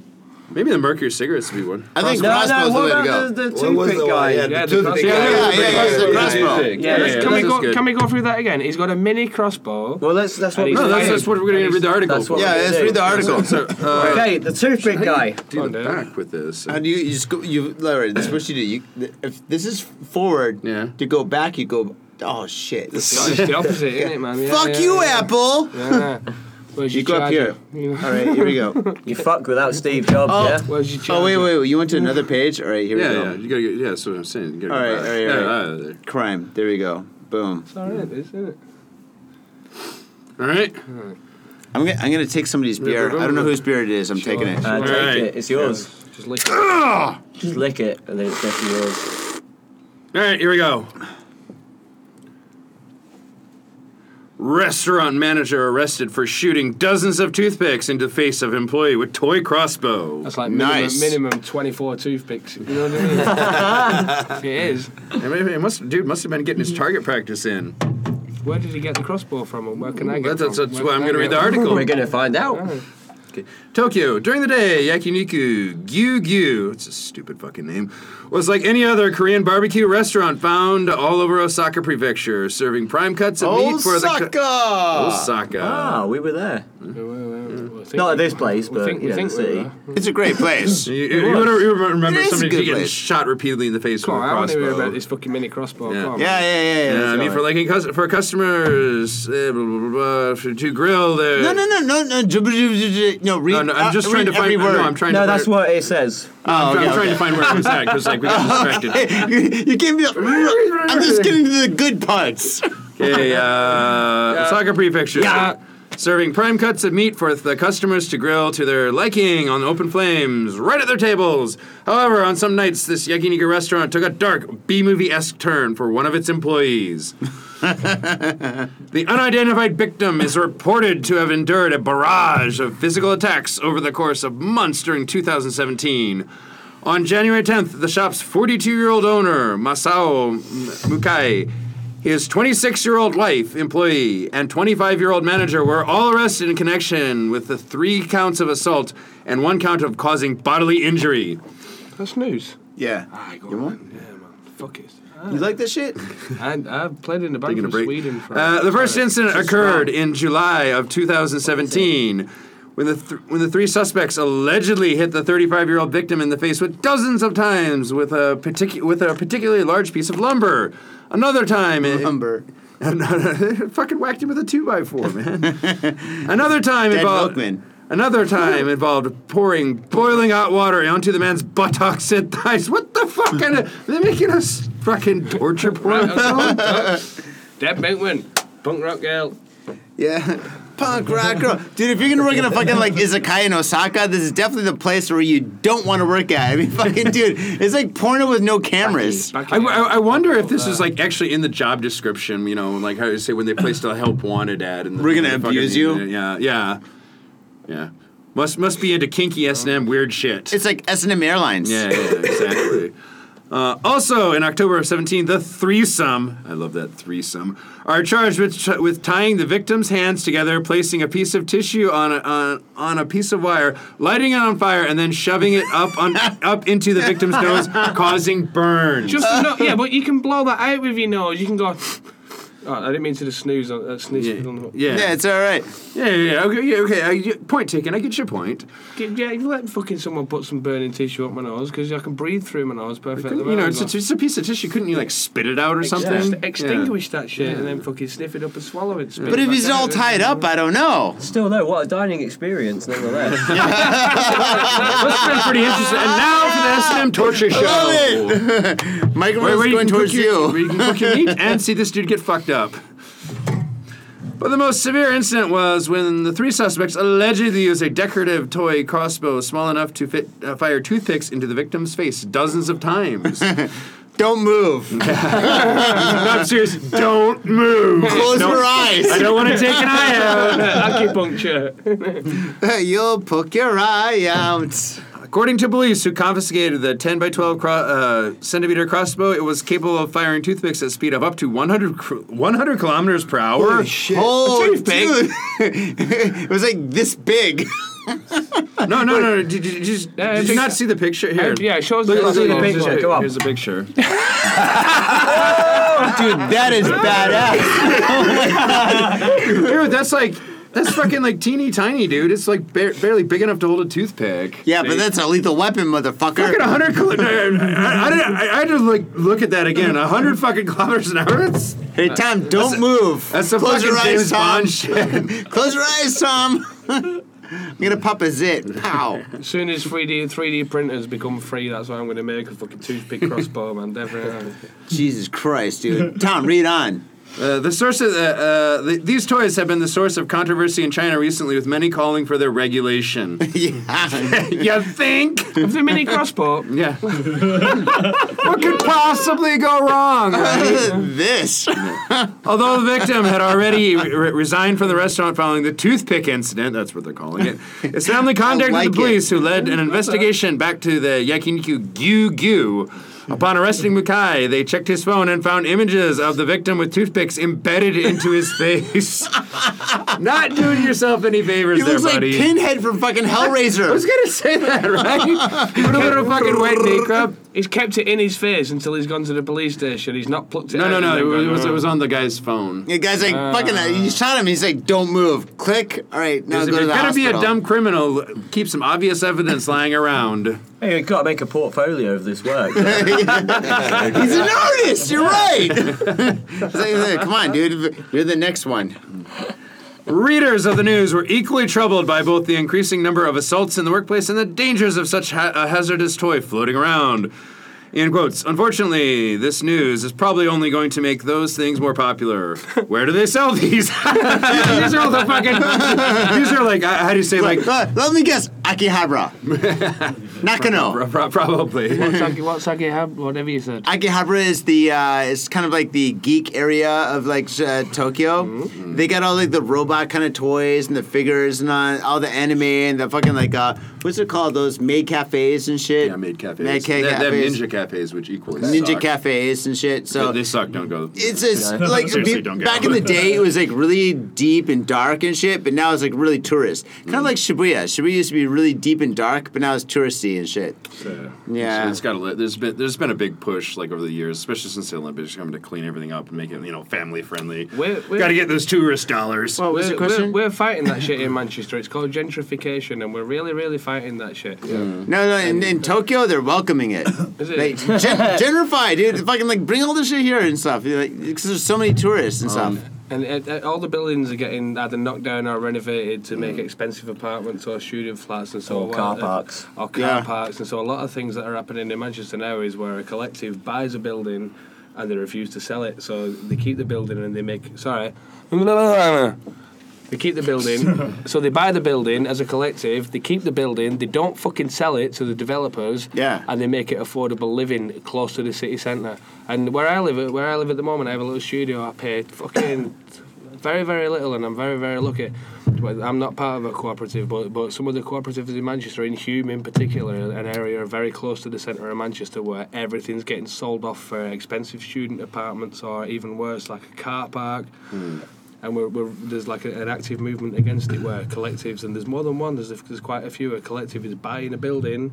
Speaker 2: Maybe the mercury cigarettes would be one.
Speaker 1: I think
Speaker 4: No,
Speaker 1: crossbow's
Speaker 4: no,
Speaker 1: the way to
Speaker 4: what
Speaker 1: go.
Speaker 4: about the, the
Speaker 5: What was
Speaker 4: toothpick
Speaker 5: the one?
Speaker 4: guy?
Speaker 3: Yeah,
Speaker 5: Yeah, the
Speaker 3: the
Speaker 5: toothpick
Speaker 3: crossbow.
Speaker 5: guy.
Speaker 1: Yeah, yeah, yeah, it's the crossbow.
Speaker 4: Yeah, let's-
Speaker 2: yeah,
Speaker 4: can
Speaker 2: this
Speaker 4: we
Speaker 2: is
Speaker 3: Go-
Speaker 2: good.
Speaker 3: Can we go through that again? He's got a mini crossbow.
Speaker 4: Well, let's, that's what
Speaker 3: And
Speaker 4: we
Speaker 3: he's
Speaker 2: No,
Speaker 4: do.
Speaker 2: that's, that's what we're going to read the article.
Speaker 4: That's what
Speaker 1: Yeah,
Speaker 4: we
Speaker 1: let's
Speaker 4: do.
Speaker 1: read the article.
Speaker 2: So, uh,
Speaker 4: Okay, the toothpick guy.
Speaker 2: *laughs* do the back with this.
Speaker 1: And you, you just go, you, Larry, this is what you do. You, if this is forward,
Speaker 2: Yeah.
Speaker 1: to go back, you go, oh shit.
Speaker 3: It's the opposite, isn't it, man? Yeah,
Speaker 1: Fuck
Speaker 3: yeah,
Speaker 1: you,
Speaker 3: yeah.
Speaker 1: Apple!
Speaker 3: Yeah. Where's
Speaker 1: You
Speaker 3: your
Speaker 1: go up
Speaker 3: charger?
Speaker 1: here. All right, here we go.
Speaker 4: You fuck without Steve Jobs,
Speaker 1: Oh.
Speaker 4: yeah?
Speaker 3: Where's your charger?
Speaker 1: Oh, wait, wait, wait. You went to another page? All right, here
Speaker 2: yeah,
Speaker 1: we
Speaker 2: yeah,
Speaker 1: go.
Speaker 2: you gotta get, yeah, that's what I'm saying. You gotta
Speaker 1: All
Speaker 2: go
Speaker 1: right,
Speaker 2: back.
Speaker 1: all right, all
Speaker 2: yeah,
Speaker 1: right.
Speaker 2: all right.
Speaker 1: Crime. There we go. Boom.
Speaker 3: It's all right, isn't it?
Speaker 2: All right.
Speaker 1: I'm gonna, I'm gonna take somebody's beer. I don't know whose beer it is. I'm taking it.
Speaker 4: Uh, take
Speaker 2: Alright.
Speaker 4: it, it's yours.
Speaker 3: Just lick it.
Speaker 4: Just lick it, and then it's definitely yours.
Speaker 2: All right, here we go. Restaurant manager arrested for shooting dozens of toothpicks into the face of employee with toy crossbow.
Speaker 3: That's like
Speaker 1: Nice.
Speaker 3: minimum, minimum 24 toothpicks. You know what I mean? it is.
Speaker 2: I mean, it must, dude must have been getting his target practice in.
Speaker 3: Where did he get the crossbow from and where can I get
Speaker 2: That's, that's,
Speaker 3: it
Speaker 2: that's
Speaker 3: from?
Speaker 2: why I'm going to read the article.
Speaker 4: We're going to find out.
Speaker 2: Tokyo, during the day, yakiniku, gyu gyu, it's a stupid fucking name, was like any other Korean barbecue restaurant found all over Osaka Prefecture, serving prime cuts of meat for the... Cu-
Speaker 1: Osaka!
Speaker 2: Osaka.
Speaker 4: Ah, we were there.
Speaker 3: article.
Speaker 4: Not at this place,
Speaker 3: We
Speaker 4: but,
Speaker 3: think,
Speaker 4: you
Speaker 3: we
Speaker 4: know,
Speaker 3: think
Speaker 4: the
Speaker 3: we
Speaker 4: city.
Speaker 3: were.
Speaker 1: It's a great place.
Speaker 2: *laughs* You, you, you wanna- you remember
Speaker 1: It is a
Speaker 2: somebody
Speaker 1: good
Speaker 2: getting
Speaker 1: place.
Speaker 2: shot repeatedly in the face
Speaker 3: Come
Speaker 2: with
Speaker 3: on,
Speaker 2: a
Speaker 3: I want to
Speaker 2: crossbow.
Speaker 3: hear about this fucking mini crossbow.
Speaker 2: Yeah.
Speaker 3: Come on.
Speaker 1: Yeah, yeah, yeah.
Speaker 2: Yeah,
Speaker 1: yeah
Speaker 2: I mean, for like in cus- for customers eh, blah, blah, blah, blah, for- to grill the.
Speaker 1: no, no, no, no, no, no. No, read.
Speaker 2: no, no, I'm
Speaker 1: uh,
Speaker 2: just trying to
Speaker 1: read
Speaker 2: find.
Speaker 1: every word.
Speaker 2: No,
Speaker 1: *laughs*
Speaker 2: I'm trying to.
Speaker 4: No,
Speaker 2: find-
Speaker 4: that's what it says.
Speaker 1: Oh,
Speaker 2: I'm,
Speaker 1: okay,
Speaker 2: I'm trying
Speaker 1: okay.
Speaker 2: to find where it was at because like
Speaker 1: *laughs*
Speaker 2: we got distracted.
Speaker 1: you, you gave
Speaker 2: *laughs*
Speaker 1: me. The, I'm just getting to the good parts.
Speaker 2: Okay, uh, Osaka Prefecture.
Speaker 3: Yeah.
Speaker 2: Serving prime cuts of meat for the customers to grill to their liking on open flames, right at their tables. However, on some nights, this yakiniku restaurant took a dark B movie esque turn for one of its employees. the unidentified victim is reported to have endured a barrage of physical attacks over the course of months during 2017. On January 10th, the shop's 42 year old owner, Masao M- Mukai, his 26 year old wife, employee, and 25 year old manager were all arrested in connection with the three counts of assault and one count of causing bodily injury.
Speaker 3: That's news.
Speaker 1: Yeah.
Speaker 3: go
Speaker 1: You
Speaker 3: on.
Speaker 1: want?
Speaker 3: Yeah, man. Fuck it.
Speaker 1: You like this shit?
Speaker 3: And I've played in the band
Speaker 2: Taking
Speaker 3: from
Speaker 2: a break.
Speaker 3: Sweden. For
Speaker 2: Uh, the first
Speaker 3: for-
Speaker 2: incident
Speaker 3: for-
Speaker 2: occurred in July of 2017 when the, th- when the three suspects allegedly hit the 35 year old victim in the face with dozens of times with a, particu- with a particularly large piece of lumber. Another time, it-
Speaker 1: Lumber.
Speaker 2: *laughs* fucking whacked him with a two
Speaker 1: *laughs*
Speaker 2: by four, man. Another time
Speaker 1: Dead
Speaker 2: involved.
Speaker 1: milkman.
Speaker 2: Another time involved pouring boiling hot water onto the man's buttocks and thighs. What the fuck? Kind of, they're making us fucking torture porn.
Speaker 3: Deb Binkman, punk rock girl.
Speaker 1: Yeah. Punk rock girl, dude. If you're gonna work in a fucking like izakaya in Osaka, this is definitely the place where you don't want to work at. I mean, *laughs* fucking dude, it's like porno with no cameras.
Speaker 3: Back
Speaker 2: I,
Speaker 3: in-
Speaker 2: I, I wonder if this is like actually in the job description. You know, like how you say when they placed a help wanted ad, and the-
Speaker 1: We're gonna
Speaker 2: the fucking-
Speaker 1: abuse you?
Speaker 2: Yeah, yeah, yeah. Must must be into kinky S and M weird shit.
Speaker 1: It's like S and M Airlines.
Speaker 2: Yeah, yeah, exactly. Uh, also, in October of 17, the threesome, I love that threesome, are charged with, with tying the victim's hands together, placing a piece of tissue on a, on, on a piece of wire, lighting it on fire, and then shoving it up on, up into the victim's nose, causing burns.
Speaker 3: Just no, yeah, but you can blow that out with your nose. You can go. *laughs* Oh, I didn't mean to just snooze on uh, sneeze
Speaker 2: yeah,
Speaker 3: on the.
Speaker 2: yeah,
Speaker 1: Yeah,
Speaker 2: yeah,
Speaker 1: it's all right.
Speaker 2: yeah, yeah, okay, yeah, okay. I, yeah, point taken. I get your point.
Speaker 3: Yeah, you let fucking someone put some burning tissue up my nose because I can breathe through my nose perfectly.
Speaker 2: Couldn't- you know, it's, it's just a piece of tissue. Couldn't you like spit it out or something?
Speaker 3: Just
Speaker 2: Yeah.
Speaker 3: extinguish that shit and then fucking sniff it up and swallow it.
Speaker 1: But if he's all tied up, I don't know.
Speaker 4: Still, no, what a dining experience,
Speaker 3: *laughs*
Speaker 4: nonetheless.
Speaker 2: That's been pretty interesting. And now for the S and M torture show.
Speaker 1: Michael
Speaker 2: Where, where
Speaker 1: is
Speaker 2: you
Speaker 1: going
Speaker 2: can
Speaker 1: towards
Speaker 2: cook your, where
Speaker 1: you.
Speaker 2: you can cook your meat and see this dude get fucked up. But the most severe incident was when the three suspects allegedly used a decorative toy crossbow small enough to fit uh, fire toothpicks into the victim's face dozens of
Speaker 1: *laughs*
Speaker 2: times.
Speaker 1: Don't move.
Speaker 2: no, I'm serious. Don't move.
Speaker 1: Close your
Speaker 2: I
Speaker 1: eyes.
Speaker 2: don't want to take an eye out.
Speaker 3: acupuncture.
Speaker 1: *laughs* You'll poke your eye out.
Speaker 2: According to police, who confiscated the 10 by 12 cro- uh, centimeter crossbow, it was capable of firing toothpicks at speed of up to 100, cr- 100 kilometers per hour.
Speaker 1: Oh, dude. *laughs* it was like this big.
Speaker 2: No, no, no, no. Did, did, did,
Speaker 3: Yeah,
Speaker 2: did you
Speaker 3: it's-
Speaker 2: not see the picture? Here.
Speaker 3: yeah, it shows
Speaker 2: Look,
Speaker 3: the-
Speaker 2: look,
Speaker 3: see the
Speaker 2: look,
Speaker 4: picture,
Speaker 2: look,
Speaker 4: come on.
Speaker 2: Here's the picture.
Speaker 1: Dude, that is badass.
Speaker 2: *laughs* dude, that's like, that's fucking like teeny tiny, dude. It's like ba- barely big enough to hold a toothpick.
Speaker 1: Yeah, but that's a lethal weapon,
Speaker 2: Fucking
Speaker 1: motherfucker.
Speaker 2: 100 kilometers. I, I, didn't- I, I had to like look at that again. 100 fucking kilometers an hour. That's,
Speaker 1: Hey, Tom, don't move.
Speaker 2: that's some
Speaker 1: Close
Speaker 2: fucking
Speaker 1: your eyes,
Speaker 2: James
Speaker 1: Tom.
Speaker 2: Bond shit.
Speaker 1: Close your eyes, Tom. *laughs* I'm gonna pop a zit. Pow.
Speaker 3: As soon as 3D 3D printers become free, that's why I'm going to make a
Speaker 2: *laughs*
Speaker 3: fucking toothpick crossbow, man. Definitely.
Speaker 1: Jesus Christ, dude. Tom, read on. *laughs*
Speaker 2: Uh, the source of uh, uh, the, these toys have been the source of controversy in China recently, with many calling for their regulation.
Speaker 1: Yeah.
Speaker 2: you think?
Speaker 3: With the mini crossbow,
Speaker 2: Yeah. *laughs* what could possibly go wrong?
Speaker 1: this.
Speaker 2: Although the victim had already re- resigned from the restaurant following the toothpick incident, that's what they're calling it, his family contacted
Speaker 1: like
Speaker 2: the police, who led an investigation back to the Yakiniku Gyu Gyu. Upon arresting Mukai, they checked his phone and found images of the victim with toothpicks embedded into his face. Not doing yourself any favors
Speaker 1: He
Speaker 2: there,
Speaker 1: looks like
Speaker 2: buddy.
Speaker 1: Pinhead from fucking
Speaker 2: I was *laughs*
Speaker 1: Hellraiser.
Speaker 2: gonna say that, right? Put a little fucking white makeup.
Speaker 3: he's kept it in his face until he's gone to the police station. He's not plucked it.
Speaker 2: No,
Speaker 3: out
Speaker 2: no,
Speaker 3: and
Speaker 2: no.
Speaker 3: then gone,
Speaker 2: It was,
Speaker 3: "Oh."
Speaker 2: it was on the guy's phone.
Speaker 1: The guy's like, fucking, uh, you shot him. He's like, don't move. Click. All right, now
Speaker 2: If
Speaker 1: go
Speaker 2: you're
Speaker 1: to the
Speaker 2: gonna
Speaker 1: hospital.
Speaker 2: be a dumb criminal, keep some obvious evidence lying around.
Speaker 4: hey, we've got to make a portfolio of this work.
Speaker 1: He's an artist. You're right. It's like, Come on, dude. You're the next one.
Speaker 2: Readers of the news were equally troubled by both the increasing number of assaults in the workplace and the dangers of such ha- a hazardous toy floating around. In quotes, unfortunately, this news is probably only going to make those things more popular. Where do they sell these? *laughs* these are all the fucking. These are like, uh, how do you say,
Speaker 5: *laughs*
Speaker 2: like,
Speaker 1: Uh, let me guess. Akihabara. Nakano.
Speaker 2: pro- probably.
Speaker 3: Saki- what Saki have? Whatever you said.
Speaker 1: Akihabara is the uh, it's kind of like the geek area of like uh, Tokyo.
Speaker 2: Mm-hmm.
Speaker 1: They got all like the robot kind of toys and the figures and uh, all the anime and the fucking like uh, what's it called those maid cafes and shit.
Speaker 2: Yeah, made cafes.
Speaker 1: Made ca-
Speaker 2: They- they have
Speaker 1: cafes.
Speaker 2: ninja cafes, which equally
Speaker 1: ninja
Speaker 2: suck.
Speaker 1: cafes and shit. So
Speaker 2: They suck. Don't go.
Speaker 1: it's it's like
Speaker 2: Seriously,
Speaker 1: be-
Speaker 2: don't go.
Speaker 1: back in the day it was like really deep and dark and shit, but now it's like really tourist. Kind of like Shibuya. Shibuya used to be really deep and dark, but now it's touristy and shit. Yeah.
Speaker 2: So it's got a, there's been there's been a big push like over the years, especially since the Olympics coming to clean everything up and make it you know family friendly.
Speaker 3: Where- where-
Speaker 2: Got to get those tourist dollars.
Speaker 3: Well,
Speaker 1: was
Speaker 3: we're,
Speaker 1: the question?
Speaker 3: We're, we're fighting that shit in Manchester. It's called gentrification, and we're really, really fighting that shit.
Speaker 1: No, no, in, in Tokyo they're welcoming it.
Speaker 3: Is it?
Speaker 1: Like, gen- gentrify, dude. Fucking like bring all this shit here and stuff. You're Like, because there's so many tourists and stuff. *laughs*
Speaker 3: And uh, uh, all the buildings are getting either knocked down or renovated to make expensive apartments or student flats and so
Speaker 4: Mm. Or
Speaker 3: on.
Speaker 4: car
Speaker 3: Uh,
Speaker 4: parks.
Speaker 3: Or car
Speaker 1: Yeah.
Speaker 3: parks. And so a lot of things that are happening in Manchester now is where a collective buys a building and they refuse to sell it. So they keep the building and they make. Sorry. They keep the building. so they buy the building as a collective. They keep the building. They don't fucking sell it to the developers.
Speaker 1: Yeah.
Speaker 3: And they make it affordable living close to the city centre. And where I live, at- where I live at the moment, I have a little studio. I pay fucking Very, very little, and I'm very, very lucky. But I'm not part of a cooperative, but, but some of the cooperatives in Manchester, in Hume in particular, an area very close to the centre of Manchester where everything's getting sold off for expensive student apartments or even worse, like a car park. And we're, we're, there's like a, an active movement against it where collectives, and there's more than one, there's, there's quite a few. A collective is buying a building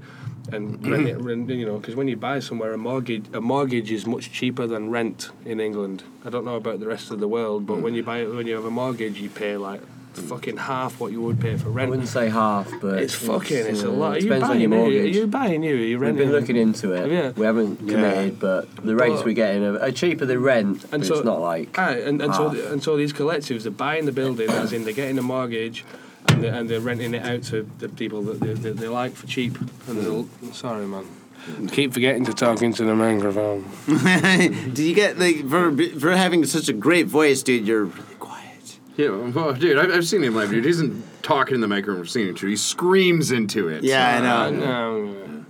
Speaker 3: and *clears throat* rent it, rent, you know, because when you buy somewhere, a mortgage, a mortgage is much cheaper than rent in England. I don't know about the rest of the world, but when you buy when you have a mortgage, you pay like fucking half what you would pay for
Speaker 4: I
Speaker 3: rent.
Speaker 4: wouldn't say half, but
Speaker 3: It's fucking. It's, a
Speaker 4: uh,
Speaker 3: lot. Are you
Speaker 4: Depends on
Speaker 3: buying
Speaker 4: your
Speaker 3: new? Are
Speaker 4: mortgage.
Speaker 3: you buying new? Are you
Speaker 4: We've
Speaker 3: renting?
Speaker 4: been looking into it.
Speaker 3: Yeah.
Speaker 4: We haven't committed, but the rates we're getting are, are cheaper than rent, but it's not like
Speaker 3: Aye, and, and so
Speaker 4: half.
Speaker 3: and so these collectives are buying the building, as in they're getting a mortgage, and they're, and they're renting it out to the people that they, they, they like for cheap. And they'll- sorry, man. Keep forgetting to talk into the microphone.
Speaker 1: Did you get like for for having such a great voice, dude? You're really quiet.
Speaker 2: Yeah, well, dude, I've, I've seen him live, dude. He isn't talking in the microphone, we're seeing it too. He screams into it.
Speaker 1: Yeah, I know.
Speaker 3: Um,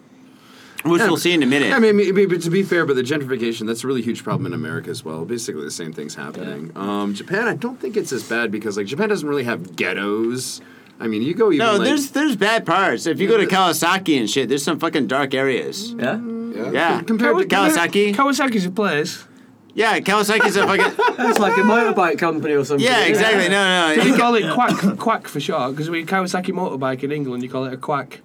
Speaker 1: Which we'll see in a minute.
Speaker 2: I mean, I mean, but to be fair, but the gentrification, that's a really huge problem in America as well. Basically, the same thing's happening. Um, Japan, I don't think it's as bad because, like, Japan doesn't really have ghettos. I mean, you go even.
Speaker 1: no,
Speaker 2: like,
Speaker 1: there's there's bad parts. If you go to Kawasaki and shit, there's some fucking dark areas.
Speaker 4: yeah.
Speaker 1: Yeah, compared to Kawasaki.
Speaker 3: Kawasaki's a
Speaker 4: *laughs*
Speaker 3: place.
Speaker 1: Yeah, Kawasaki's a *laughs* fucking.
Speaker 4: It's like a motorbike company or something.
Speaker 1: Yeah, exactly. No, no,
Speaker 3: We
Speaker 1: it-
Speaker 3: call it quack, quack for short, because we Kawasaki motorbike in England, you call it a quack.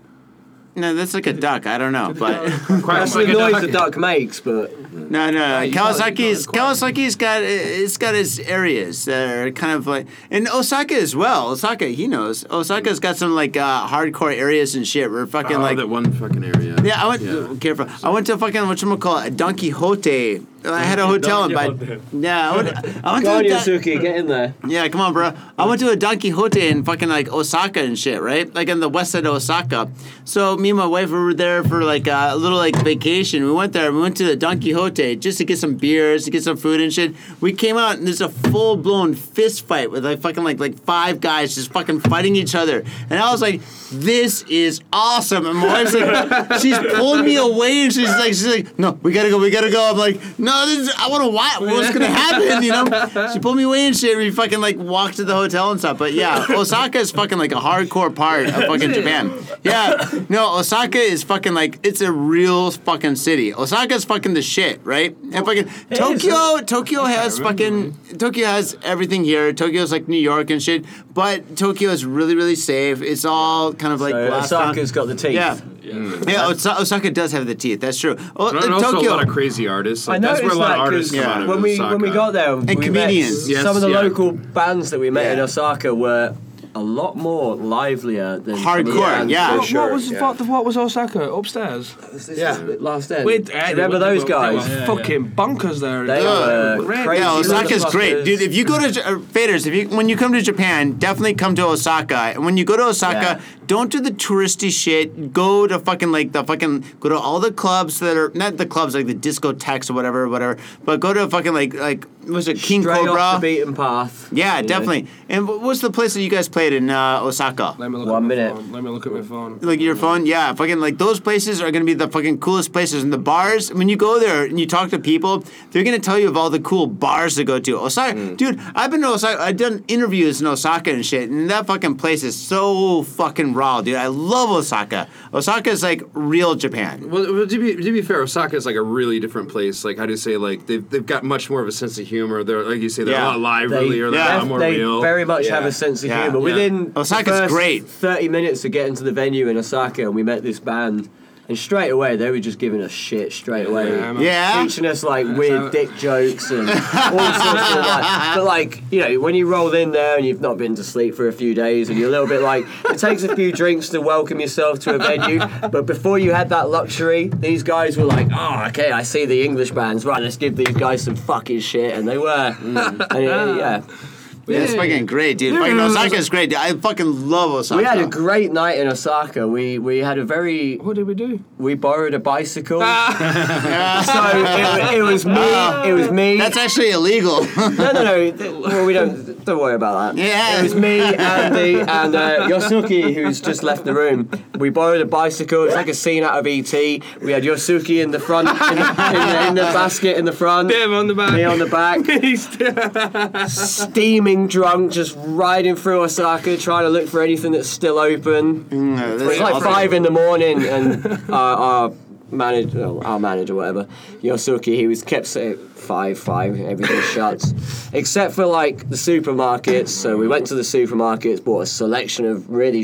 Speaker 1: no. That's like a duck. I don't know, but.
Speaker 4: That's the noise a duck makes, but
Speaker 1: *laughs* No, no.
Speaker 3: you gotta- you
Speaker 1: Kawasaki's
Speaker 3: gotta
Speaker 1: Kawasaki's got it's got its areas that are kind of like and Osaka as well. Osaka, he knows. Osaka's got some like uh, hardcore areas and shit where fucking
Speaker 2: oh,
Speaker 1: like
Speaker 2: that one fucking area.
Speaker 1: yeah, I went careful. I went to fucking whatchamacallit, call it Don Quixote. I had a hotel in by yeah. I went, I went
Speaker 4: go on,
Speaker 1: to a Don-
Speaker 4: Yosuke, get in there.
Speaker 1: yeah, come on, bro. I went to a Don Quixote in fucking like Osaka and shit, right? Like in the west side of Osaka. So me and my wife we were there for like a little like vacation. We went there. We went to the Don Quixote just to get some beers, to get some food and shit. We came out and there's a full blown fist fight with like fucking like like five guys just fucking fighting each other. And I was like, this is awesome. And my wife's like, she's pulled me away and she's like, she's like, no, we gotta go, we gotta go. I'm like, no, this is, I want to watch what's gonna happen, you know? She pulled me away and shit. We fucking like walked to the hotel and stuff. But yeah, Osaka is fucking like a hardcore part of fucking Japan. Yeah, no, Osaka is fucking like it's a real fucking city. Osaka's fucking the shit, right? And fucking Tokyo, Tokyo has fucking Tokyo has everything here. Tokyo's like New York and shit, but Tokyo is really really safe. It's all kind of like
Speaker 4: So
Speaker 1: glass town.
Speaker 4: Osaka's got the teeth.
Speaker 1: Yeah. Yeah, Osa- Osaka does have the teeth. That's true. O-
Speaker 2: And
Speaker 1: uh,
Speaker 2: Mm. also
Speaker 1: Tokyo.
Speaker 2: a lot of crazy artists. Like,
Speaker 4: I noticed
Speaker 2: that's where a lot
Speaker 4: that
Speaker 2: of artists
Speaker 4: 'cause
Speaker 2: come
Speaker 1: yeah.
Speaker 2: out of
Speaker 4: when we when we
Speaker 2: Osaka.
Speaker 4: got there, we
Speaker 1: comedians.
Speaker 4: Met,
Speaker 2: Yes,
Speaker 4: some of the
Speaker 2: yeah.
Speaker 4: local bands that we met in
Speaker 1: Yeah.
Speaker 4: Osaka were a lot more livelier than some of the
Speaker 1: Hardcore,
Speaker 4: bands
Speaker 1: yeah.
Speaker 4: that-
Speaker 3: What,
Speaker 9: sure,
Speaker 3: what was
Speaker 9: yeah.
Speaker 3: what, what was Osaka upstairs? eh,
Speaker 9: Yeah.
Speaker 4: Last end.
Speaker 3: Wait,
Speaker 4: Do you remember those guys?
Speaker 3: fucking bonkers there.
Speaker 4: They were
Speaker 3: Great.
Speaker 4: crazy.
Speaker 1: yeah, Osaka's
Speaker 4: motherfuckers.
Speaker 1: great, dude. If you go to J- uh, Faders, if you when you come to Japan, definitely come to Osaka. And when you go to Osaka,
Speaker 4: Yeah.
Speaker 1: don't do the touristy shit. Go to fucking like the fucking go to all the clubs that are not the clubs like the discotheques or whatever, whatever. But go to fucking like like what's it King
Speaker 4: Straight
Speaker 1: Cobra?
Speaker 4: off the beaten path.
Speaker 1: yeah,
Speaker 4: You know.
Speaker 1: definitely. And wh- what's the place that you guys played in uh, Osaka?
Speaker 3: Let me look
Speaker 4: One
Speaker 3: at my
Speaker 4: minute.
Speaker 3: Phone. Let me look at my phone.
Speaker 1: like
Speaker 4: Mm-hmm.
Speaker 1: your phone, yeah, fucking like those places are gonna be the fucking coolest places. And the bars, when you go there and you talk to people, they're gonna tell you of all the cool bars to go to. Osaka,
Speaker 4: Mm.
Speaker 1: dude, I've been to Osaka. I've done interviews in Osaka and shit, and that fucking place is so fucking raw, dude. I love Osaka. Osaka is like real Japan.
Speaker 2: Well, well, to be to be fair, Osaka is like a really different place. Like how do you say? Like they've they've got much more of a sense of humor. They're like you say they're
Speaker 1: Yeah.
Speaker 2: a lot
Speaker 4: They,
Speaker 2: livelier. They're a
Speaker 1: yeah,
Speaker 2: lot more
Speaker 4: they
Speaker 2: real.
Speaker 4: very much have
Speaker 1: Yeah.
Speaker 4: a sense of
Speaker 1: Yeah.
Speaker 4: humour.
Speaker 1: Yeah.
Speaker 4: Within the
Speaker 1: Osaka's
Speaker 4: first
Speaker 1: great.
Speaker 4: 30 minutes of getting to the venue in Osaka, and we met this band, and straight away they were just giving us shit straight away.
Speaker 3: Yeah, man.
Speaker 1: Yeah,
Speaker 4: teaching us like weird dick jokes and all sorts of
Speaker 3: *laughs*
Speaker 4: like. But like, you know, when you roll in there and you've not been to sleep for a few days and you're a little bit like, it takes a few drinks to welcome yourself to a venue. But before you had that luxury, these guys were like, oh, okay, I see the English bands. Right, let's give these guys some fucking shit, and they were.
Speaker 3: Mm.
Speaker 4: And, uh, yeah,
Speaker 3: Ah.
Speaker 1: yeah, it's fucking great, dude. Fucking Osaka is great. Dude. I fucking love Osaka.
Speaker 4: we had a great night in Osaka. We we had a very
Speaker 3: What did we do? Ah.
Speaker 4: we borrowed a bicycle. *laughs* so it, wa- it was me. It was me.
Speaker 1: That's actually illegal. *laughs*
Speaker 4: No, no, no. th- Well, we don't. Don't worry about that.
Speaker 1: Yeah.
Speaker 4: It was me, Andy, and uh, Yosuke, who's just left the room. We borrowed a bicycle. It's like a scene out of ET. We had Yosuke in the front, in the, in the, in the basket in the front.
Speaker 3: Him on the back.
Speaker 4: Me on the back,
Speaker 3: *laughs* He's still-
Speaker 4: steaming drunk, just riding through Osaka, trying to look for anything that's still open.
Speaker 1: Mm, No, that's
Speaker 4: It's like
Speaker 1: awesome.
Speaker 4: five in the morning, and our, our manager, oh, our manager, whatever, Yosuke, he was kept saying five,
Speaker 3: *laughs*
Speaker 4: five, everything shuts, except for like the supermarkets. So we went to the supermarkets, bought a selection of really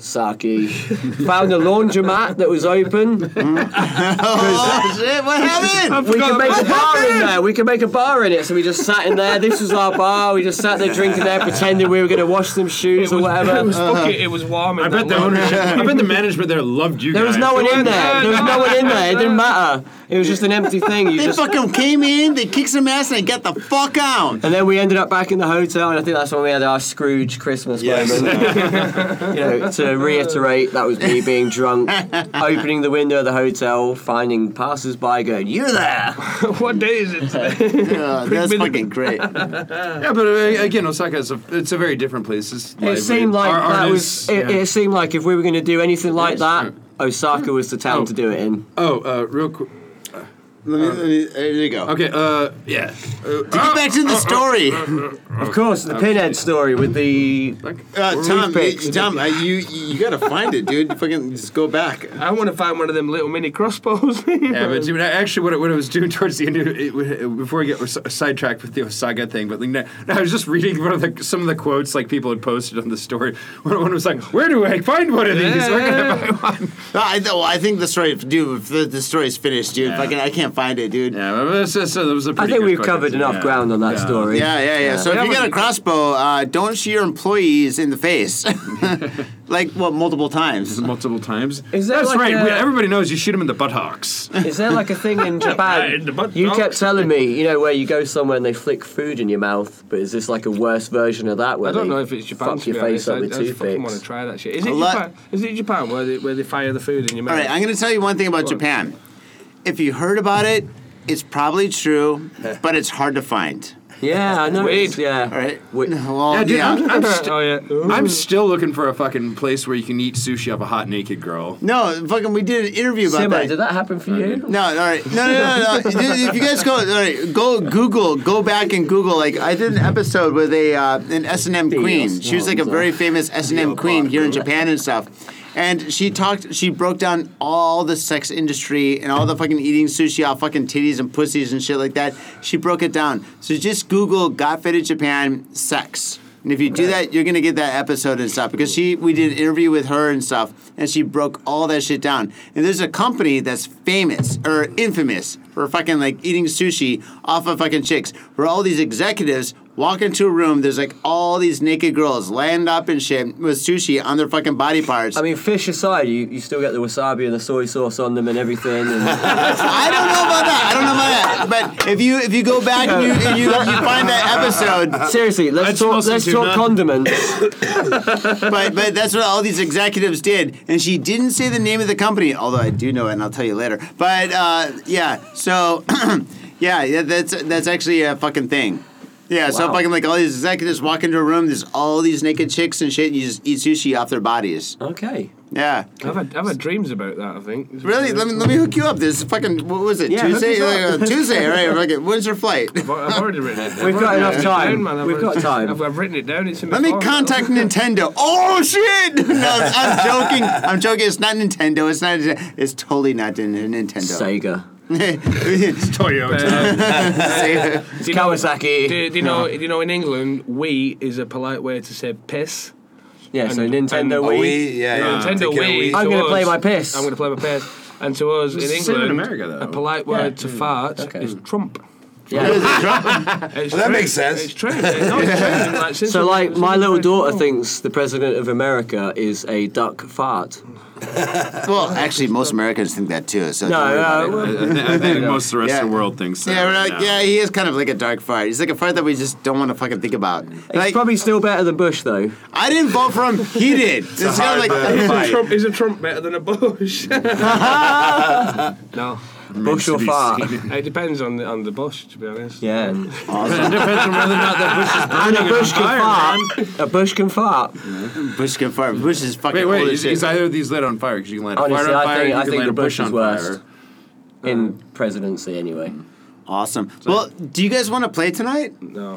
Speaker 3: *laughs*
Speaker 4: sake, found a laundromat that was open.
Speaker 1: Oh shit! What
Speaker 4: *laughs*
Speaker 1: happened?
Speaker 4: We can make a bar in there. We can make a bar in it. So we just sat in there. This was our bar. We just sat there drinking there, pretending we were going to wash some shoes or whatever.
Speaker 3: It was fucking. It was warm. In
Speaker 2: I bet the
Speaker 3: that
Speaker 4: *laughs*
Speaker 2: ownership. I bet the management there loved you
Speaker 4: There
Speaker 2: guys.
Speaker 4: was no one in
Speaker 3: no,
Speaker 4: there. There was
Speaker 3: no.
Speaker 4: no one in there. It didn't matter. It was just an empty thing. You
Speaker 1: They
Speaker 4: just
Speaker 1: fucking came in, they kicked some ass, and they got the fuck out.
Speaker 4: and then we ended up back in the hotel, and I think that's when we had our Scrooge Christmas moment. you know, *laughs* to reiterate, that was me being drunk, *laughs* opening the window of the hotel, finding passers-by, going, "You're there."
Speaker 3: what day is it today?
Speaker 1: Uh, that's fucking great.
Speaker 2: Yeah, but uh, again, Osaka is a it's a very different place. It's
Speaker 4: It seemed like that was. It, it seemed like if we were going to do anything like that, Osaka was the town to do it in.
Speaker 2: oh, uh, real quick.
Speaker 1: Let me,
Speaker 3: Uh,
Speaker 1: let me, there you go.
Speaker 2: Okay, uh, yeah. Uh,
Speaker 1: Get back to the story.
Speaker 4: Of course, the pinhead story with the
Speaker 1: Uh, Tom,
Speaker 4: Toothpicks.
Speaker 1: you, Tom, uh, you you gotta find it, dude. Fucking just go back.
Speaker 3: I want to find one of them little mini crossbows.
Speaker 2: Yeah, but dude, actually, what I, what I was doing towards the end, of it, it- before we get s- sidetracked with the Osaka thing, but like, now, now I was just reading one of the, some of the quotes like people had posted on the story. One, one was like, "Where do I find one of these? Where can I buy one?"
Speaker 1: No, I, no, I think the story, dude. If the, the story's finished, dude. Fucking, I can't find it, dude. Yeah,
Speaker 2: Yeah, but that's, that's, that was a
Speaker 4: I
Speaker 2: pretty
Speaker 4: think
Speaker 2: good
Speaker 4: we've
Speaker 2: question.
Speaker 4: covered enough
Speaker 2: Yeah.
Speaker 4: ground on that
Speaker 2: Yeah.
Speaker 4: story.
Speaker 1: yeah, yeah. So
Speaker 3: Yeah,
Speaker 1: if you got
Speaker 3: but-
Speaker 1: a crossbow, uh, don't shoot your employees in the *laughs* face, like what multiple times.
Speaker 2: Multiple times.
Speaker 4: Is that
Speaker 2: That's
Speaker 4: like
Speaker 2: right.
Speaker 4: a-
Speaker 2: we- everybody knows you shoot them in the butthocks.
Speaker 4: *laughs* Is there like a thing *laughs* in Japan? you kept telling me, you know, where you go somewhere and they flick food in your mouth, but is this like a worse version of that? Where
Speaker 3: I don't
Speaker 4: they
Speaker 3: know if it's Japan.
Speaker 4: Fuck
Speaker 3: to
Speaker 4: your
Speaker 3: be
Speaker 4: face
Speaker 3: honest.
Speaker 4: up
Speaker 3: I,
Speaker 4: with
Speaker 3: I just fucking want to
Speaker 4: toothpicks.
Speaker 3: try that shit. Is it
Speaker 1: A lot-
Speaker 3: Japan? Is it Japan where they, where they fire the food in your mouth?
Speaker 1: All right, I'm gonna tell you one thing about
Speaker 3: What?
Speaker 1: Japan. If you heard about it, it's probably true, *laughs* but it's hard to find.
Speaker 4: Yeah, I know. it's- Yeah.
Speaker 1: All right.
Speaker 4: Wait.
Speaker 1: Well,
Speaker 2: Yeah, dude,
Speaker 1: yeah.
Speaker 2: I'm, I'm, st-
Speaker 3: oh
Speaker 4: *laughs*
Speaker 3: yeah.
Speaker 2: I'm still looking for a fucking place where you can eat sushi off a hot naked
Speaker 4: *laughs*
Speaker 2: girl.
Speaker 1: no, fucking, we did an interview about
Speaker 4: Simo,
Speaker 1: that.
Speaker 4: did that happen for you?
Speaker 1: No, all right. No, no, no, no. if you guys go, all right, go Google, go back and Google. Like I did an episode with a uh, an S and M queen. She was like a very famous S and M queen here in Japan and stuff. And she talked. She broke down all the sex industry and all the fucking eating sushi off fucking titties and pussies and shit like that. She broke it down. So just Google "God Fitted Japan sex." And if you do that, you're gonna get that episode and stuff because she we did an interview with her and stuff, and she broke all that shit down. And there's a company that's famous or infamous for fucking like eating sushi off of fucking chicks, where all these executives walk into a room. There's like all these naked girls lined up and shit with sushi on their fucking body parts.
Speaker 4: I mean, fish aside, you, you still get the wasabi and the soy sauce on them and everything.
Speaker 3: *laughs*
Speaker 4: And
Speaker 1: I don't know about that. I don't know about that. But if you if you go back and you and you, you find that episode,
Speaker 4: seriously, let's
Speaker 2: I'd
Speaker 4: talk.
Speaker 2: smell
Speaker 4: Let's
Speaker 2: some
Speaker 4: talk
Speaker 2: tuna.
Speaker 4: condiments.
Speaker 1: but but that's what all these executives did, and she didn't say the name of the company, although I do know it, and I'll tell you later. But uh, yeah, so *clears throat* yeah, yeah, that's that's actually a fucking thing. Yeah, so
Speaker 4: Wow.
Speaker 1: fucking like all these executives walk into a room, there's all these naked chicks and shit, and you just eat sushi off their bodies.
Speaker 4: Okay.
Speaker 1: Yeah.
Speaker 3: I've had, I've had dreams about that. I think.
Speaker 1: Really? Let me, let me hook you up. This fucking, what was it,
Speaker 4: Yeah, hook
Speaker 1: Tuesday?
Speaker 4: us up.
Speaker 1: Like, uh, Tuesday, right? Fucking, when's your flight? *laughs*
Speaker 3: I've al- I've already written it. down.
Speaker 4: We've
Speaker 3: I've
Speaker 4: got
Speaker 3: already
Speaker 4: enough
Speaker 3: written it
Speaker 4: time.
Speaker 3: down, man. I've
Speaker 4: We've
Speaker 3: already-
Speaker 4: got time.
Speaker 3: I've, I've written it down. It's in my
Speaker 1: Let me
Speaker 3: phone.
Speaker 1: contact *laughs* Nintendo. Oh shit! *laughs* No, I'm joking. I'm joking. It's not Nintendo. It's not. It's totally not Nin- Nintendo. *laughs*
Speaker 4: Sega.
Speaker 2: Toyota.
Speaker 4: *laughs*
Speaker 1: Sega.
Speaker 4: It's
Speaker 3: you know-
Speaker 4: Kawasaki.
Speaker 3: Do, do you know? Do you know? In England, "we" is a polite way to say piss.
Speaker 4: yeah. So
Speaker 3: and- and-
Speaker 4: Nintendo
Speaker 3: oh,
Speaker 5: Are
Speaker 4: Wii.
Speaker 5: we, yeah, yeah.
Speaker 3: Nintendo
Speaker 5: Take it
Speaker 3: Wii.
Speaker 5: away.
Speaker 4: I'm
Speaker 3: to
Speaker 4: gonna play
Speaker 3: us-
Speaker 4: my piss.
Speaker 3: I'm going to play my piss. And to us in
Speaker 2: It's the
Speaker 3: England,
Speaker 2: same in America, though.
Speaker 3: a polite word to fart
Speaker 4: Okay.
Speaker 3: is Trump.
Speaker 4: *laughs* Yeah.
Speaker 3: It's
Speaker 5: Well, that
Speaker 3: true.
Speaker 5: makes sense.
Speaker 3: It's true. No, it's true.
Speaker 1: *laughs*
Speaker 3: And, like, since
Speaker 4: So
Speaker 3: we-
Speaker 4: like,
Speaker 3: since
Speaker 4: my
Speaker 3: we
Speaker 4: little
Speaker 3: first- *laughs*
Speaker 4: daughter thinks the president of America is a duck fart.
Speaker 1: well, actually, most Americans think that too. So
Speaker 4: No,
Speaker 1: don't worry about it.
Speaker 2: I
Speaker 4: uh,
Speaker 2: think- I think most of the rest
Speaker 1: Yeah.
Speaker 2: of the world thinks that.
Speaker 1: Yeah, we're like, yeah, he is kind of like a dark fart. He's like a fart that we just don't want to fucking think about. Like,
Speaker 4: It's probably still better than Bush though.
Speaker 1: I didn't vote for him. He did. It's, *laughs* kind of like.
Speaker 5: Hard, uh,
Speaker 3: Is a
Speaker 5: fight.
Speaker 3: Trump, is a Trump better than a Bush? *laughs* no.
Speaker 4: bush or fart?
Speaker 3: It depends on the, on the bush, to be honest.
Speaker 4: Yeah.
Speaker 2: It depends on whether or not
Speaker 4: *laughs*
Speaker 2: that bush is
Speaker 4: And
Speaker 2: burning
Speaker 4: a
Speaker 2: on
Speaker 4: bush
Speaker 2: fire,
Speaker 4: can
Speaker 2: man.
Speaker 4: fart. A bush can fart.
Speaker 1: Bush can fire. Bush is fucking
Speaker 2: Wait,
Speaker 1: old
Speaker 2: wait,
Speaker 1: as
Speaker 2: is,
Speaker 1: shit.
Speaker 2: is either of these lit on fire? Because you can light a
Speaker 4: Honestly,
Speaker 2: fire on
Speaker 4: I
Speaker 2: fire,
Speaker 4: think
Speaker 2: you
Speaker 4: I
Speaker 2: can
Speaker 4: think
Speaker 2: light
Speaker 4: the
Speaker 2: a
Speaker 4: bush
Speaker 2: bush Uh.
Speaker 4: is
Speaker 2: on
Speaker 4: worst
Speaker 2: fire.
Speaker 4: in presidency anyway.
Speaker 1: Awesome. Well, do you guys want to play tonight?
Speaker 3: No.
Speaker 1: Oh,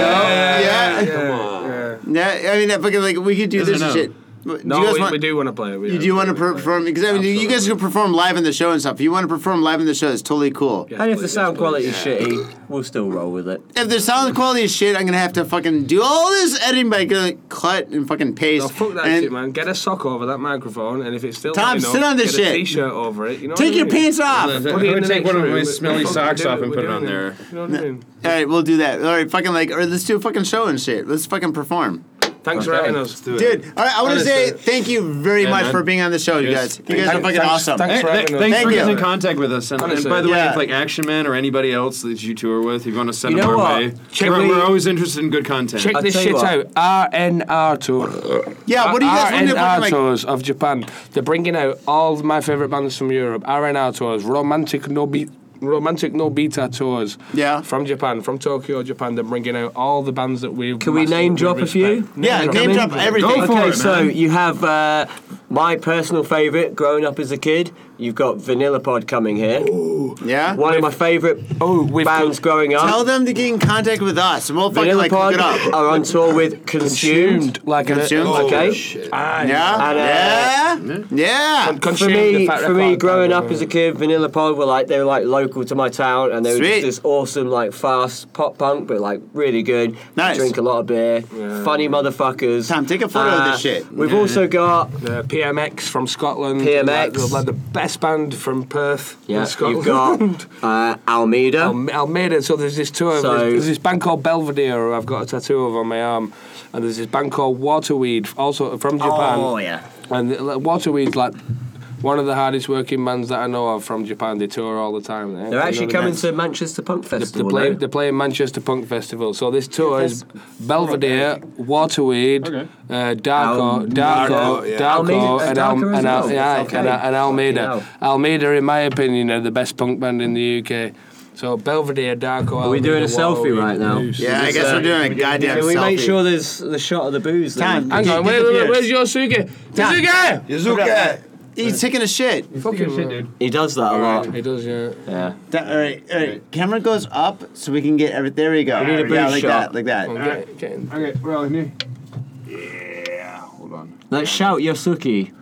Speaker 1: Yeah. Yeah.
Speaker 3: Come on.
Speaker 1: I mean, that fucking like we could do
Speaker 2: Yes or
Speaker 1: this and
Speaker 2: no?
Speaker 1: shit. do
Speaker 3: No,
Speaker 1: you
Speaker 2: Oh,
Speaker 1: guys
Speaker 3: we,
Speaker 1: want?
Speaker 3: we do want to play. We
Speaker 1: you do want to
Speaker 3: we-
Speaker 1: perform because I mean, you guys can perform live in the show and stuff. If you want to perform live in the show, it's totally cool.
Speaker 3: Yes,
Speaker 4: And if
Speaker 3: please,
Speaker 4: the
Speaker 3: yes,
Speaker 4: sound
Speaker 3: please.
Speaker 4: quality is shitty, we'll still roll with it.
Speaker 1: If the sound quality is shit, I'm gonna have to fucking do all this editing by going cut and fucking paste.
Speaker 3: No, fuck that
Speaker 1: and
Speaker 3: shit, man. Get a sock over that microphone, and if it's still
Speaker 1: Tom,
Speaker 3: not enough,
Speaker 1: sit on this
Speaker 3: get a
Speaker 1: shit.
Speaker 3: t-shirt over it. You know
Speaker 1: Take
Speaker 3: what I
Speaker 1: your
Speaker 3: mean?
Speaker 1: pants off.
Speaker 3: Put it in
Speaker 2: I'm
Speaker 3: the
Speaker 2: gonna take
Speaker 3: next
Speaker 2: one of
Speaker 3: room.
Speaker 2: my
Speaker 3: We're
Speaker 2: smelly
Speaker 3: fucking
Speaker 2: socks
Speaker 3: doing
Speaker 2: off
Speaker 3: it.
Speaker 2: and
Speaker 3: We're
Speaker 2: put it
Speaker 3: doing
Speaker 2: on there.
Speaker 3: You know what I mean?
Speaker 1: All right, we'll do that. All right, fucking like, or let's do a fucking show and shit. Let's fucking perform.
Speaker 3: Thanks for having us.
Speaker 1: Dude, all right, I want to say thank you very much
Speaker 2: man.
Speaker 1: for being on the show, you guys.
Speaker 2: Yes.
Speaker 1: You guys are fucking awesome.
Speaker 2: Hey,
Speaker 3: Thanks for
Speaker 2: th-
Speaker 3: having us.
Speaker 2: thanks
Speaker 1: Thank
Speaker 2: for
Speaker 1: you.
Speaker 2: getting in contact with us. And, and
Speaker 3: Honestly.
Speaker 2: by the way,
Speaker 1: Yeah.
Speaker 2: if like Action Man or anybody else that you tour with, you want to send
Speaker 4: You
Speaker 2: them our
Speaker 4: know what?
Speaker 2: way,
Speaker 4: Check
Speaker 2: we're,
Speaker 4: we-
Speaker 2: we're always interested in good content.
Speaker 3: Check
Speaker 4: I'll
Speaker 3: this
Speaker 4: tell you
Speaker 3: shit out.
Speaker 4: what.
Speaker 3: RNR tour.
Speaker 1: Yeah, what do you guys want to
Speaker 3: RNR
Speaker 1: fucking like?
Speaker 3: tours of Japan. They're bringing out all of my favorite bands from Europe. RNR tours, romantic no beat. Romantic No Beta tours,
Speaker 1: Yeah.
Speaker 3: from Japan, from Tokyo, Japan. They're bringing out all the bands that we
Speaker 4: Can we name drop a few?
Speaker 1: Yeah, name drop everything.
Speaker 2: Go for
Speaker 4: okay,
Speaker 2: it,
Speaker 4: so
Speaker 2: man.
Speaker 4: you have uh, my personal favourite, growing up as a kid. You've got Vanilla Pod coming here.
Speaker 1: Yeah.
Speaker 4: One of my favourite
Speaker 3: Oh, we've
Speaker 4: bands growing up.
Speaker 1: Tell them to get in contact with us, and we'll fucking
Speaker 4: Vanilla
Speaker 1: like hook
Speaker 4: Pod
Speaker 1: it up.
Speaker 4: are on tour with Consumed.
Speaker 3: consumed like an
Speaker 1: Consumed?
Speaker 10: Oh,
Speaker 4: Okay.
Speaker 10: shit.
Speaker 1: Yeah, yeah, yeah.
Speaker 4: For
Speaker 3: Consumed the
Speaker 4: me,
Speaker 3: Fat
Speaker 4: for me,
Speaker 3: Record
Speaker 4: growing
Speaker 3: band.
Speaker 4: up as a kid, Vanilla Pod were like they were like local to my town, and they were
Speaker 1: Sweet.
Speaker 4: just this awesome like fast pop punk, but like really good.
Speaker 1: Nice.
Speaker 4: Drink a lot of beer, funny motherfuckers. Uh,
Speaker 1: Tom, take a photo of this shit.
Speaker 4: We've also got
Speaker 3: The PMX from Scotland.
Speaker 4: PMX.
Speaker 3: Like, the- like the best band from Perth
Speaker 4: yeah,
Speaker 3: in
Speaker 4: you've
Speaker 3: Scotland.
Speaker 4: got uh,
Speaker 3: *laughs*
Speaker 4: Almeida.
Speaker 3: Al- Almeida, so there's this tour.
Speaker 4: So-
Speaker 3: there's, there's this band called Belvedere, who I've got a tattoo of on my arm, and there's this band called Waterweed, also from Japan.
Speaker 4: Oh yeah.
Speaker 3: And uh, like, Waterweed's like one of the hardest working bands that I know of from Japan. They tour all the time. eh?
Speaker 4: They're actually
Speaker 3: Another
Speaker 4: coming
Speaker 3: band.
Speaker 4: to Manchester Punk
Speaker 3: They're,
Speaker 4: Festival.
Speaker 3: play,
Speaker 4: now.
Speaker 3: they're playing Manchester Punk Festival. So this tour is Belvedere, Waterweed, uh, Darko, Darko,
Speaker 10: Darko, yeah.
Speaker 3: Darko,
Speaker 4: Almeida-
Speaker 3: and,
Speaker 4: Darko
Speaker 3: Al-
Speaker 4: as
Speaker 3: and, Al-
Speaker 4: well?
Speaker 3: yeah,
Speaker 4: Okay.
Speaker 3: and, Al- and Almeida.
Speaker 4: Fucking
Speaker 3: Almeida, in my opinion, are the best punk band in the UK. So Belvedere, Darko.
Speaker 4: Are we doing a selfie right now?
Speaker 1: Yeah, I guess we're doing a goddamn
Speaker 4: Can we
Speaker 1: selfie.
Speaker 4: make sure there's the shot of the booze? then?
Speaker 1: Tom,
Speaker 3: Hang on, wait, wait, wait, where's your Suge? Suge!
Speaker 10: Yuzuka.
Speaker 1: He's taking a shit.
Speaker 3: Fucking shit, dude.
Speaker 4: He does that a lot.
Speaker 3: He does, yeah.
Speaker 4: Yeah.
Speaker 1: That- all right, all right. Camera goes up so we can get every. There we go.
Speaker 4: need a
Speaker 1: yeah,
Speaker 4: booth
Speaker 1: like
Speaker 4: shot.
Speaker 1: that, like that.
Speaker 3: Okay, okay.
Speaker 11: Okay, we're all in here.
Speaker 4: Let's shout
Speaker 3: *laughs*
Speaker 4: Yosuke.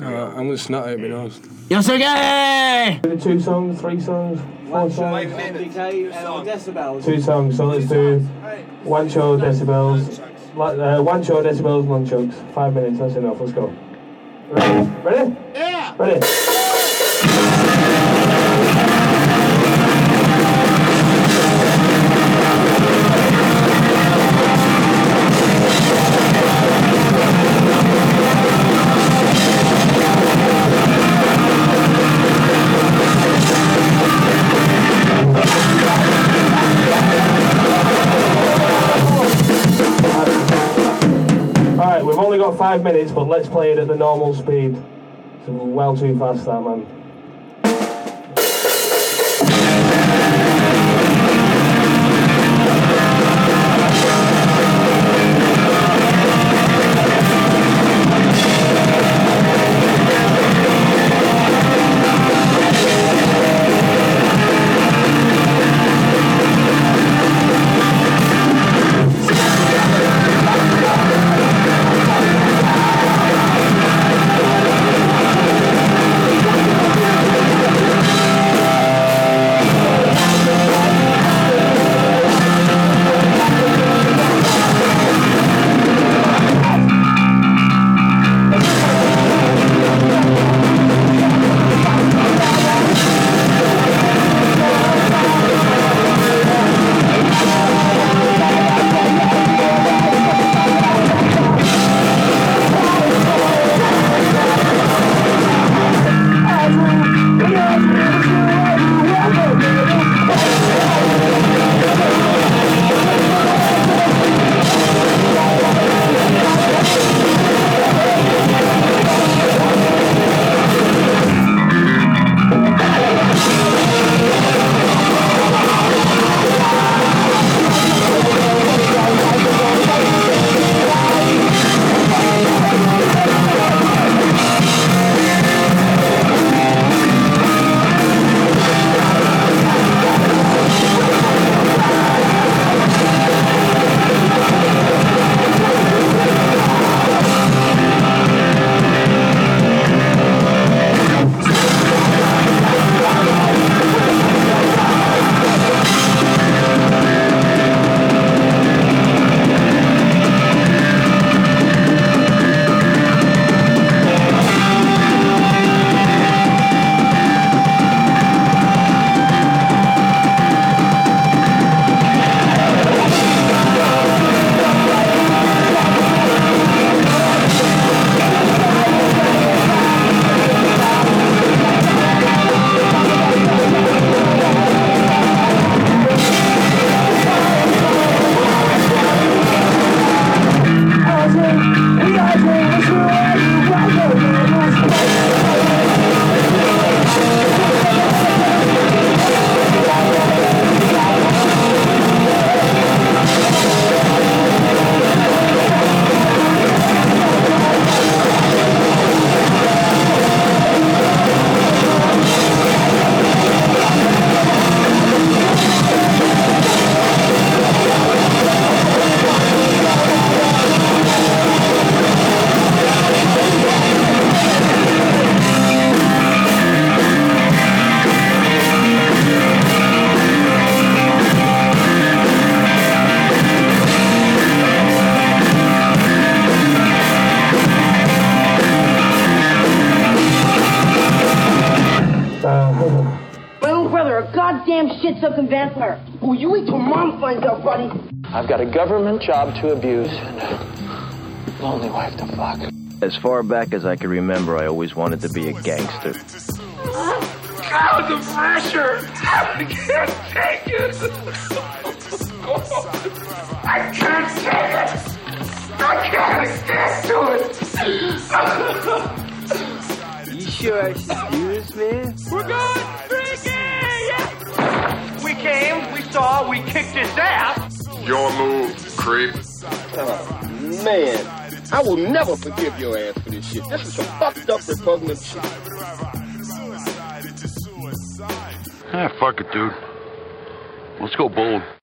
Speaker 3: Alright, I'm gonna snot out my nose.
Speaker 4: Yosuke!
Speaker 3: Two songs, three songs, four songs.
Speaker 4: decibels.
Speaker 3: Two songs, so let's do one show decibels, li- uh, one show decibels, nunchucks. Five minutes, that's enough, let's go. Ready? Ready? Yeah! Ready? Alright, we've only got five minutes, but let's play it at the normal speed. It's well too fast, that man.
Speaker 8: Thank
Speaker 3: Uh, *laughs*
Speaker 7: did circumvent her. Oh, you wait till mom finds out, buddy.
Speaker 12: I've got a government job to abuse and a lonely wife to fuck.
Speaker 1: As far back as I can remember, I always wanted to be a gangster.
Speaker 13: God, the pressure! I can't take it! I can't take it! I can't get to it! you sure excuse me? We're going freaking!
Speaker 14: We came, we saw, we kicked his ass.
Speaker 15: Your move, creep.
Speaker 16: Oh, man, I will never forgive your ass for this shit. This is some fucked up repugnant shit.
Speaker 15: Ah, fuck it, dude. Let's go bold.